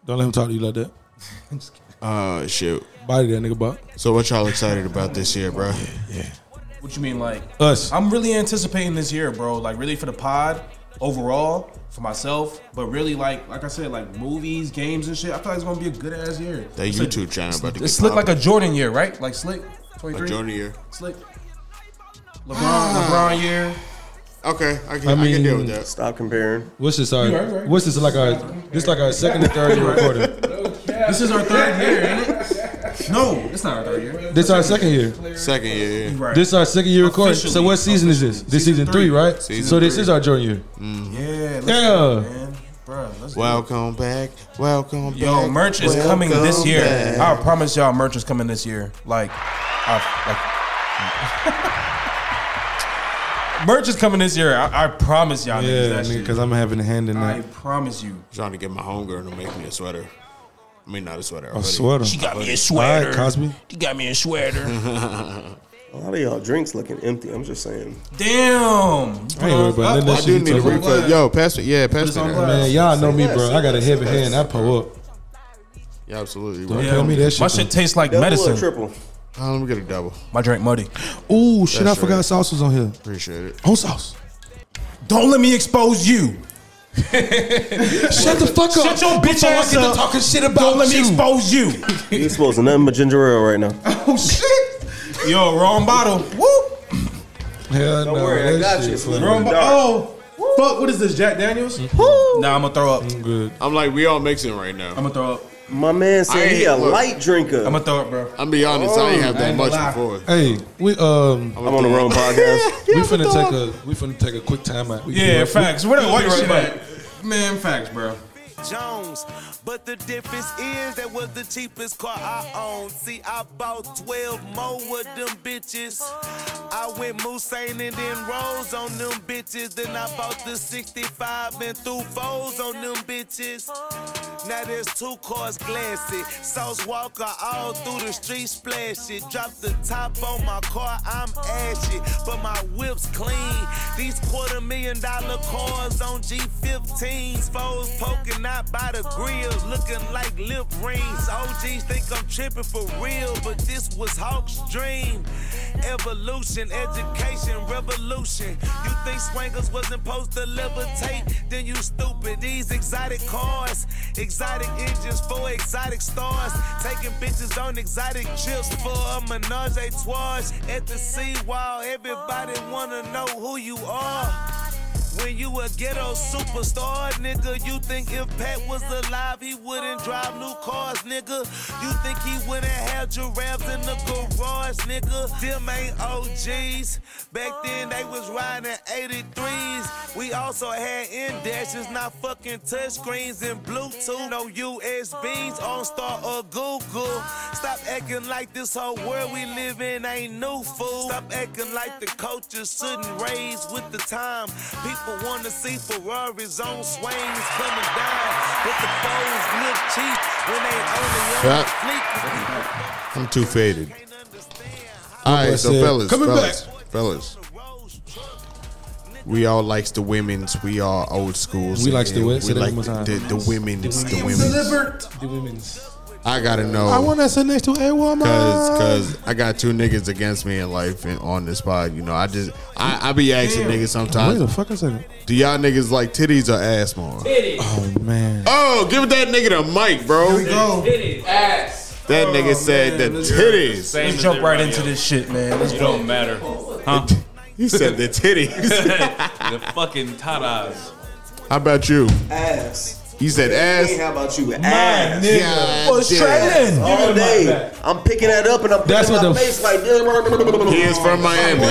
S2: Don't let him talk to you like
S13: *laughs*
S2: that.
S3: Oh shoot.
S2: Body that nigga, Buck.
S3: So what y'all excited about this year, bro?
S13: What you mean, like?
S2: Us.
S13: I'm really anticipating this year, bro. Like, really for the pod overall, for myself, but really, like, like I said, like movies, games, and shit. I feel like it's gonna be a good ass year.
S3: That YouTube channel about to get
S4: It's slick like
S3: popping.
S4: a Jordan year, right? Like slick, twenty
S3: Like
S4: three.
S3: Jordan year.
S4: Slick. LeBron, LeBron year.
S3: Okay, I can,
S2: I
S3: I can deal with
S2: mean-
S3: that.
S1: Stop comparing.
S2: What's this? Our,
S4: right, right.
S2: What's this like? Our this like our second
S3: *laughs*
S2: and third year recording.
S4: This is our third year, ain't it? No, it's not our third year.
S2: This our second year.
S3: Second year, yeah.
S2: This our second year recording. So what season is this? This season, three, right?
S3: Season Mm.
S2: so this
S3: three.
S2: is our Jordan year.
S13: Yeah, let's
S2: Yeah.
S13: go, man. Bro, let's
S3: Welcome back. Welcome back.
S13: Yo, merch is coming this
S3: Welcome
S13: year.
S3: back.
S13: I promise y'all, merch is coming this year. Like, I,
S4: *laughs*
S13: like merch is coming this year. I, I promise y'all, niggas
S2: Yeah,
S13: that shit.
S2: because I'm having a hand in
S13: I
S2: that.
S13: promise you.
S3: trying to get my homegirl to make me a sweater. I mean, not a sweater.
S2: A
S3: hoodie.
S2: sweater.
S14: She got me a
S2: All right,
S14: sweater.
S2: Cosby.
S14: She got me a
S3: *laughs*
S14: sweater.
S1: A lot of y'all drinks looking empty. I'm just saying.
S13: Damn.
S2: I ain't worried about nothing.
S3: I
S2: That
S3: do
S2: shit
S3: need a
S2: you talking about.
S3: refill. Yo, pass me. Yeah, pass me. that.
S2: Man, y'all know me, bro. I got a heavy hand. I pull up.
S3: Yeah, absolutely.
S2: Don't
S3: Right.
S2: tell me that shit.
S13: My shit tastes like
S1: Double or
S13: medicine.
S1: triple.
S3: Uh, let me get a double.
S4: My drink muddy.
S2: Ooh, shit! I
S3: That's
S2: forgot
S3: right.
S2: sauce was on here.
S3: Appreciate it.
S2: On sauce.
S4: Don't let me expose you.
S2: *laughs* Shut the fuck up.
S4: Shut your bitch
S2: Before I
S4: ass
S2: get to
S4: up.
S2: talking shit about
S4: Don't let me
S2: you.
S4: expose you.
S1: *laughs* You exposing nothing but ginger ale right now.
S2: Oh shit.
S4: Yo,
S3: *laughs*
S4: wrong bottle. Whoop.
S2: Hell no, that shit funny.
S4: Wrong bottle. Oh, fuck. What is this, Jack Daniels? Nah, I'm gonna throw up.
S3: I'm like, we all mixing right now.
S4: I'm
S3: I'm,
S4: gonna throw up.
S1: My man said
S3: I
S1: he
S3: ain't-
S1: a
S3: look.
S1: light drinker.
S4: I'm
S1: I'm,
S4: gonna throw up, bro.
S3: be honest, I ain't have that
S4: ain't
S3: much
S4: gonna lie.
S3: before.
S2: Hey, we um
S1: on the wrong podcast.
S2: *laughs* we finna take a we finna take a quick time out. We-
S4: Yeah,
S2: we-
S4: facts. Where that white shit at?
S15: Man, facts, bro.
S16: Jones. But the difference is that was the cheapest car I owned. See, I bought 12 more of them bitches. I went Moussain and then Rose on them bitches. Then I bought the 65 and threw foes on them bitches. Now there's two cars glassy. Sauce Walker all through the street splashy. Drop the top on my car, I'm ashy. But my whip's clean. These quarter million dollar cars on G15s. Foes poking out by the grills, looking like lip rings. OGs think I'm tripping for real, but this was Hawk's dream. Evolution, education, revolution. You think swangers wasn't supposed to levitate? Then you stupid. These exotic cars, exotic engines for exotic stars. Taking bitches on exotic trips for a menage a trois. At the seawall, everybody wanna know who you are. When you a ghetto superstar, nigga, you think if Pat was alive, he wouldn't drive new cars, nigga. You think he wouldn't have giraffes in the garage, nigga. Them ain't OGs. Back then they was riding 83s. We also had indexes, not fucking touchscreens and Bluetooth. No USBs, OnStar or Google. Stop acting like this whole world we live in ain't new, fool. Stop acting like the culture shouldn't raise with the time. People wanna see Ferraris on swings coming down, but the foes look cheap when they only on
S3: Yeah.
S16: fleek.
S3: I'm too faded. All right, so
S2: said-
S3: fellas,
S2: Coming
S3: fellas, fellas. We all likes the women's. We all old schools.
S2: We likes the
S3: and
S2: what? Say
S3: We
S2: that
S3: like
S2: one more time.
S3: the, the women's. The women's.
S4: Delivered.
S15: The women's.
S3: I gotta know.
S2: I want that sit next to a woman.
S3: Cause, cause I got two niggas against me in life and on this pod. You know, I just I, I be asking niggas
S2: Wait a
S3: sometimes.
S2: fucking second.
S3: Do y'all niggas like titties or ass more?
S2: Oh man.
S3: Oh, give that nigga the mic, bro.
S5: Ass.
S3: That nigga said the titties.
S5: Same
S4: Let's
S5: as
S4: jump right
S5: everybody
S4: into
S5: else.
S4: this shit, man. Let's
S5: You
S4: go.
S5: don't matter. *laughs*
S3: He said the titties.
S5: *laughs* The fucking tatas.
S3: How about you?
S1: ass.
S3: He said
S1: Hey,
S3: ass.
S1: how about you? Ass.
S3: Yeah,
S4: What's
S3: yeah.
S4: trading?
S1: All day. I'm picking that up and I'm
S2: That's
S1: putting my
S2: what the-
S1: face like this.
S3: He is from Miami.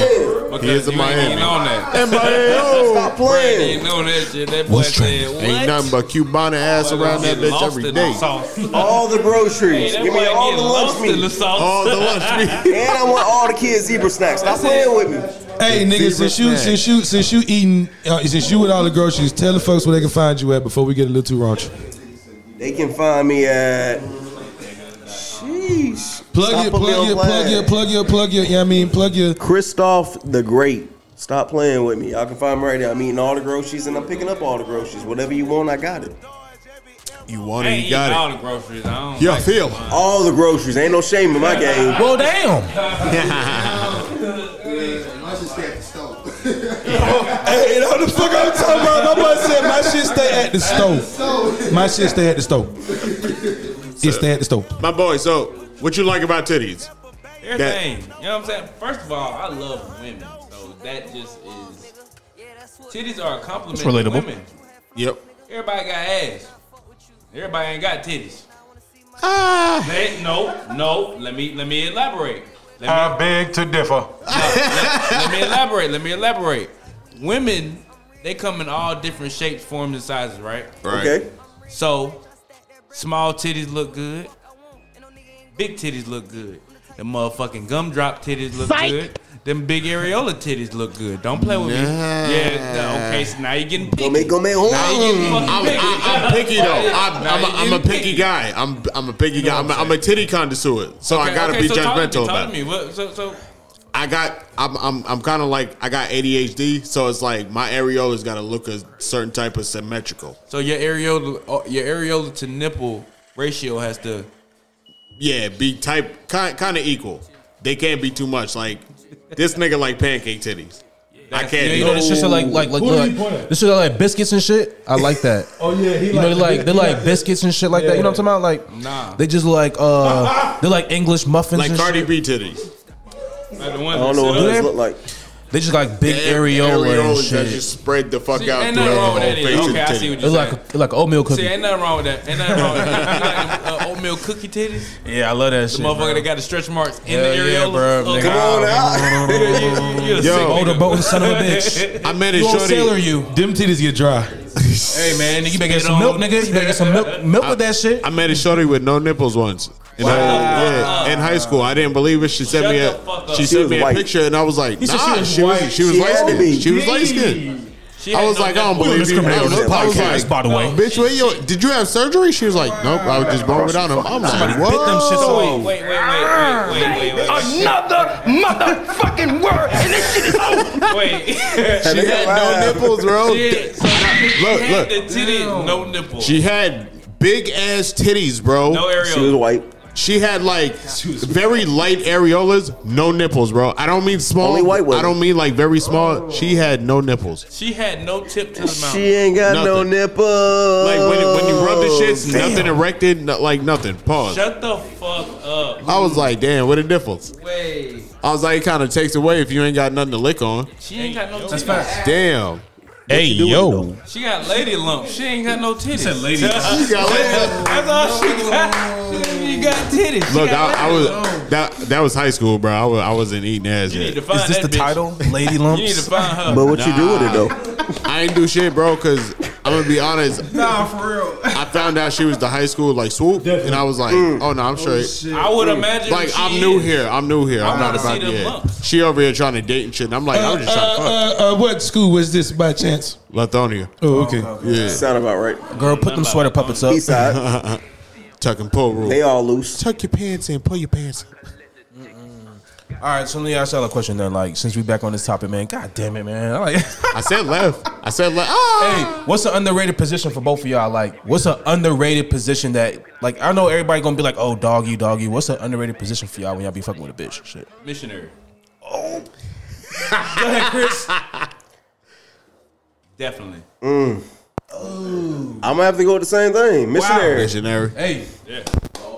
S5: Because
S3: He is in
S5: you ain't
S3: Miami.
S5: eating on that.
S3: And Miami.
S1: *laughs* Stop
S5: You
S1: playing.
S5: ain't on that shit. That boy said, what?
S3: Ain't nothing but
S5: Oh,
S3: Cubana ass around that
S5: Getting
S3: bitch
S5: lost
S3: every
S5: in the
S3: day.
S5: sauce.
S1: All the groceries.
S5: That
S1: Give
S5: boy
S1: me all the
S5: getting
S1: lunch
S5: lost in the
S1: meat.
S5: sauce.
S3: All the
S5: *laughs*
S3: lunch meat.
S1: And I want all the kids zebra snacks. Stop playing with me.
S2: Hey nigga, since you
S3: snack.
S2: since you since you eating uh, since you with all the groceries, tell the folks where they can find you at before we get a little too raunchy.
S1: They can find me at. Sheesh.
S2: Plug
S1: Stop
S2: it,
S1: putting me
S2: plug
S1: on
S2: it, plug
S1: blast.
S2: it, plug it, plug it. Yeah, I mean, plug your
S1: Christoph the Great. Stop playing with me. Y'all can find me right there. I'm eating all the groceries and I'm picking up all the groceries. Whatever you want, I got it.
S3: You want
S5: I
S3: it,
S5: ain't
S3: you
S5: eating
S3: got
S5: all
S3: it.
S5: the groceries. I don't
S3: Yeah,
S5: like
S3: feel.
S1: All the groceries. Ain't no shame in my game.
S4: Well,
S5: *laughs*
S4: damn.
S2: *laughs*
S17: Unless it's at the stove.
S2: Hey, you know what the fuck I'm talking about? Nobody said my shit stay at the stove. My shit stay at the stove. It stay at the stove.
S3: My boy, so what you like about titties?
S5: Everything. You know what I'm saying? First of all, I love women. So that just is. Titties are a compliment
S4: That's relatable.
S5: to women.
S3: Yep.
S5: Everybody got ass. Everybody ain't got titties. Let- no, no. Let me let me elaborate. Let me, uh,
S15: I beg to differ.
S5: let me elaborate. Let me elaborate. Women, they come in all different shapes, forms, and sizes, right?
S3: Right.
S1: Okay?
S5: So, small titties look good. Big titties look good. The motherfucking gumdrop titties look
S18: Psych.
S5: good. Them big areola titties look good. Don't play with me.
S3: Nah.
S5: Yeah. Okay. So now you're getting
S1: Go
S5: picky.
S1: make, go make
S5: Now
S1: home.
S5: you're getting fucking
S3: I'm, I,
S5: picky.
S3: I'm picky though. I'm,
S5: Now
S3: I'm,
S5: you're
S3: a, I'm a
S5: getting
S3: picky guy. I'm I'm a picky guy. I'm a, I'm a titty connoisseur, so I
S5: Okay,
S3: gotta
S5: okay,
S3: be
S5: so talk to me,
S3: judgmental
S5: talk
S3: about
S5: to
S3: it.
S5: me. What, so, so
S3: I got I'm I'm, I'm kind of like I got ADHD, so it's like my areola's got to look a certain type of symmetrical.
S5: So your areola, uh, your areola to nipple ratio has to.
S3: Yeah, be type kind kind of equal. They can't be too much. Like this nigga like pancake titties. I can't.
S4: Yeah, you know, this shit like like like
S2: Who do you
S4: look,
S2: point at?
S4: this shit like biscuits and shit. I like that.
S2: Oh, yeah, he
S4: you know, they
S2: like-
S4: like
S2: he
S4: they
S2: like-
S4: like biscuits and shit like that. You know what I'm talking about? Like
S5: Nah.
S4: they just like uh they like English muffins
S3: like
S4: and
S3: Cardi
S4: shit.
S3: B titties.
S5: Like the ones
S1: I don't know what
S5: that sit
S1: those
S5: up.
S1: look like.
S4: They just like big areola and
S3: Areolas that
S4: shit.
S3: just spread the fuck
S5: See,
S3: out
S5: ain't
S3: throughout
S5: nothing
S3: the
S5: wrong
S3: whole
S5: with that.
S3: face and
S5: either. Okay, I see
S3: titty.
S5: what
S4: It's
S5: you're
S4: like
S5: saying.
S4: it's like an oatmeal
S5: See,
S4: cookie.
S5: ain't nothing wrong with that. Ain't nothing wrong with that. You know, uh, oatmeal cookie titties.
S4: Yeah, I love that
S5: The
S4: shit.
S5: motherfucker
S4: bro.
S5: that got the stretch marks in
S4: Hell
S5: the
S4: yeah,
S5: areola.
S4: bro.
S5: Oh,
S4: Nigga,
S5: come
S1: Come on
S5: on.
S1: out.
S5: You- you a
S3: Yo.
S5: sick
S4: Older
S5: nigga.
S4: boat, son of a
S2: *laughs*
S4: bitch.
S3: I met a
S4: You on
S3: shorty.
S4: sailor you?
S2: Them titties get dry.
S5: Hey man, you
S4: You better get
S5: get
S4: some milk, nigga. You better get some milk, milk with that shit.
S3: I met a shorty with no nipples once. In, high, yeah, in high school, I didn't believe it. She sent
S5: Shut
S3: me
S5: the
S3: a
S5: fuck
S3: she
S5: up.
S1: She
S3: sent
S1: was
S3: me a
S1: white.
S3: picture, and I was like,
S19: said she
S3: Nah,
S19: was
S3: she was
S19: white.
S3: she was
S1: She
S3: light
S1: had to be.
S3: skinned. She was light skinned. I was like, I don't believe you. I
S4: discriminate
S3: was
S4: on this
S3: I was
S4: podcast,
S3: like,
S4: by the way.
S3: bitch, wait, yo, did you have surgery? She was like, Nope, I was just born without them. I'm like,
S4: Bit them
S3: what?
S4: shits off.
S5: Wait, wait, wait, wait, wait, wait, wait,
S20: Another motherfucking word, and this shit is over.
S5: wait. *laughs* wait.
S1: And
S3: She
S1: they
S3: had
S1: got
S3: no
S1: live.
S3: nipples, bro.
S5: Shit, so she
S3: Look,
S5: had
S3: look.
S5: The titties, no nipple.
S3: She had big ass titties, bro.
S5: no
S1: She was
S5: areola.
S1: white.
S3: *laughs* She had like very light areolas, no nipples, bro. I don't mean small.
S1: Only white women.
S3: I don't mean like very small. She had no nipples.
S5: She had no tip to the mouth.
S1: She ain't got no
S3: Nothing.
S1: nipples.
S3: Like when, when you rub the shits,
S1: Oh, Damn.
S3: nothing erected, no, like nothing. Pause.
S5: Shut the fuck up.
S3: I was like, damn, what a difference.
S5: Wait.
S3: I was like, it kind of takes away if you ain't got nothing to lick on.
S5: She ain't got no
S4: That's
S5: titties.
S4: facts.
S3: Damn.
S4: Hey yo,
S5: She got lady lump. She ain't got no titties.
S19: lady
S3: You got licked.
S5: That's all she got. She got titties. She
S3: Look,
S5: got
S3: I, I was that that was high school, bro. I, was, I wasn't eating ass
S5: You need to
S3: yet.
S5: find
S4: is this
S5: that
S4: the
S5: bitch.
S4: title?
S5: *laughs*
S4: Lady
S5: You need to
S4: lumps.
S5: find her.
S1: But what you do with it though?
S3: I ain't do shit, bro, because I'm gonna be honest.
S20: Nah, for real.
S3: I found out she was the high school like swoop, and I was like, oh no, I'm straight.
S5: I would imagine.
S3: Like
S5: she
S3: I'm new
S5: is.
S3: here. I'm new here. I'm
S5: I
S3: not
S5: wanna
S3: about
S5: see
S3: to.
S5: them
S3: Yeah.
S5: lumps.
S3: She over here trying to date and shit. And I'm like, I'm just trying to fuck.
S2: Uh, uh, what school was this by chance?
S3: Lithonia.
S2: Oh, okay.
S3: Yeah.
S1: Sound about right.
S4: Girl, put them sweater puppets up.
S1: East side.
S3: *laughs* Tuck and pull
S1: They
S3: rule.
S1: all loose.
S3: Tuck your pants in. Pull your pants. in.
S4: All right, so let me ask y'all a question then. Like, since we back on this topic, man, god damn it, man. *laughs* I like,
S3: I said left. I said left. Ah.
S4: hey, what's an underrated position for both of y'all? Like, what's an underrated position that, like, I know everybody gonna be like, oh, doggy, doggy. What's an underrated position for y'all when y'all be fucking with a bitch? and Shit.
S5: Missionary. Oh.
S4: Go ahead,
S3: *laughs*
S4: Chris.
S5: Definitely.
S1: I'm gonna Mm. have to go with the same thing. Missionary.
S3: Missionary.
S4: hey,
S5: Yeah.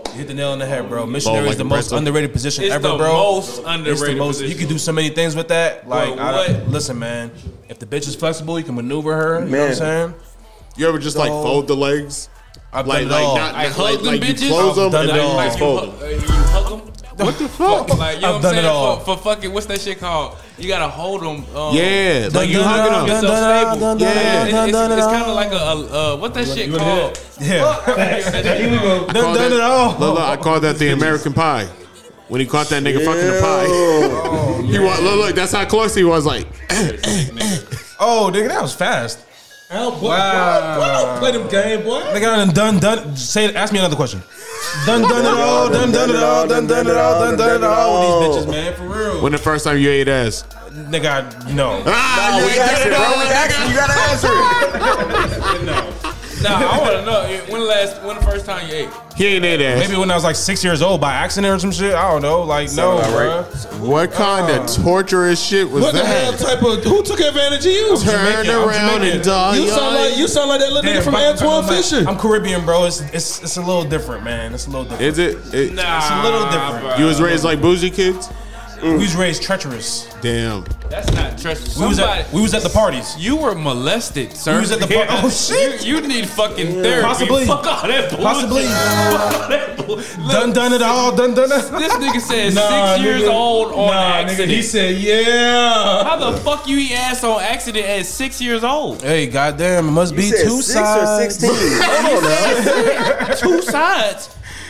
S4: you hit the nail on the head, bro. Missionary
S3: like
S4: is the
S3: a
S4: most
S3: pretzel.
S4: underrated position
S5: It's
S4: ever,
S5: the
S4: bro.
S5: most underrated position.
S4: You can do so many things with that. Like,
S5: Bro,
S4: I-
S5: what?
S4: listen, man. If the bitch is flexible, you can maneuver her. You know what I'm
S1: Man.
S4: saying?
S3: You ever just like fold the legs?
S4: I've
S3: Like
S4: done it
S3: like
S4: all.
S3: not
S5: I
S3: not-
S5: hug
S3: like
S5: them
S3: like
S5: *laughs*
S3: you
S5: bitches.
S3: close them
S4: I've
S3: and
S4: done it
S3: then
S4: all.
S3: you
S5: Like
S3: just
S5: you,
S3: fold
S5: hu-
S3: them.
S5: uh, you hug them.
S4: What the
S5: Like
S4: fuck?
S5: you know what
S4: I've
S5: I'm
S4: done
S5: saying?
S4: it all.
S5: For, for fucking what's that shit called? You gotta hold them. Um,
S3: Yeah, like you
S4: Dun, dun,
S3: hugging
S4: dun,
S3: them.
S5: So
S4: Dun,
S5: stable.
S4: dun,
S3: dun,
S5: It's-
S3: dun,
S5: It's,
S4: dun, dun.
S5: kind of like a, a uh, what that shit called?
S4: Yeah.
S5: *laughs*
S3: I
S5: Yeah.
S4: *laughs*
S3: called
S4: done
S3: that-
S4: it all.
S3: Look, look, I called that the American Pie. When he caught that nigga fucking the
S4: *laughs*
S3: pie, he was, look, look, that's how close he was. Like,
S4: Oh, nigga, that was fast.
S2: Wow. Play them game, boy.
S4: Nigga, I done done done. Say, ask me another question. Done done it all. Done done it all. Done done it all. Done done
S3: Oh.
S4: it all. With these bitches, man, for real.
S3: when the first time you ate ass,
S4: Nigga, I- no.
S3: ah,
S1: Oh,
S3: you
S1: we
S3: ain't done
S1: asked it,
S3: it
S1: bro.
S3: all,
S1: We asked it. You gotta answer it.
S5: Nah, I want to know when the last, when the first time you ate.
S3: nigga. He ain't ate ass.
S4: Maybe when I was like six years old by accident or some shit. I don't know. Like,
S1: Sound
S4: no,
S1: about
S4: bruh. Uh-uh.
S3: What kind of torturous shit was
S2: What the hell
S3: that?
S2: type of who took advantage of you?
S3: Turn
S4: Jamaican, I'm
S3: around
S4: Jamaican.
S3: and die.
S2: You sound like you sound like that little
S4: Damn,
S2: nigga from
S4: but-
S2: Antoine
S4: I'm like-
S2: Fisher.
S4: I'm Caribbean, bro. It's it's it's a little different, man. It's a little different.
S3: Is it? it-
S4: It's a little different. Mm.
S3: You was raised like bougie kids?
S4: We was raised treacherous.
S3: Damn.
S5: That's not trust.
S4: We was
S5: Somebody,
S4: at we was at the parties.
S5: you were molested, sir.
S4: We was at the par- oh, shit.
S5: You, you need fucking therapy.
S4: Possibly.
S5: Fuck all that bullshit.
S4: Possibly.
S5: Fuck all that bullshit. *laughs* Look,
S4: *laughs* Done done it all. Done done it. *laughs*
S5: This nigga said six years
S2: nigga.
S5: old on
S2: Nah,
S5: accident.
S2: nigga, he said, yeah.
S5: How the fuck you eat ass on accident at six years old?
S4: Hey, goddamn, it must
S1: You
S4: be
S1: said
S4: two
S1: six or
S4: sides. *laughs*
S1: sixteen. *laughs* Come on now.
S5: Two sides.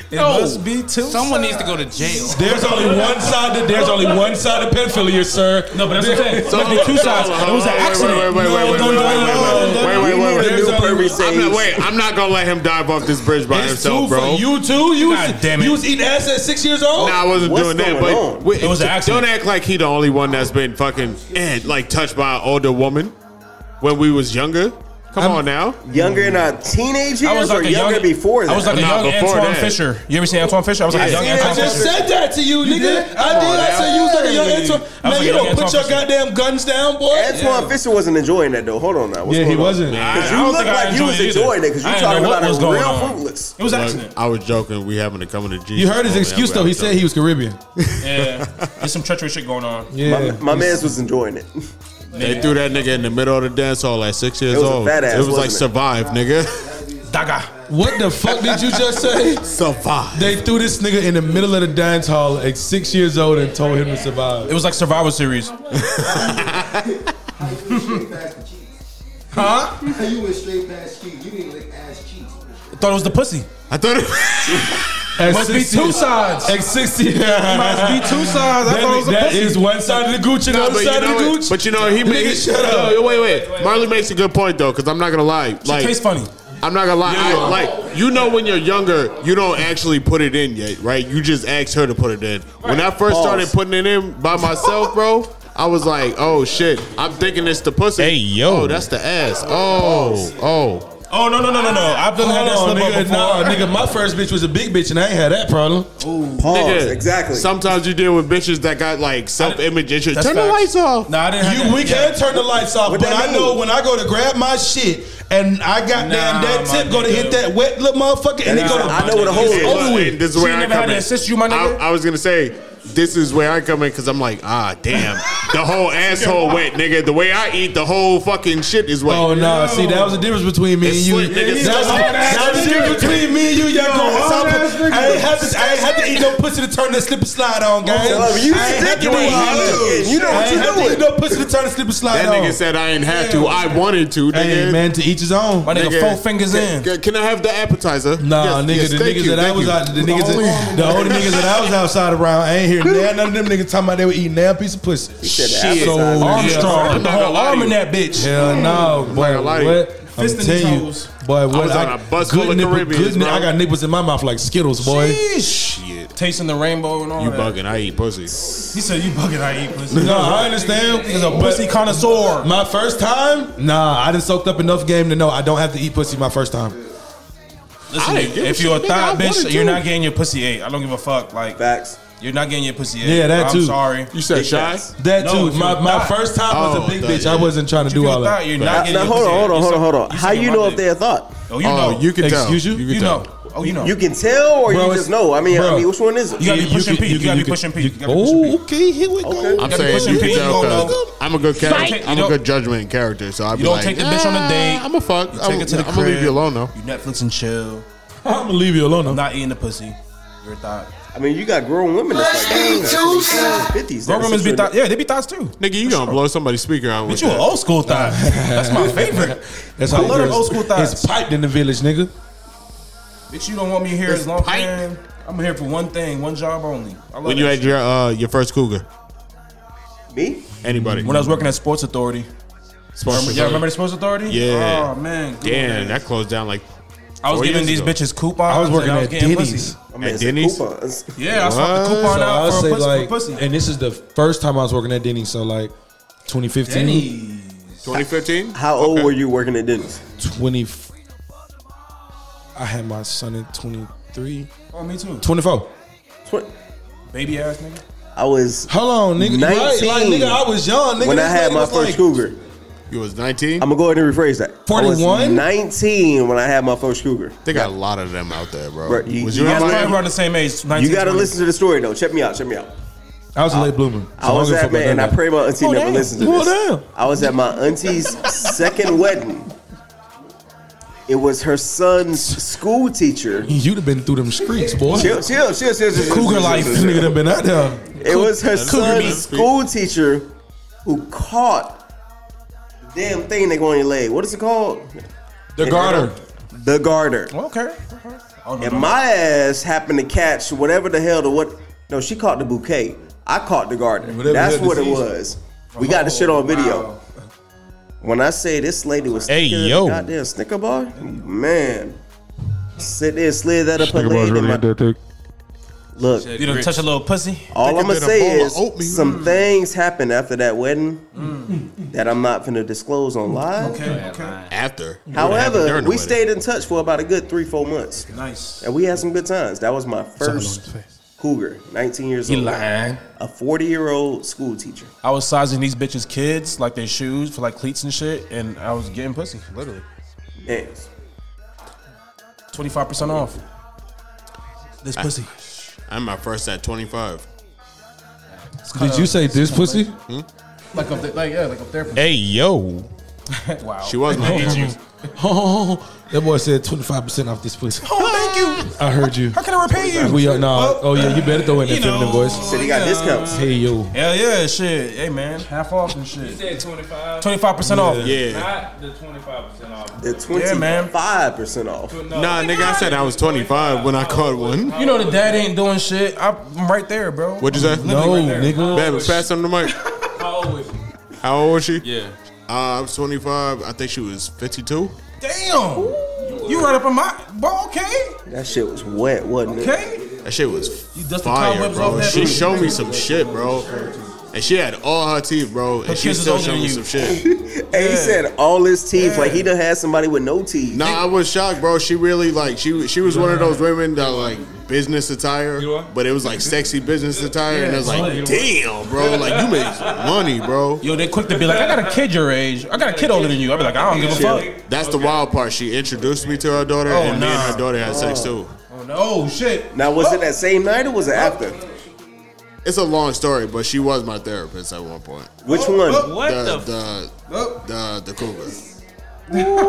S4: It
S5: No.
S4: must be two.
S5: Someone
S4: sides.
S5: needs to go to jail.
S2: There's only one side to there's only one side to pedophilia, sir. No, but that's what I'm
S3: So-
S2: saying.
S4: must be two sides. It was an
S3: Wait, wait,
S4: accident.
S3: wait, wait,
S4: No,
S3: wait, wait,
S4: done
S3: wait,
S4: done it
S3: wait,
S4: all.
S3: wait,
S4: Done-
S3: wait, wait, wait, wait.
S1: The new pervy
S3: I'm
S1: sage.
S3: not, wait, I'm not gonna let him dive off this bridge by
S2: It's
S3: himself,
S2: two
S3: bro.
S2: for you too. You was,
S4: God damn it.
S2: you was eating ass at six years old.
S3: Nah, I wasn't
S1: What's
S3: doing that.
S1: going
S3: But
S1: on?
S3: wait,
S4: It was an accident.
S3: Don't act like he the only one that's been fucking eh, like touched by an older woman when we was younger. Come on now.
S1: Younger in our teenage years
S4: I was
S1: or
S4: like a
S1: younger
S4: young-
S1: before that?
S4: I was like a
S3: Nah,
S4: young
S3: before
S4: Antoine
S3: that.
S4: Fisher. You ever seen Antoine Fisher? I was like a
S3: Yeah.
S4: young
S3: See,
S4: Antoine
S2: I just
S4: Fisher.
S2: said that to you, nigga. I
S1: Come on
S2: did. I
S3: Oh,
S1: now.
S2: said you was like a young
S1: Hey.
S2: Antoine.
S4: I was
S2: Man,
S4: a
S2: you
S4: young
S2: don't put
S4: Antoine
S2: your
S4: Fisher.
S2: goddamn guns down, boy.
S1: Antoine Fisher wasn't enjoying that though. Hold on now. What's
S2: Yeah, he
S1: going on?
S2: wasn't.
S1: Because
S4: I
S1: you
S4: don't
S1: look
S4: think I
S1: like you was
S4: enjoyed it either.
S1: enjoying it because
S4: I
S1: you
S4: didn't
S1: talking
S4: know what
S1: about
S4: was
S1: it
S4: going
S1: real
S4: on.
S1: fruitless.
S4: It was an
S3: Like,
S4: accident.
S3: I was joking. We having to come into Jesus.
S2: You heard his
S3: moment.
S2: excuse
S3: That's what
S2: though.
S3: I
S2: He said he was Caribbean.
S4: Yeah, there's some treacherous shit going on.
S1: My,
S2: Yeah.
S1: my man's was enjoying it.
S3: *laughs* They threw that nigga in the middle of the dance hall at six years
S1: It was a
S3: old.
S1: fat ass,
S3: it was like
S1: wasn't it?
S3: survive, nigga.
S4: Daga.
S2: What the fuck did you just say?
S3: survive.
S2: They threw this nigga in the middle of the dance hall at six years old and told him to survive.
S21: It was like
S2: *laughs*
S21: Survivor Series.
S2: Huh?
S11: How you went straight past cheeks? You didn't lick ass cheeks.
S21: Thought it was the pussy.
S3: I thought it,
S2: At
S21: Must be
S2: 60
S21: two sides.
S2: At 60.
S21: Must be two sides. I thought it was a
S2: that
S21: pussy.
S2: is one side of the Gucci, the
S3: No,
S2: other
S3: but you
S2: side of
S3: know,
S2: the
S3: what-
S2: Gucci.
S3: but you know, he made.
S2: Nigga, *laughs* shut up.
S3: Yo, wait, wait. Marley makes a good point though, because I'm not gonna lie. Like,
S21: tastes funny.
S3: I'm not gonna lie. I, like, you know, when you're younger, you don't actually put it in yet, right? You just ask her to put it in. When I first
S1: Pause.
S3: started putting it in by myself, bro, I was like, oh shit, I'm thinking it's the pussy.
S21: Hey, yo.
S3: oh, that's the ass. Oh, oh.
S21: Oh no no no no no! I've done had that
S2: Hold on,
S21: slip up
S2: nigga.
S21: before.
S2: Nah, nigga, my first bitch was a big bitch and I ain't had that problem.
S1: Pause.
S3: Nigga,
S1: Exactly.
S3: Sometimes you deal with bitches that got like self image issues. Turn
S21: That's
S3: the
S21: facts.
S3: lights off.
S21: Nah, I didn't. have
S2: You,
S21: that.
S2: we
S21: Yeah.
S2: can turn the lights off,
S1: What
S2: but
S1: that
S2: I know
S1: mean?
S2: when I go to grab my shit and I got damn
S21: Nah,
S2: that
S21: my
S2: tip, go to hit
S21: nigga.
S2: that wet little motherfucker and it
S1: Nah,
S2: go to
S1: I know what a hole
S2: It's
S1: is.
S2: over
S3: Look,
S2: with.
S3: and This is
S4: She
S3: where I
S4: never
S3: come
S4: had to
S3: in.
S4: assist you, my nigga?
S3: I, I was gonna say this is where I come in because I'm like, ah, damn, the
S2: *laughs*
S3: whole asshole wet, nigga. The way I eat, the whole fucking shit is wet.
S2: Oh no! See, that was the difference between me
S3: It's
S2: and you.
S3: slick, nigga. It's
S2: That's, that's
S3: hard-ass
S2: the difference between me and you. Y'all go hard. I ain't had to. I ain't had to eat no pussy to turn that slip and slide on, guys.
S1: Love, you
S2: I ain't had to
S1: sticking
S2: do
S1: it,
S2: all
S1: nigga.
S2: that.
S1: You know
S2: I
S1: what
S2: ain't
S1: you
S2: had to
S1: doing.
S2: eat no pussy to turn the slip and slide
S3: that
S2: on.
S3: nigga said I ain't have to. I wanted to, nigga.
S2: hey man, to each his own.
S21: My nigga,
S3: Nigga,
S21: four fingers
S3: Can,
S21: in.
S3: can- can I have the appetizer?
S2: Nah,
S3: Yes,
S2: nigga,
S3: yes,
S2: the
S3: thank
S2: niggas
S3: you,
S2: that I
S3: thank
S2: was
S3: you.
S2: out, the niggas, that, the only niggas that I was outside around, I ain't hear none of them niggas talking about they were eating damn piece of pussy.
S1: said the
S2: Shit. so
S1: appetizer.
S21: Armstrong,
S3: I'm
S21: put the
S3: not gonna
S21: whole
S3: lie to
S21: arm
S3: you.
S21: in that bitch.
S2: Hell no, boy.
S3: gonna lie to you.
S2: What? I'm
S21: Fist in
S2: telling
S21: the
S2: you,
S21: toes.
S2: boy. What?
S3: was on a bus full of
S2: nipple-
S3: Caribbeans,
S2: good nip-
S3: bro.
S2: I got nipples in my mouth like Skittles, boy.
S3: Shit,
S21: Tasting the rainbow and all
S3: you
S21: that.
S3: bugging? I eat
S2: *laughs*
S3: pussy.
S21: He said you bugging. I eat pussy.
S2: No, I understand.
S21: He's a pussy connoisseur.
S2: My first time? Nah, I done soaked up enough game to know I don't have to eat pussy my first time.
S21: Listen,
S3: I didn't give a
S21: if you're a
S3: shit, nigga, I
S21: thigh
S3: wanted
S21: bitch, you're
S3: to.
S21: not getting your pussy ate. I don't give a fuck. Like
S1: Facts.
S21: you're not getting your pussy ate.
S2: Yeah, that
S21: I'm
S2: too.
S21: sorry.
S3: You said
S1: Big
S3: shy?
S1: facts.
S2: That
S21: No, if
S2: too.
S21: you
S2: My,
S21: a
S2: my
S21: thigh.
S2: first time was
S3: Oh,
S2: a big
S3: thigh,
S2: bitch.
S3: yeah.
S2: I wasn't trying to do
S21: If
S2: all
S21: you're a thigh,
S2: that.
S21: you're
S1: Now,
S21: not
S1: now
S21: getting your
S1: hold
S21: pussy
S1: on, hold on,
S21: ate.
S1: hold on,
S21: You're
S1: hold on.
S21: sucking
S1: How you
S21: my
S1: know if
S21: dick.
S1: they a thought?
S21: Oh, you
S3: Oh,
S21: know.
S3: you can tell.
S2: Excuse you?
S3: can
S21: You
S3: tell.
S21: know. Oh, you know.
S1: You can tell, or
S2: Bro,
S1: you
S2: it's-
S1: just know. I mean,
S2: bro.
S1: I mean, which one is it?
S21: You gotta be
S2: You
S21: pushing
S2: can-
S21: P.
S2: you
S21: You
S2: can-
S21: gotta
S2: you
S21: be
S2: can-
S21: pushing P.
S2: you-
S21: You gotta be
S3: Oh,
S21: pushing P.
S2: okay, here we go.
S3: I'm
S21: gotta
S3: saying
S21: push
S3: you
S21: your
S3: can
S21: pee,
S3: tell
S21: you don't
S3: 'cause I'm a good character. I'm a
S21: don't-
S3: good judgment character, so I'll be
S21: don't
S3: like,
S21: take the bitch on a date.
S3: I'm a fuck.
S21: You
S3: I'm,
S21: take it to the
S3: I'm gonna leave
S21: crib.
S3: you alone though.
S21: You Netflix
S3: *laughs*
S21: and chill.
S2: I'm gonna leave you alone.
S21: I'm
S2: though.
S21: not eating the pussy. You're a thigh.
S1: I mean, you got grown women that's like that. Fifties.
S21: Grown women be thigh. Yeah, they be thighs too.
S3: Nigga, you gonna blow somebody's speaker out with
S21: But you an
S3: that.
S21: old school thigh. That's my
S3: *laughs*
S21: favorite.
S2: That's
S21: I
S2: how
S21: love them
S2: girls-
S21: old school thighs.
S2: It's piped in the village, nigga.
S21: Bitch, you don't want me here as long
S3: pipe.
S21: man. I'm here for one thing, one job only. I love
S3: When you
S21: that
S3: had
S21: shit.
S3: your uh, your first cougar,
S1: Me?
S3: anybody?
S21: when I was working at Sports Authority.
S3: Sports
S21: Yeah, remember the Sports Authority?
S3: Yeah.
S21: Oh man, good
S3: Damn,
S21: days.
S3: that closed down like
S21: I was
S3: four
S21: giving
S3: years
S21: these
S3: ago.
S21: bitches coupons.
S2: I was working
S21: and
S2: at
S21: getting pussy.
S2: Denny's.
S1: I mean,
S3: At
S1: it's a
S3: Denny's?
S1: coupons.
S21: Yeah, I swapped the
S3: What?
S21: coupon
S2: So
S21: out
S2: I'll
S21: for a
S2: say
S21: pussy.
S2: like,
S21: for pussy.
S2: and this is the first time I was working at Denny's. So like, 2015,
S3: 2015.
S1: How old were you working at Denny's?
S2: 20. I had my son at 23,
S21: Oh, me too.
S2: 24.
S1: Twen-
S21: Baby ass nigga.
S1: I was
S2: Hold on, nigga. You Right, like,
S1: 19.
S2: nigga, I was young. Nigga,
S1: when I
S2: this
S1: had
S2: nigga
S1: my
S2: was
S1: first
S2: like,
S1: cougar.
S3: You was 19.
S1: I'm gonna go ahead and rephrase that. I was
S2: 41?
S1: 19 when I had my first cougar.
S3: They got a lot of them out there, bro.
S1: Bro, you-
S3: was
S1: you
S3: you in
S1: got
S21: Probably
S1: like-
S3: Miami?
S21: around the same age. 19,
S1: You gotta
S21: 20.
S1: listen to the story though. Check me out. Check me out.
S2: I was a late bloomer. so
S1: I was
S2: don't
S1: at
S2: give a fuck
S1: man, and I
S2: about
S1: pray my auntie never
S2: damn.
S1: listens to
S2: Well,
S1: this.
S2: damn.
S1: I was at my auntie's second wedding. It was her son's school teacher.
S2: that. You'd have been through them streets, boy.
S1: Chill, chill, chill, chill. chill
S2: Cougar life, this nigga done been out there.
S1: It was her
S3: meat.
S1: son's school teacher who caught the damn thing that go on your leg. What is it called?
S2: The garter.
S1: The garter.
S21: Okay. okay. Oh, no,
S1: And
S21: no.
S1: my ass happened to catch whatever the hell the what. No, she caught the bouquet. I caught the garter.
S2: Whatever
S1: That's
S2: that
S1: what it
S2: disease.
S1: was. We got the shit on video. When I say this lady was
S21: Hey,
S1: sticking in the
S21: yo.
S1: goddamn Snicker bar, man, sit there, slid that up her leg. and my- Look,
S4: you don't touch a little pussy.
S1: All
S4: Think
S1: I'm gonna
S4: it did a
S1: say
S4: bowl of
S1: is
S4: oatmeal.
S1: some
S4: Mm.
S1: things happened after that wedding that I'm not gonna disclose on live.
S3: After.
S1: However, we stayed in touch for about a good three, four months.
S4: Nice.
S1: And we had some good times. That was my first cougar, 19 years
S4: He
S1: old.
S4: lying.
S1: A 40 year old school teacher.
S4: I was sizing these bitches' kids, like their shoes for like cleats and shit, and I was getting pussy, literally.
S1: Yes.
S4: 25% off. This pussy.
S3: I'm my first at 25.
S2: Did you say this pussy?
S21: Like up, there, like yeah, like up there.
S2: Hey yo.
S4: *laughs*
S21: wow.
S3: She was my therapist.
S2: Oh, that boy said twenty five percent off this pussy.
S4: Oh, thank you.
S2: I heard you.
S4: How can I repay you?
S2: We are, nah. Oh yeah, you better throw in that feminine voice.
S1: Said he got discounts.
S2: Hey yo.
S4: Hell yeah, shit. Hey man, half off and shit.
S8: said 25.
S4: 25% off.
S8: Not the 25% off.
S1: The 25% off.
S3: Nah, nigga, I said I was 25 when I caught one.
S4: You know the dad ain't doing shit. I'm right there, bro.
S3: What'd you say?
S2: No, nigga.
S3: Baby, pass on the mic.
S8: How old was she?
S3: How old was she?
S8: Yeah.
S3: Uh, I was 25. I think she was 52.
S4: Damn. You right up in my. Bro, okay.
S1: That shit was wet, wasn't it?
S4: Okay.
S3: That shit was
S4: You dust the
S3: fire,
S4: cobwebs off
S3: bro.
S4: that
S3: She
S4: bitch.
S3: showed me some shit, bro. And she had all her teeth, bro. And she
S4: kids is
S3: still
S4: older
S3: showed
S4: than
S3: me
S4: you.
S3: some shit.
S1: And he said all his teeth. Like he done had somebody with no teeth.
S3: Nah, I was shocked, bro. She really like she she was one of those women that like business attire, but it was like sexy business attire, and I was like, damn, bro, like you made some money, bro.
S4: Yo, they quick to be like, I got a kid your age. I got a kid older than you. I be like, I don't give a fuck.
S3: That's the wild part. She introduced me to her daughter, and me and her daughter had sex too.
S4: Oh, no. oh shit.
S1: Now was it that same night or was it after?
S3: It's a long story, but she was my therapist at one point.
S1: Which
S4: Oh,
S1: one?
S8: What
S3: the
S8: the?
S3: the the, the cougar.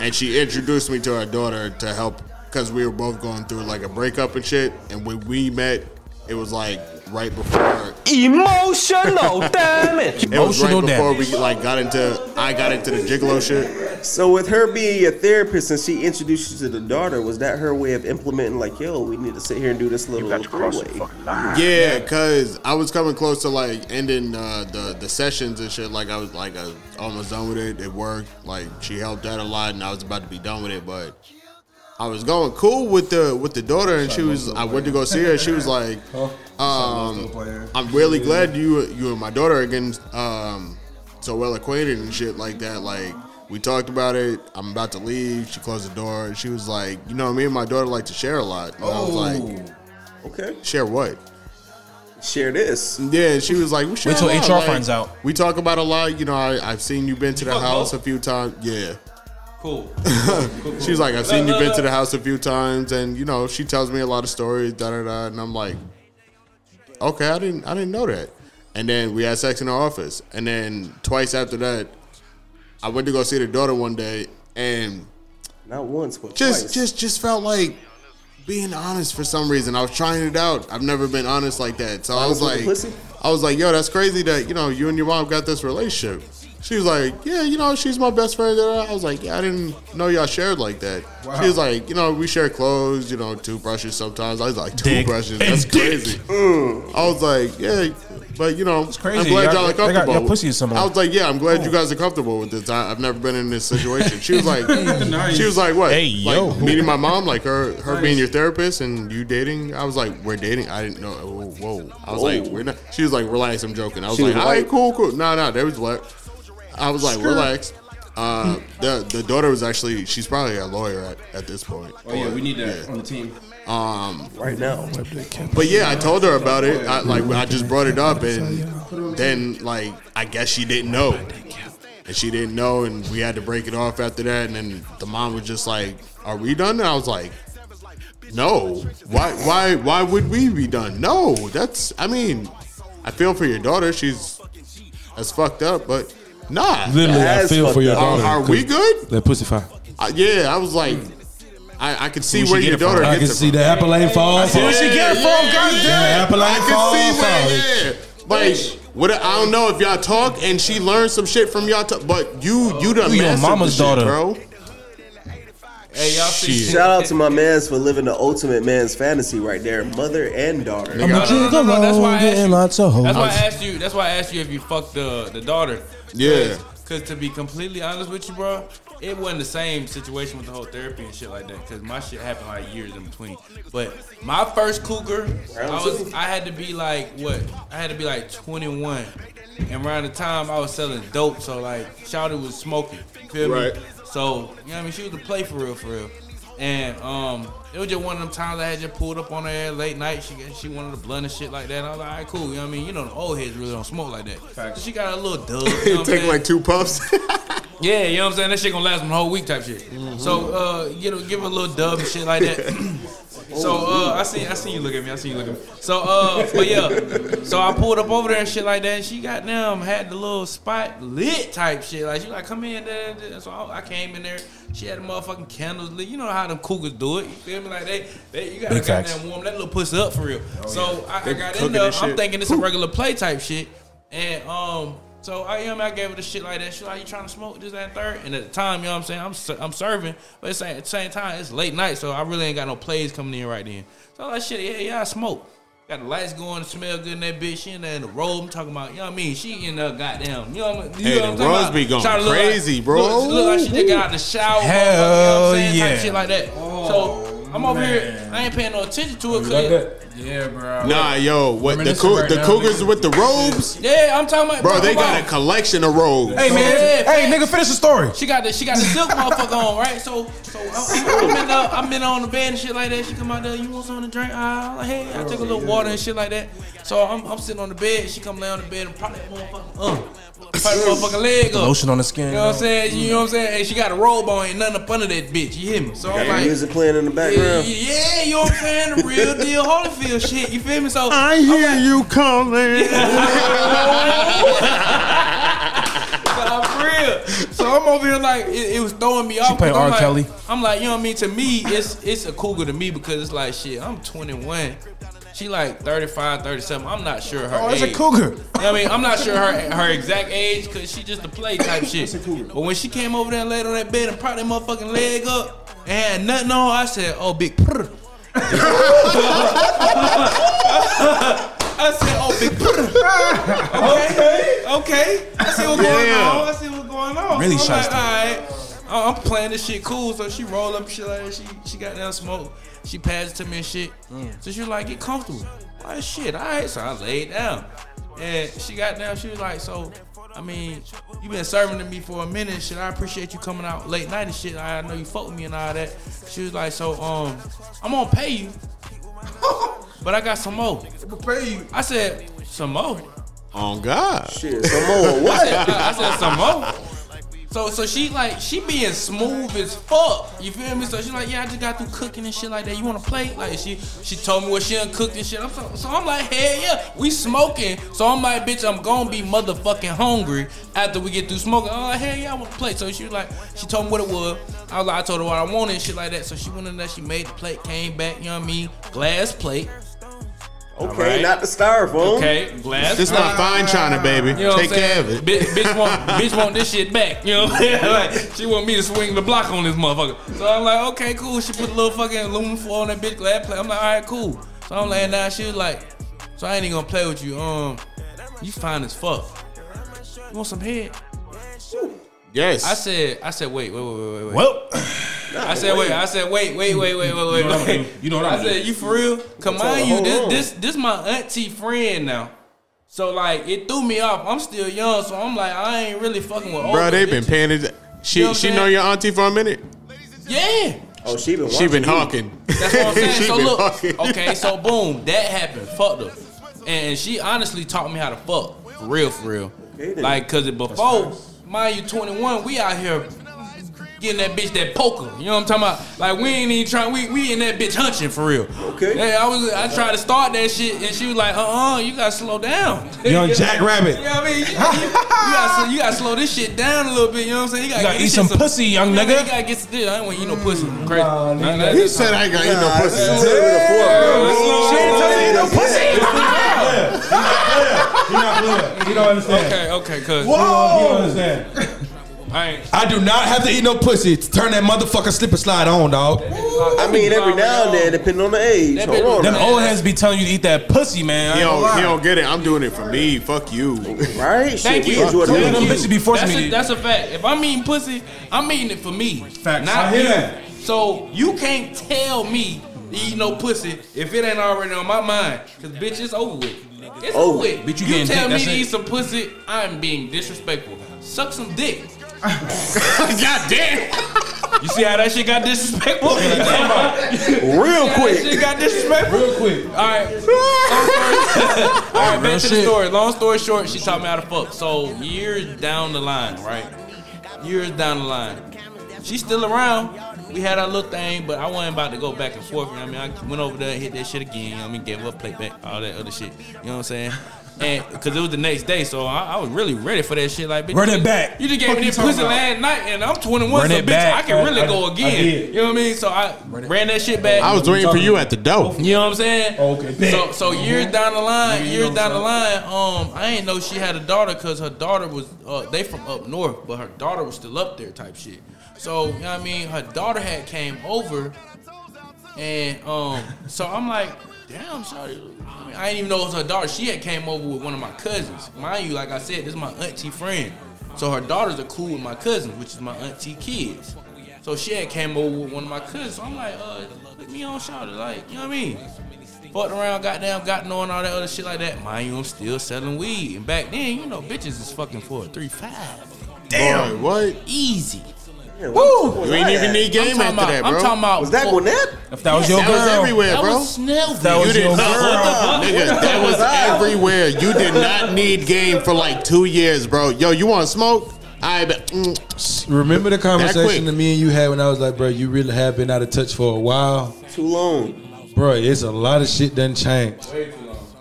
S3: and she introduced me to her daughter to help because we were both going through like a breakup and shit. And when we met, it was like right before *laughs*
S7: Emotional damage.
S3: it was right
S4: Emotional
S3: before we like got into I got into the gigolo shit.
S1: So with her being your therapist and she introduced you to the daughter, was that her way of implementing like, yo, we need to sit here and do this little three-way?
S3: Yeah, cause I was coming close to like ending uh, the the sessions and shit. Like I was like I was almost done with it. It worked. Like she helped out a lot, and I was about to be done with it, but. I was going cool with the with the daughter, and she was. I went to go see her. and She was *laughs* like, um, "I'm really glad you you and my daughter are getting um, so well acquainted and shit like that. Like we talked about it. I'm about to leave. She closed the door, and she was like, "You know, me and my daughter like to share a lot." And I was like,
S1: Okay.
S3: "Share what?"
S1: Share this.
S3: Yeah, and she was like, we
S4: Wait till
S3: share a lot.
S4: HR
S3: Like,
S4: finds out.
S3: We talk about a lot. You know, I, I've seen you been to the
S8: fuck
S3: house
S8: both?
S3: a few times. Yeah.
S8: Cool.
S3: *laughs* She was like, I've seen you been to the house a few times, and you know, she tells me a lot of stories, da da da, and I'm like, okay, I didn't, I didn't know that. And then we had sex in the office, and then twice after that, I went to go see the daughter one day, and
S1: Not once, but
S3: just,
S1: twice.
S3: just, just felt like being honest for some reason. I was trying it out. I've never been honest like that, so I was
S1: Honest with the
S3: like,
S1: pussy?
S3: I was like, yo, that's crazy that you know you and your mom got this relationship. She was like, yeah, you know, she's my best friend. I was like, yeah, I didn't know y'all shared like that. She was like, you know, we share clothes, you know, toothbrushes sometimes. I was like, toothbrushes, that's crazy. I was like, yeah, but you know, I'm
S4: crazy.
S3: glad
S4: Y'all-
S3: y'all are
S4: they got-
S3: comfortable.
S4: y'all pussy is similar.
S3: I was like, yeah, I'm glad you guys are comfortable with this. I, I've never been in this situation. She
S9: *laughs*
S3: was like, she was like, what?
S2: Hey,
S3: like,
S2: yo.
S3: meeting my mom, like her, her being your therapist and you dating. I was like, we're dating. I didn't know. Whoa, whoa. I was like, oh, we're not. She was like, relax. I'm joking. I was
S1: She
S3: like,
S1: was
S3: all right,
S1: white.
S3: cool, cool. No, no, they was black. I was like, relax. Uh, the the daughter was actually she's probably a lawyer at, at this point.
S9: Oh yeah, we need that on the team.
S1: right now.
S3: Um, But yeah, I told her about it. I, like I just brought it up, and then like I guess she didn't know, and she didn't know, and we had to break it off after that. And then the mom was just like, "Are we done?" And I was like, "No. Why? Why? Why would we be done? No. That's. I mean, I feel for your daughter. She's that's fucked up, but nah.
S2: Literally, I
S1: That's
S2: feel for your
S1: fucked
S3: Are,
S2: daughter.
S3: are we good?
S2: That pussy fine.
S3: I, yeah. I was like, I, I could see
S4: We should
S3: where
S4: get
S3: your
S4: it from
S3: daughter.
S4: her.
S2: I
S3: gets
S2: can
S3: it
S2: see
S3: from.
S2: the apple ain't fall.
S4: Where she get it from? God
S2: damn. Apple
S3: I
S2: ain't
S3: can see
S2: fall,
S3: where, yeah. Like, what, I don't know if y'all talk and she learned some shit from y'all, talk, but you, you done
S4: You your
S3: mastered
S4: mama's
S3: the shit,
S4: daughter.
S3: bro.
S8: Hey, y'all see
S3: Shit.
S1: Shout out to my mans for living the ultimate man's fantasy right there, mother and daughter.
S3: Nigga, I-
S5: uh,
S8: No, no, no,
S3: uh,
S8: that's why I asked you.
S4: lots of
S8: That's why I asked you. That's why I asked you if you fucked the the daughter.
S3: Yeah.
S8: Because to be completely honest with you, bro,
S5: it wasn't the same situation with the whole therapy and shit like that because my shit happened like years in between. But my first cougar, I was I had to be like what? I had to be like 21, and around the time I was selling dope, so like Shawty was smoking, you feel
S3: Right.
S5: me? So you know what I mean? She was a play for real, for real. And um, it was just one of them times I had just pulled up on her ass late night. She she wanted a blunt and shit like that. I was like, all right, cool. You know what I mean? You know the old heads really don't smoke like that. So she got a
S3: *laughs*
S5: little dub. You know what I'm
S3: Take
S5: saying?
S3: like two
S5: *laughs*
S3: puffs.
S5: Yeah, you know what I'm saying? That shit gonna last them the whole week type shit. So uh you know, give her a little dub and shit like that. *clears throat* so uh I see I see you look at me, I see you look at me. So uh but yeah. So I pulled up over there and shit like that and she got them had the little spot lit type shit. Like she like come in there and so I, I came in there, she had the motherfucking candles lit. You know how them cougars do it. You feel me? Like they, they you gotta
S21: Big facts.
S5: goddamn warm that little pussy up for real. so I, I
S3: Oh, They
S5: got in
S3: cooking
S5: there,
S3: this
S5: I'm
S3: shit.
S5: thinking it's a regular play type shit. And um, so I, you know, what I mean? I gave her the shit like that. She like, you trying to smoke this, that, and third. And at the time, you know what I'm saying? I'm ser- I'm serving, but it's at the same time, it's late night, so I really ain't got no plays coming in right then. So I like, shit, yeah, yeah, I smoke. Got the lights going, smell good in that bitch. She in there in the robe. I'm talking about, you know what I mean? She in there, goddamn. You know what I mean? You
S3: Hey,
S5: know what
S3: the
S5: I'm talking
S3: runs
S5: about?
S3: be going
S5: Try to look
S3: crazy,
S5: like,
S3: bro.
S5: Look, look like she just got out the shower. motherfucker, you know
S21: Hell
S5: what I'm saying? Type
S21: yeah.
S5: shit like that.
S21: Oh,
S5: so I'm over here. I ain't paying no attention to it
S21: like
S5: because.
S21: that.
S9: Yeah, bro.
S3: Nah, yo, what the
S9: Reminiscing
S3: coo-
S9: right
S3: the
S9: now,
S3: Cougars with the robes,
S5: Yeah, I'm talking about.
S3: bro? They
S5: come on.
S3: got a collection of robes.
S21: Hey man,
S5: Yeah,
S21: hey nigga, finish the story.
S5: She got the she got the silk motherfucker on, right? So so I'm, I'm in the, I'm in on the bed and shit like that. She come out there, you want something to drink? Ah, like, hey, I took a little water and shit like that. So I'm, I'm sitting on the bed. She come lay on the bed and pop that motherfucker, uh, pop that motherfucking leg up.
S21: Lotion on the skin. uh,
S5: You know what I'm saying? You know what I'm saying? Hey, she got a robe on, ain't nothing up under that bitch. You hear me? So I'm
S1: Got
S5: like,
S1: music playing in the
S5: yeah,
S1: background.
S5: yeah, you know what I'm saying? The real deal Holyfield shit. You feel me? So
S3: I hear you calling.
S5: *laughs* Nah, for real. So I'm over here like it, it was throwing me off.
S21: playing
S5: 'cause I'm
S21: R.
S5: like-
S21: Kelly.
S5: I'm like, you know what I mean? To me, it's it's a cougar to me because it's like shit. I'm 21. She like 35, 37. I'm not sure her
S21: Oh,
S5: age.
S21: it's a cougar.
S5: You know what I mean, I'm not sure her her exact age because she just a play type shit. But when she came over there and laid on that bed and propped that motherfucking leg up and had nothing on, I said, "Oh, big."
S21: *laughs*
S5: prr." I said, "Oh, big." prr."
S21: *laughs*
S5: okay, okay. I see what's going
S3: Damn.
S5: on. I see what's going on.
S21: Really
S5: so I'm like,
S21: shysty.
S5: all right. Oh, I'm playing this shit cool. So she roll up, shit like that. She she got down smoke. She passed it to me and shit. So she was like, get comfortable. Like shit, all right. So I laid down, and she got down. She was like, so. I mean, you been serving to me for a minute, and shit. I appreciate you coming out late night and shit. I know you fuck with me and all that. She was like, so um, I'm gonna pay you, but I got some more. I said some more.
S3: On Oh, God,
S1: Shit, *laughs* some more. What?
S5: I said- *laughs* I, I said some more. So so she like she being smooth as fuck. You feel me? So she like, yeah, I just got through cooking and shit like that. You want to play? Like she she told me what she done cooked and shit. I'm so, so I'm like, hell yeah, we smoking. So I'm like, bitch, I'm gonna be motherfucking hungry after we get through smoking. I'm like, hell yeah, I want to play. So she was like, she told me what it was. I was like, I told her what I wanted and shit like that. So she went in there, she made the plate, came back. You know what I mean? Glass plate.
S1: Okay, not the styrofoam.
S5: Okay, glass.
S3: this not fine China, baby.
S5: You know
S3: Take
S5: what I'm
S3: care
S5: saying?
S3: of it.
S5: Bi-
S3: *laughs*
S5: bitch want bitch want this shit back. You know what I'm saying? *laughs* Like she want me to swing the block on this motherfucker. So I'm like, okay, cool. She put a little fucking aluminum foil on that bitch glad plate. I'm like, all right, cool. So I'm laying down. She was like, so I ain't even gonna play with you. Um, you fine as fuck. You want some head?
S3: Yes,
S5: I said, I said, wait, wait, wait, wait, wait, wait.
S21: Well,
S5: I said, wait. I said, wait, wait, wait, wait, wait, wait.
S9: You know what I'm
S5: wait.
S9: doing. You know what I'm
S5: I
S9: doing.
S5: said, you for real? Come on, you. This, this, this my auntie friend now. So like, it threw me off. I'm still young, so I'm like, I ain't really fucking with.
S3: bro.
S5: older
S3: They been
S5: bitches.
S3: panning. She
S5: You know what
S3: she
S5: I'm saying?
S3: know your auntie for a minute.
S5: Yeah.
S1: Oh, she been.
S3: She
S1: watching
S3: been
S1: you.
S3: hawking.
S5: That's what I'm saying. so
S3: been
S5: look,
S3: hawking.
S5: okay, so boom, that happened. Fucked up. And she honestly taught me how to fuck. For real, for real.
S1: Okay, then.
S5: Like, cause it before, mind you, 21, we out here getting that bitch that poker. You know what I'm talking about? Like we ain't even trying. We we in that bitch hunching for real.
S1: Okay.
S5: Hey, I was I tried to start that shit, and she was like, uh uh, you gotta slow down.
S2: Young Jack
S5: *laughs*
S2: Rabbit.
S5: You know what I mean? You, you, you gotta, you gotta slow this shit down a little bit. You know what I'm saying? You gotta,
S21: You gotta
S5: get
S21: eat
S5: this
S21: some
S5: shit
S21: pussy, young
S5: You know what I mean?
S21: nigga.
S5: You gotta get. Some, I ain't want to eat no pussy. Crazy.
S3: He said I ain't gonna eat no
S1: Nah,
S3: pussy.
S1: this is with a fork, bro.
S2: She ain't telling you no
S9: He not clear. He don't understand.
S5: Okay, okay, cuz.
S2: *laughs* He don't understand. I do not have to eat no pussy. Turn that motherfucker slip and slide on, dog.
S1: I mean, every now and then, depending on the age. Hold on.
S4: Them old heads be telling you to eat that pussy, man.
S3: He
S4: I ain't
S3: don't,
S4: gonna lie.
S3: he don't get it. I'm doing it for me. Fuck you.
S1: Right? Shit,
S5: Thank
S1: we
S5: you.
S1: enjoy the
S4: Tell them
S1: music.
S4: bitches be forcing
S5: that's
S4: me
S5: A,
S4: to-
S5: that's a fact. If I'm eating pussy, I'm eating it for me.
S4: Facts.
S5: Not
S4: I hear
S5: you.
S4: that.
S5: So you can't tell me to eat no pussy if it ain't already on my mind. Cause bitch, it's over with. It's
S1: Oh,
S5: over with.
S21: bitch, you
S5: you
S21: getting
S5: tell
S21: dick,
S5: me
S21: that's
S5: to
S21: it.
S5: eat some pussy, I'm being disrespectful. Suck some dick. *laughs*
S3: God damn.
S5: You see how that shit got disrespectful? *laughs*
S1: Real
S5: That
S1: quick.
S5: shit got disrespectful. Real quick. All right. Long story- All
S4: Oh,
S5: right, back to the
S21: shit.
S5: story. Long story short, she taught me how to fuck. So years down the line, right? Years down the line, she's still around. We had our little thing, but I wasn't about to go back and forth. You know what I mean, I went over there, hit that shit again. You know what I mean, gave her a plate back, all that other shit. You know what I'm saying? And because it was the next day, so I, I was really ready for that shit. Like, bitch,
S4: Run
S5: you
S4: it
S5: just-
S4: back.
S5: You just gave
S4: Fuck
S5: me
S4: you
S5: that
S4: talking
S5: pussy
S4: about?
S5: last night, and I'm 21,
S4: Run
S5: so
S4: it
S5: bitch,
S4: back.
S5: I can really
S4: I-
S5: go
S4: I
S5: again.
S4: did.
S5: You know what I mean? So I ran that shit back.
S3: I was waiting for you at the door.
S5: You know what I'm saying?
S4: Okay, bet.
S5: So, so years down the line, years down the line, um, I ain't know she had a daughter because her daughter was uh, they from up north, but her daughter was still up there, type shit. So, you know what I mean? Her daughter had came over, and um, so I'm like, damn, sorry. I, mean, I didn't even know it was her daughter. She had came over with one of my cousins, mind you. Like I said, this is my auntie friend, so her daughters are cool with my cousins, which is my auntie kids. So she had came over with one of my cousins. So I'm like, uh, put me on shout like, you know what I mean? Fucked around, goddamn, gotten on all that other shit like that. Mind you, I'm still selling weed. And back then, you know, bitches is fucking for a three five,
S3: Damn. what?
S5: easy.
S1: Yeah, what-
S5: Woo!
S1: what was
S3: You ain't
S1: that
S3: even
S1: at?
S3: need game
S5: I'm
S3: after
S5: talking
S3: that,
S5: about,
S3: bro.
S5: I'm talking about
S1: Was that
S5: for-
S1: Gwinnett?
S4: If that was your
S3: That
S4: girl,
S3: was everywhere,
S5: That
S3: bro.
S5: was Snellville.
S4: That was
S3: you
S4: your
S3: didn't,
S4: girl.
S3: nigga, that was everywhere. You did not need game for like two years, bro. Yo, you want to smoke? I bet. Mm.
S2: *laughs* Remember the
S3: quick.
S2: conversation that me and you had when I was like, bro, you really have been out of touch for a while.
S1: Too long.
S2: Bro, it's a lot of shit done changed.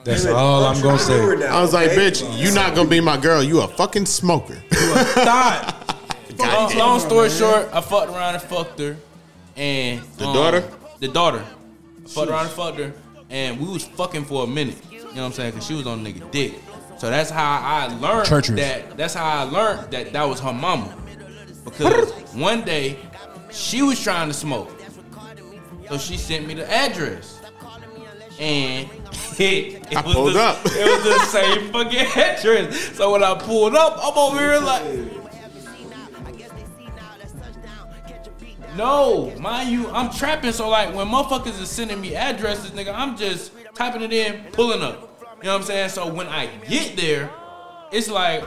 S2: That's all I'm gonna say.
S3: I was like, bitch, you not gonna be my girl. You a fucking smoker.
S4: Thought.
S3: God
S5: Long,
S3: damn.
S5: long story short, I fucked around and fucked her, and um,
S3: The daughter?
S5: the daughter, I fucked around and fucked her, and we was fucking for a minute. You know what I'm saying? Cause she was on nigga dick. So that's how I learned
S21: Churches.
S5: that. That's how I learned that that was her mama.
S3: *laughs*
S5: Because one day she was trying to smoke, so she sent me the address, and *laughs* it, it
S3: I
S5: was
S3: pulled
S5: the,
S3: up.
S5: It was the same fucking *laughs* address. So when I pulled up, I'm over here Oh, like. No, mind you, I'm trapping. So like when motherfuckers is sending me addresses, nigga, I'm just typing it in, pulling up. You know what I'm saying? So when I get there, it's like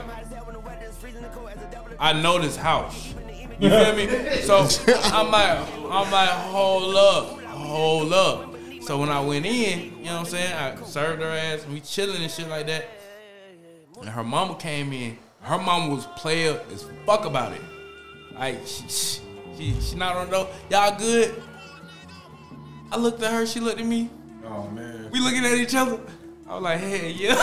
S5: I know this house. You feel me? So I'm like, I'm like, hold up, hold up. So when I went in, you know what I'm saying? I served her ass, we chilling and shit like that. And her mama came in. Her mama was player as fuck about it. Like she, she, she, she not on though. Y'all good? I looked at her. She looked at me. Oh man. We looking at each other. I was like, hey, yeah.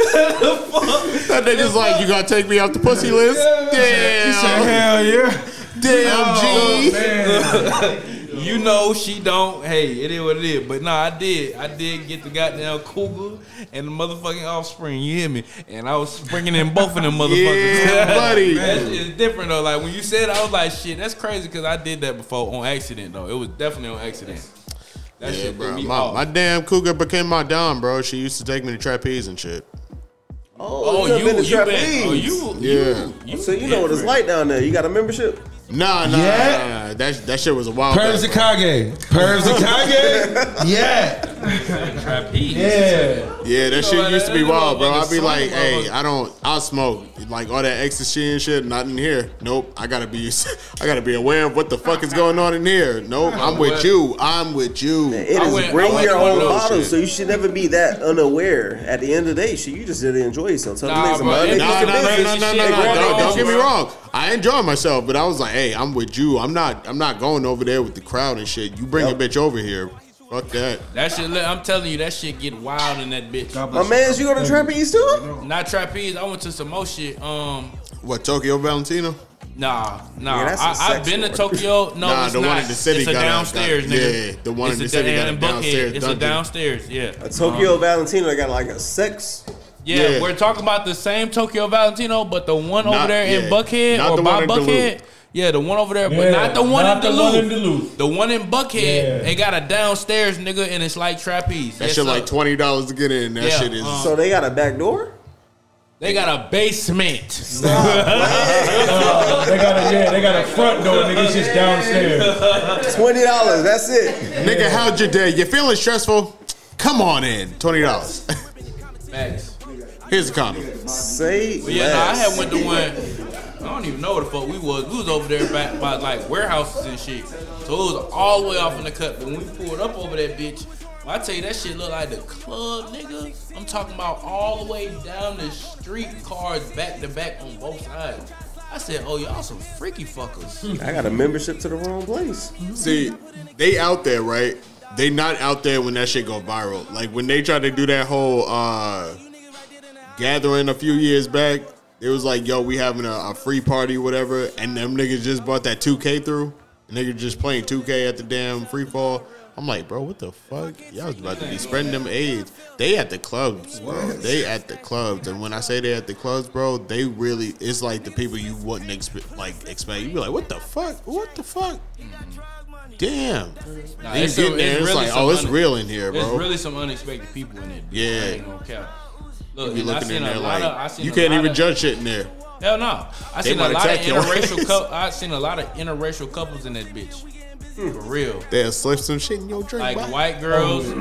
S3: *laughs*
S5: *laughs*
S3: That nigga's like, you gonna take me off the pussy list? Damn.
S4: Hell yeah.
S3: Damn, G.
S5: Oh, You know she don't. Hey, it is what it is. But nah, I did. I did get the goddamn cougar and the motherfucking offspring. You hear me? And I was springing in both of them motherfuckers. *laughs*
S3: Yeah, buddy.
S5: That shit is different though. Like when you said, it, I was like, shit, that's crazy because I did that before on accident though. It was definitely on accident. That
S3: Yeah,
S5: shit,
S3: bro.
S5: bro. Me
S3: My,
S5: off.
S3: my damn cougar became my dom, bro. She used to take me to trapeze and shit.
S1: Oh,
S5: oh,
S1: you,
S5: you,
S1: done been to
S5: you been? Oh,
S1: trapeze.
S5: you,
S3: Yeah.
S1: So you know what it's like down there. You got a membership?
S3: Nah, nah,
S2: Yeah.
S3: nah, nah. That that shit was a wild.
S2: Pervs
S3: back, bro.
S2: Kage. Pervs
S1: *laughs*
S2: Kage. Yeah.
S5: trapeze.
S2: Yeah.
S3: Yeah, that
S5: know,
S3: shit used to be
S5: that
S3: wild, bro.
S5: little
S3: I'd be
S5: nigga
S3: like,
S5: slang,
S3: hey,
S5: motherfucker.
S3: I don't, I'll smoke. Like all that ecstasy and shit, not in here. Nope. I gotta be, *laughs* I gotta be aware of what the fuck is going on in here. Nope. I'm with you. I'm with you.
S1: It
S5: I
S1: is
S5: went- I
S1: bring
S5: went
S1: your
S5: to one
S1: own
S5: of those
S1: bottle,
S3: shit.
S1: so you should never be that unaware. At the end of the day, shit, you just didn't enjoy yourself. Tell
S5: Nah,
S1: them niggas,
S5: bro,
S1: mind
S5: it-
S1: they
S5: Nah,
S3: No,
S1: fucking
S3: no, no,
S1: business.
S3: no, no,
S5: They
S3: no,
S5: grown
S3: no.
S5: adults,
S3: Don't get me
S5: bro.
S3: wrong. I enjoy myself, but I was like, hey, I'm with you. I'm not, I'm not going over there with the crowd and shit. You bring a bitch over here. Fuck that.
S5: That shit, look, I'm telling you, that shit get wild in that bitch.
S1: My man's, you go to trapeze too?
S5: Not trapeze. I went to some more shit. Um,
S3: What Tokyo Valentino?
S5: Nah, nah.
S1: Yeah, that's a
S5: I, I've
S1: sex
S5: been to
S1: store.
S3: *laughs*
S5: Tokyo. No,
S3: Nah,
S5: it's
S3: the
S5: not.
S3: one in the city
S5: It's a
S3: got a-
S5: downstairs,
S3: got-
S5: nigga.
S3: yeah, the one in
S5: It's a
S3: the city
S5: down-
S3: got a
S5: in Buckhead.
S3: downstairs
S5: It's a
S3: dungeon.
S5: downstairs. Yeah.
S1: A Tokyo Valentino got like a sex
S5: Yeah,
S3: Yeah.
S5: we're talking about the same Tokyo Valentino, but the one
S3: Not-
S5: over there in
S3: yeah.
S5: Buckhead
S3: Not
S5: or
S3: the
S5: by
S3: one in
S5: Buckhead.
S3: Duluth.
S5: Yeah, the one over there,
S3: Yeah,
S5: but not the one
S3: not the
S5: in Duluth.
S3: one
S5: in Duluth. The one in Buckhead, they got a downstairs nigga, and it's like trapeze.
S3: That
S5: Yes,
S3: shit
S5: sir.
S3: like twenty dollars to get in. That
S5: Yeah,
S3: shit is
S5: um,
S1: So they got a back door.
S5: They got a basement.
S22: *laughs* They got a yeah, they got a front door, nigga. It's just downstairs.
S1: Twenty dollars. That's it.
S3: Nigga, how'd your day? You feeling stressful? Come on in. Twenty dollars.
S5: Facts.
S3: Here's a condom.
S1: Say
S5: But yeah, no, I
S1: less.
S5: had went to one. I don't even know where the fuck we was. We was over there back by like warehouses and shit. So it was all the way off in the cut. But when we pulled up over that bitch, well, I tell you that shit looked like the club, nigga. I'm talking about all the way down the street, cars back to back on both sides. I said, oh y'all some
S3: *laughs*
S5: freaky fuckers.
S1: I got a membership to the wrong place.
S3: See, they out there, right? They not out there when that shit go viral. Like when they tried to do that whole uh gathering a few years back, it was like, yo, we having a, a free party, whatever, and them niggas just brought that 2K through. And niggas just playing 2K at the damn free fall. I'm like, bro, what the fuck? Y'all was about to be spreading them AIDS. They at the clubs, bro. They at the clubs, and when I say they at the clubs, bro, they really it's like the people you wouldn't expect. Like expect, you be like, what the fuck? What the fuck? Damn.
S5: Nah,
S3: They
S5: it's
S3: get
S5: some-
S3: in there,
S5: it's
S3: it's
S5: really
S3: like,
S5: some
S3: oh, it's
S5: un-
S3: real in here, bro.
S5: There's really some unexpected people in it. bitch.
S3: Yeah.
S5: I ain't gonna cap. Look,
S3: you be
S5: and I
S3: looking
S5: seen
S3: in
S5: a
S3: there
S5: lot
S3: like
S5: of. I seen
S3: you
S5: a
S3: can't
S5: lot
S3: even
S5: of-
S3: judge shit in there.
S5: Hell no. I
S3: They
S5: seen a
S3: might
S5: lot of
S3: attack your
S5: interracial
S3: ass. *laughs*
S1: *laughs*
S5: couples. I seen a lot of interracial couples in that bitch. For real.
S3: They'll slip some shit in your drink.
S5: Like
S3: boy.
S5: white girls
S1: Oh,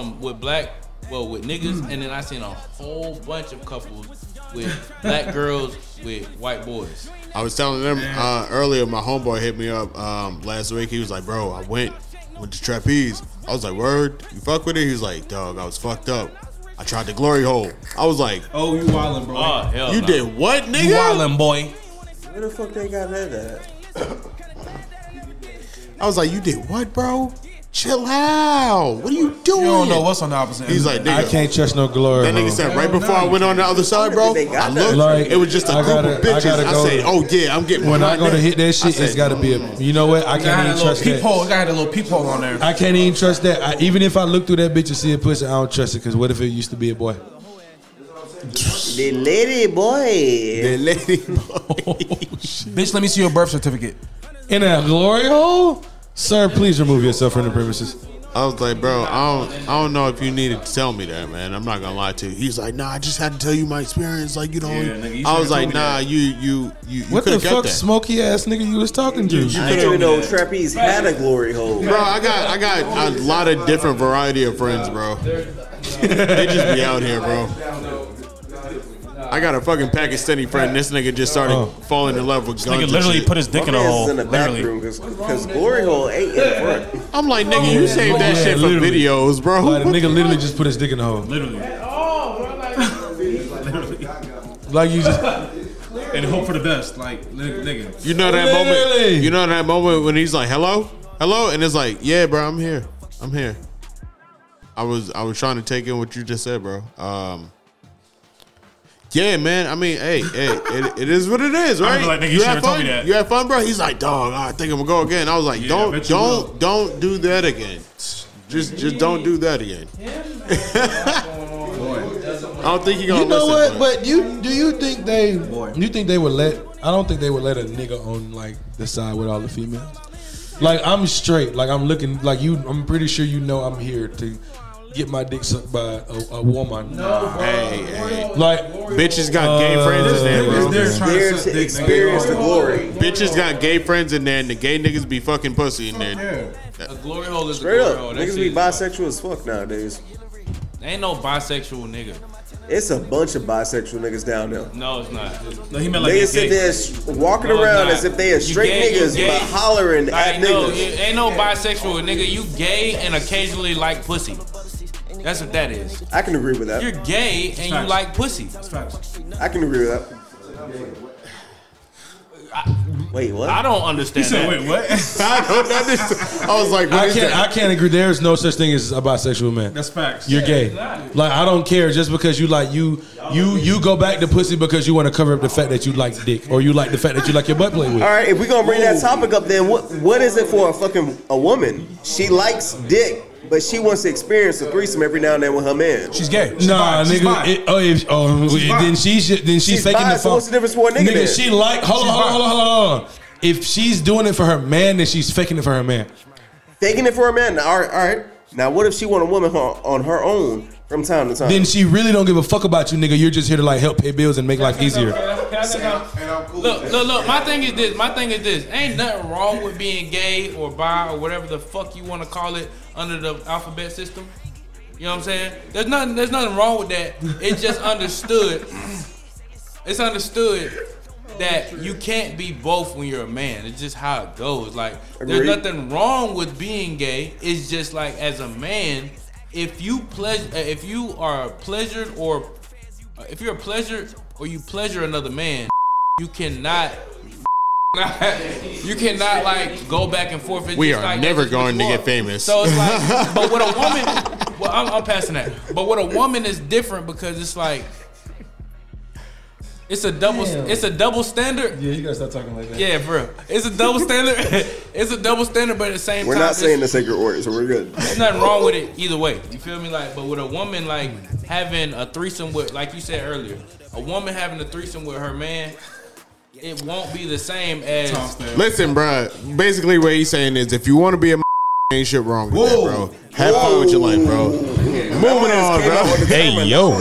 S5: um with black well with niggas and then I seen a whole bunch of couples with black girls with white boys.
S3: I was telling them uh, earlier, my homeboy hit me up um, last week. He was like, bro, I went, went to trapeze. I was like, word, you fuck with it? He was like, dog, I was fucked up. I tried the glory hole. I was like,
S22: Oh, you wildin', bro.
S5: Oh hell
S3: you
S5: no.
S3: did what, nigga?
S23: Wildin' boy.
S1: Where the fuck they got that at?
S3: I was like, you did what, bro? Chill out. What are you doing?
S23: You don't know what's on the opposite end.
S3: He's like,
S2: I
S3: nigga.
S2: can't trust no glory.
S3: That nigga
S2: hole.
S3: said right before I went on the other side, bro.
S1: They got that.
S3: I looked,
S2: Like,
S3: it was just a
S2: I
S3: group of
S2: gotta- I
S3: bitches.
S2: gotta
S3: I,
S2: go-
S3: said, "Oh yeah, I'm getting."
S2: when
S3: one
S2: I
S3: right
S2: go to
S3: now." *laughs*
S2: hit that
S3: I
S2: shit,
S3: said,
S2: it's got to be a. You know what? I
S23: got
S2: can't
S23: a
S2: even
S23: little
S2: trust
S23: peephole.
S2: that.
S23: It got a little peephole on there.
S2: I can't even trust that. I, even if I look through that bitch and see a pussy, I don't trust it. Cause what if it used to be a boy?
S1: The lady boy.
S3: The lady,
S23: Bitch, let me see your birth certificate.
S2: In a glory hole, sir. Please remove yourself from the premises.
S3: I was like, bro, I don't, I don't know if you needed to tell me that, man. I'm not gonna lie to you. He's like, nah, I just had to tell you my experience. Like, you know,
S4: nigga, you
S3: I was
S4: should've
S3: like,
S4: told me
S3: nah,
S4: that.
S3: you, you, you, you
S2: What
S3: could
S2: the
S3: have got
S2: fuck,
S3: that.
S2: smoky ass nigga you was talking to?
S3: you
S1: I
S3: could
S1: didn't even
S3: have
S1: know trapeze had a glory hole.
S3: Bro, I got I got a lot of different variety of friends, bro. they just be out here, bro. I got a fucking Pakistani friend. This nigga just started
S2: Oh.
S3: falling in love with guns.
S22: Nigga
S3: and
S22: literally
S3: shit.
S22: put his dick in a
S1: Man's
S22: hole.
S1: in the back
S22: Literally.
S1: room because glory hole ain't in front.
S3: I'm like, nigga, you saved that
S2: yeah,
S3: shit for
S2: literally.
S3: videos, bro.
S2: Like the nigga literally just put his dick in the hole.
S22: Literally.
S2: Like you just
S4: *laughs* And hope for the best, like nigga. nigga.
S3: You know that
S2: Literally.
S3: moment. You know that moment when he's like, "Hello, hello," and it's like, "Yeah, bro, I'm here. I'm here." I was I was trying to take in what you just said, bro. Um, yeah, man. I mean, hey, hey, it, it is what it
S4: *laughs*
S3: is,
S22: I'd
S3: right?
S22: be like, nigga, you
S3: had
S22: should've told
S3: fun.
S22: me that.
S3: You had fun, bro. He's like, "Dog, I think I'm gonna go again." I was like,
S4: Yeah, I
S3: "Don't,
S4: bet you
S3: don't,
S4: will."
S3: don't do that again. Just, just don't do that again." *laughs* I don't think you're gonna
S2: You know
S3: listen,
S2: what? But you do you think they you think they would let? I don't think they would let a nigga on like the side with all the females. Like I'm straight. Like I'm looking. Like you. I'm pretty sure you know I'm here to get my dick sucked by a, a woman.
S3: hey, hey,
S2: Like
S3: bitches got gay
S2: Uh,
S3: friends in there, bro.
S4: Niggas there trying
S1: There
S4: to suck dick,
S1: to
S4: nigga.
S1: experience the glory.
S3: Bitches got gay friends in there, and the gay niggas be fucking pussy in there.
S5: A glory hole is
S1: Straight
S5: a glory hole.
S1: up,
S5: That
S1: niggas
S5: shit
S1: be
S5: is-
S1: bisexual as fuck nowadays.
S5: Ain't no bisexual nigga.
S1: It's a bunch of bisexual niggas down there.
S5: No, it's not.
S4: No, he meant like
S1: Niggas
S4: he's
S1: sit
S4: gay.
S1: there s- walking
S5: No, it's
S1: around
S5: not.
S1: as if they are
S5: You
S1: straight
S5: gay, you
S1: niggas,
S5: gay.
S1: but hollering
S5: I
S1: at
S5: know.
S1: niggas.
S5: Ain't no bisexual nigga. You gay and occasionally like pussy. That's what that is.
S1: I can agree with that.
S5: You're gay and you
S4: Facts.
S5: like pussy.
S1: I can agree with that. Wait, what?
S5: I don't understand
S4: He said,
S5: that.
S4: wait, what?
S3: *laughs* I don't understand. I was like, what
S2: I
S3: is
S2: can't.
S3: that?
S2: I can't agree. There is no such thing as a bisexual man.
S4: That's facts.
S2: You're gay. Like I don't care just because you like you you you go back to pussy because you want to cover up the fact that you like dick or you like the fact that you like your butt played with.
S1: All right, if we gonna bring that topic up, then what what is it for a fucking a woman? She likes dick. But she wants to experience a threesome every now and then with her man.
S2: She's gay. nah, nigga. It, oh, if, oh then she should, then she's,
S1: She's
S2: taking
S1: bi,
S2: the
S1: so
S2: phone.
S1: what's the difference for a nigga then?
S2: she like hold on,
S1: She's
S2: hold on, hold
S1: bi.
S2: on, hold on, hold on. If she's doing it for her man, then she's faking it for her man.
S1: Faking it for a man. Now, all right, all right. Now, what if she want a woman on, on her own from time to time?
S2: Then she really don't give a fuck about you, nigga. You're just here to like help pay bills and make life easier.
S5: *laughs* Look, look, look. My thing is this. My thing is this. Ain't nothing wrong with being gay or bi or whatever the fuck you want to call it under the alphabet system. You know what I'm saying? There's nothing. There's nothing wrong with that. It's just understood. It's understood that you can't be both when you're a man. It's just how it goes. Like there's
S7: Agreed.
S5: nothing wrong with being gay. It's just like as a man, if you pleasure, if you are pleasured or uh, if you're pleasured or you pleasure another man, you cannot. *laughs* you cannot like go back and forth. It's
S3: We
S5: just
S3: are
S5: like-
S3: never going to get famous.
S5: so it's like, but with a woman, well, I'm, I'm passing that. But with a woman is different because it's like, it's a double,
S24: Damn.
S5: it's a double standard.
S24: Yeah, you gotta stop talking like
S5: Yeah, for real. It's a double standard. *laughs* it's a double standard, but at the same
S1: We're
S5: time,
S1: not saying
S5: it's-
S1: the sacred order, so we're good.
S5: there's nothing wrong with it either way. You feel me? Like, but with a woman like having a threesome with, like you said earlier, a woman having a threesome with her man, it won't be the same as.
S3: Listen, bro. Basically, what he's saying is, if you want to be a m- ain't shit wrong with that, bro. Have fun with your life, bro. Moving on, bro.
S4: Hey yo.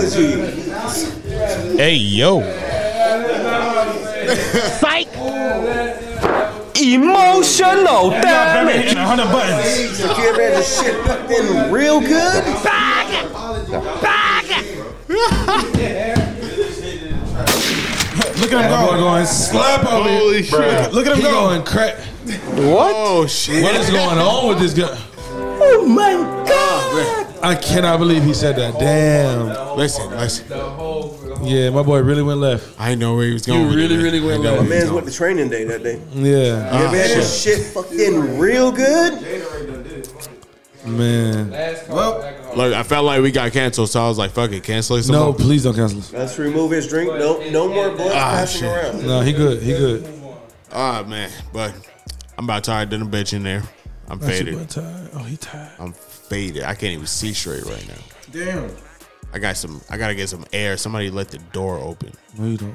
S4: Hey *laughs* yo.
S3: *laughs*
S21: Psych! Emotional
S24: damage. hundred buttons.
S1: Did you ever have the shit fucked in real good?
S2: Look at him going, going slap on me.
S3: Holy shit.
S2: Look at him going crack.
S3: What? Oh shit.
S2: What is going on with this guy?
S21: Oh my god!
S2: I cannot believe he said that. Damn.
S3: Listen, listen.
S2: Yeah, my boy really went left.
S3: I know where he was going. with
S2: really,
S3: it.
S2: really went
S3: I know where he
S2: left.
S3: was
S1: Man's
S3: going.
S1: went to training day that day.
S2: Yeah, Ah,
S1: You ever had the shit fucked in real good?
S2: man.
S3: Look, I felt like we got canceled, so I was like, "Fuck it, cancel it." some
S2: No,
S3: more.
S2: please don't cancel us.
S1: Let's remove his drink. No, no more blood
S3: Ah,
S1: passing
S3: shit.
S1: around.
S2: No, he good. He good.
S3: Ah man, but I'm about tired than a bitch in there. I'm faded.
S2: Oh, he tired.
S3: I'm faded. I can't even see straight right now.
S25: Damn.
S3: I got some. I gotta get some air. Somebody let the door open.
S2: No, you don't.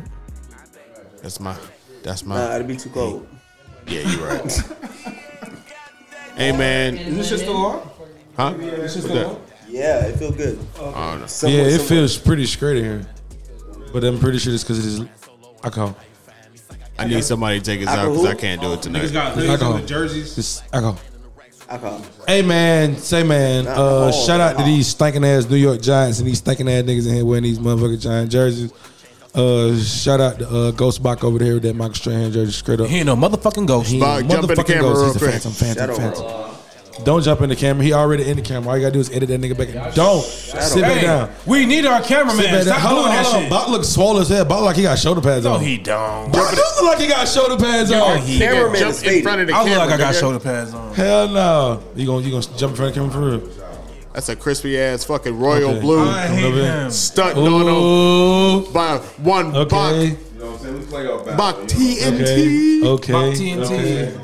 S3: That's my. That's my.
S1: Nah, it'd be too cold.
S3: Yeah, you're
S1: *laughs*
S3: right. hey man,
S25: Is this shit still on?
S3: huh? What's that?
S1: Yeah, it feel good.
S3: Oh, no.
S1: Somewhat,
S2: Yeah, it
S1: somewhat.
S2: feels pretty straight in here, but I'm pretty sure it's because it is alcohol.
S3: I need somebody to take us out because I can't do it
S25: Niggas
S3: tonight.
S25: got hoodies
S2: Alcohol.
S25: on the jerseys.
S2: It's alcohol.
S1: alcohol.
S2: Hey man, say man, uh,
S1: Alcohol.
S2: shout out to these stinking ass New York Giants and these stinking ass niggas in here wearing these motherfucking giant jerseys. Uh, shout out to uh, Ghostbach over there with that Michael Strahan jersey straight up.
S4: He ain't no motherfucking ghost.
S2: He
S3: Bach, jump in the
S2: motherfucking
S3: camera
S2: goes.
S3: real
S2: He's a
S3: quick.
S2: phantom,
S1: Shadow
S2: phantom, phantom. Don't jump in the camera. He already in the camera. All you gotta do is edit that nigga back. in. Don't sit back down.
S24: we need our cameraman.
S2: Sit back down.
S24: Stop
S2: Hold
S24: doing
S2: on,
S24: that
S2: hold on.
S24: shit.
S2: Bach looks swollen as hell. Bach like he got shoulder pads on.
S4: he don't.
S2: Bach do look like he got shoulder pads on.
S1: Cameraman is
S3: Jump in
S1: faded.
S3: front of the
S4: I look like I
S3: camera.
S4: got shoulder pads on.
S2: Hell no. You gonna you gonna jump in front of the camera for real?
S3: That's a crispy ass fucking royal
S2: Okay.
S3: blue
S4: I hate
S2: Over there.
S4: him.
S3: stuck on
S2: Ooh.
S3: him by one buck.
S2: Okay.
S26: You know what I'm saying? We play our battle.
S3: Buck TNT.
S2: Okay. Okay.
S4: TNT.
S2: Okay.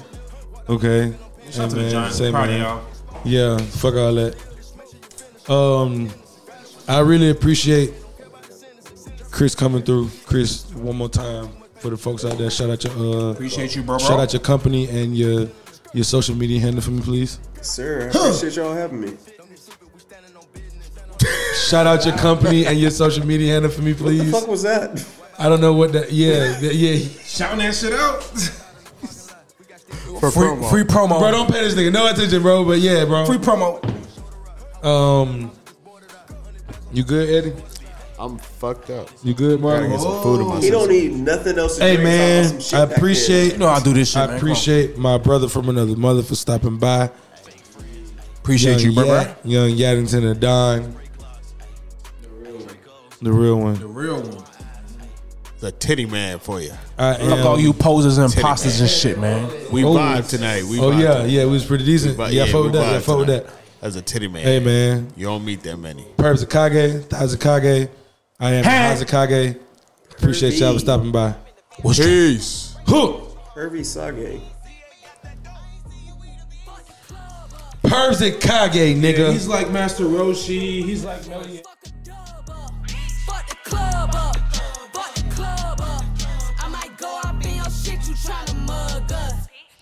S2: Okay. Hey,
S24: to the
S2: man.
S24: Giants.
S2: Say,
S24: Proud of
S2: man.
S24: y'all.
S2: Yeah, fuck all that. Um, I really appreciate Chris coming through. Chris, one more time for the folks out there. Shout out your uh,
S4: Appreciate you, bro.
S2: shout out your company and your your social media handle for me, please.
S1: Sir, I appreciate y'all having me.
S2: Shout out your company and your social media handle for me,
S1: The
S2: please.
S1: fuck was that?
S2: I don't know what that. Yeah, that- yeah.
S25: Shouting that shit
S2: *laughs*
S25: out.
S3: For
S4: free,
S3: promo.
S4: free promo.
S2: Bro, don't pay this nigga no attention, bro. But yeah, bro.
S4: free promo.
S2: Um, you good, Eddie?
S3: I'm fucked up.
S2: You good,
S3: Gotta
S2: Mark?
S3: get some food in my
S1: He
S3: system.
S1: don't need nothing else. To
S2: Hey
S1: drink. Talking about
S2: man,
S1: some shit
S2: I
S1: back there.
S2: appreciate
S4: You know I do this shit.
S2: I
S4: man.
S2: appreciate my brother from another mother for stopping by.
S4: appreciate
S2: Young
S4: you, bro.
S2: Yad- Young Yaddington and Don. The real one.
S25: Real one.
S3: The titty man for you.
S2: I am.
S4: Fuck all you posers and
S3: Titty
S4: imposters and shit, man.
S3: We
S2: Oh.
S3: vibe tonight. We
S2: Oh
S3: vibe
S2: yeah,
S3: tonight.
S2: yeah, we was pretty decent.
S3: But
S2: yeah, I fuck
S3: we
S2: with that. Yeah,
S3: vibed
S2: fuck with
S3: tonight.
S2: that.
S3: That's a titty man.
S2: Hey man,
S3: You don't meet that many.
S2: Perps Akage, Hazakage. I am
S4: Hey.
S2: Hazakage. Appreciate y'all for stopping by.
S3: Peace.
S1: Hervey Sage.
S2: Herbs and Kage, nigga.
S4: He's like Master Roshi. He's like Melly.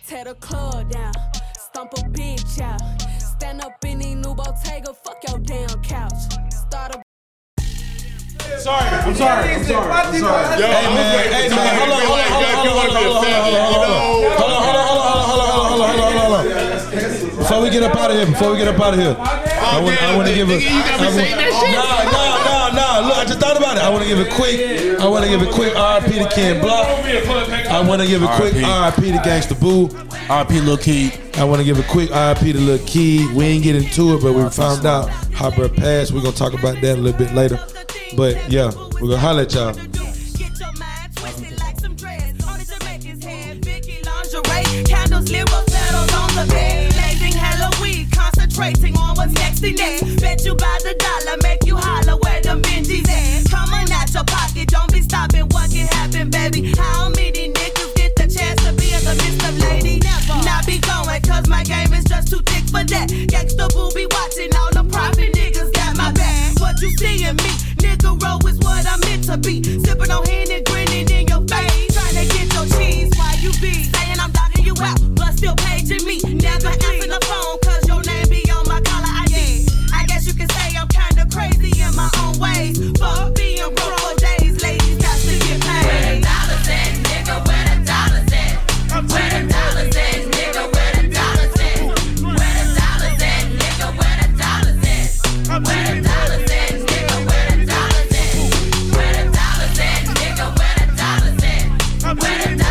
S27: Tear the club down, stomp a bitch out. Stand up in the new Bottega, fuck your damn couch. Start a
S4: Sorry, I'm sorry. I'm sorry. I'm sorry.
S3: Yo, I'm like,
S2: hey,
S3: it's
S2: man,
S3: like,
S2: hold on,
S3: I feel like
S2: hold on,
S3: I
S2: hold
S3: feel
S2: on,
S3: like a family,
S2: hold on, hold on,
S3: you
S2: hold
S3: know?
S2: on. Hold on, hold on, hold on, hold on, hold on, hold on, hold on, hold on. Before we get up out of here, before we get up out of here, I want, I want to give a.
S3: Nigga, you got me
S2: I
S3: saying that shit?
S2: Nah, nah, nah, nah. Look, I just thought about it. I want to give a quick. I want to give a quick RP to Ken Block. I want to give a quick RIP to Gangsta Boo. RIP Lil Key. I want to give a quick RIP to Lil Key. We ain't get into it, but we found out how bro passed. We're going to talk about that a little bit later. But yeah, we're going to holler at y'all.
S27: Get your mind twisted like some dreads. All the Jamaicans had Vicky lingerie, candles, lit rosetta on the bed. Blazing Halloween, concentrating on what's next in next. Bet you by the dollar, make you holler where them Benjis at. Come on out your pocket, don't be stopping what can happen, baby. How many niggas get the chance to be in the midst of lady? Never. Not be going, cause my game is just too thick for that. Gangsta will be watching all the profit niggas got my back. What you see in me, nigga, roll is what I'm meant to be. Sipping on hand and grinning in your face. Trying to get your cheese while you be saying I'm dogging you out, but still paging me. Never answering the phone, cause your name be on my collar ID. I guess you can say I'm kinda crazy in my own ways. Fuck being broke for days, ladies, got to get paid. Where the dollars at, nigga, where the dollars at? Where the dollars at, nigga, where the dollars at? Where the dollars at, nigga, where the dollars at? Where the dollars at, nigga, where the dollars at? Where the dollars at, nigga, where the dollars at? Where the dollars at, nigga, where the dollars at? Where the dollars at, nigga, where the dollars at?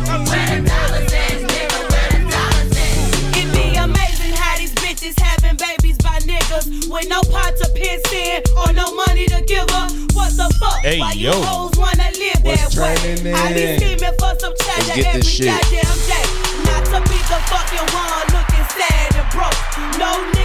S27: Where the dollars at, nigga, where the dollars at? It be amazing how these bitches having babies by niggas with no pot to piss in or no money to give up. What the fuck?
S3: Hey,
S27: Why
S3: yo.
S27: you hoes wanna live
S3: What's
S27: that way?
S3: trending
S27: I be
S3: in?
S27: scheming for some cheddar
S3: get
S27: every
S3: this shit.
S27: goddamn day. Not to be the fucking one looking sad and broke. No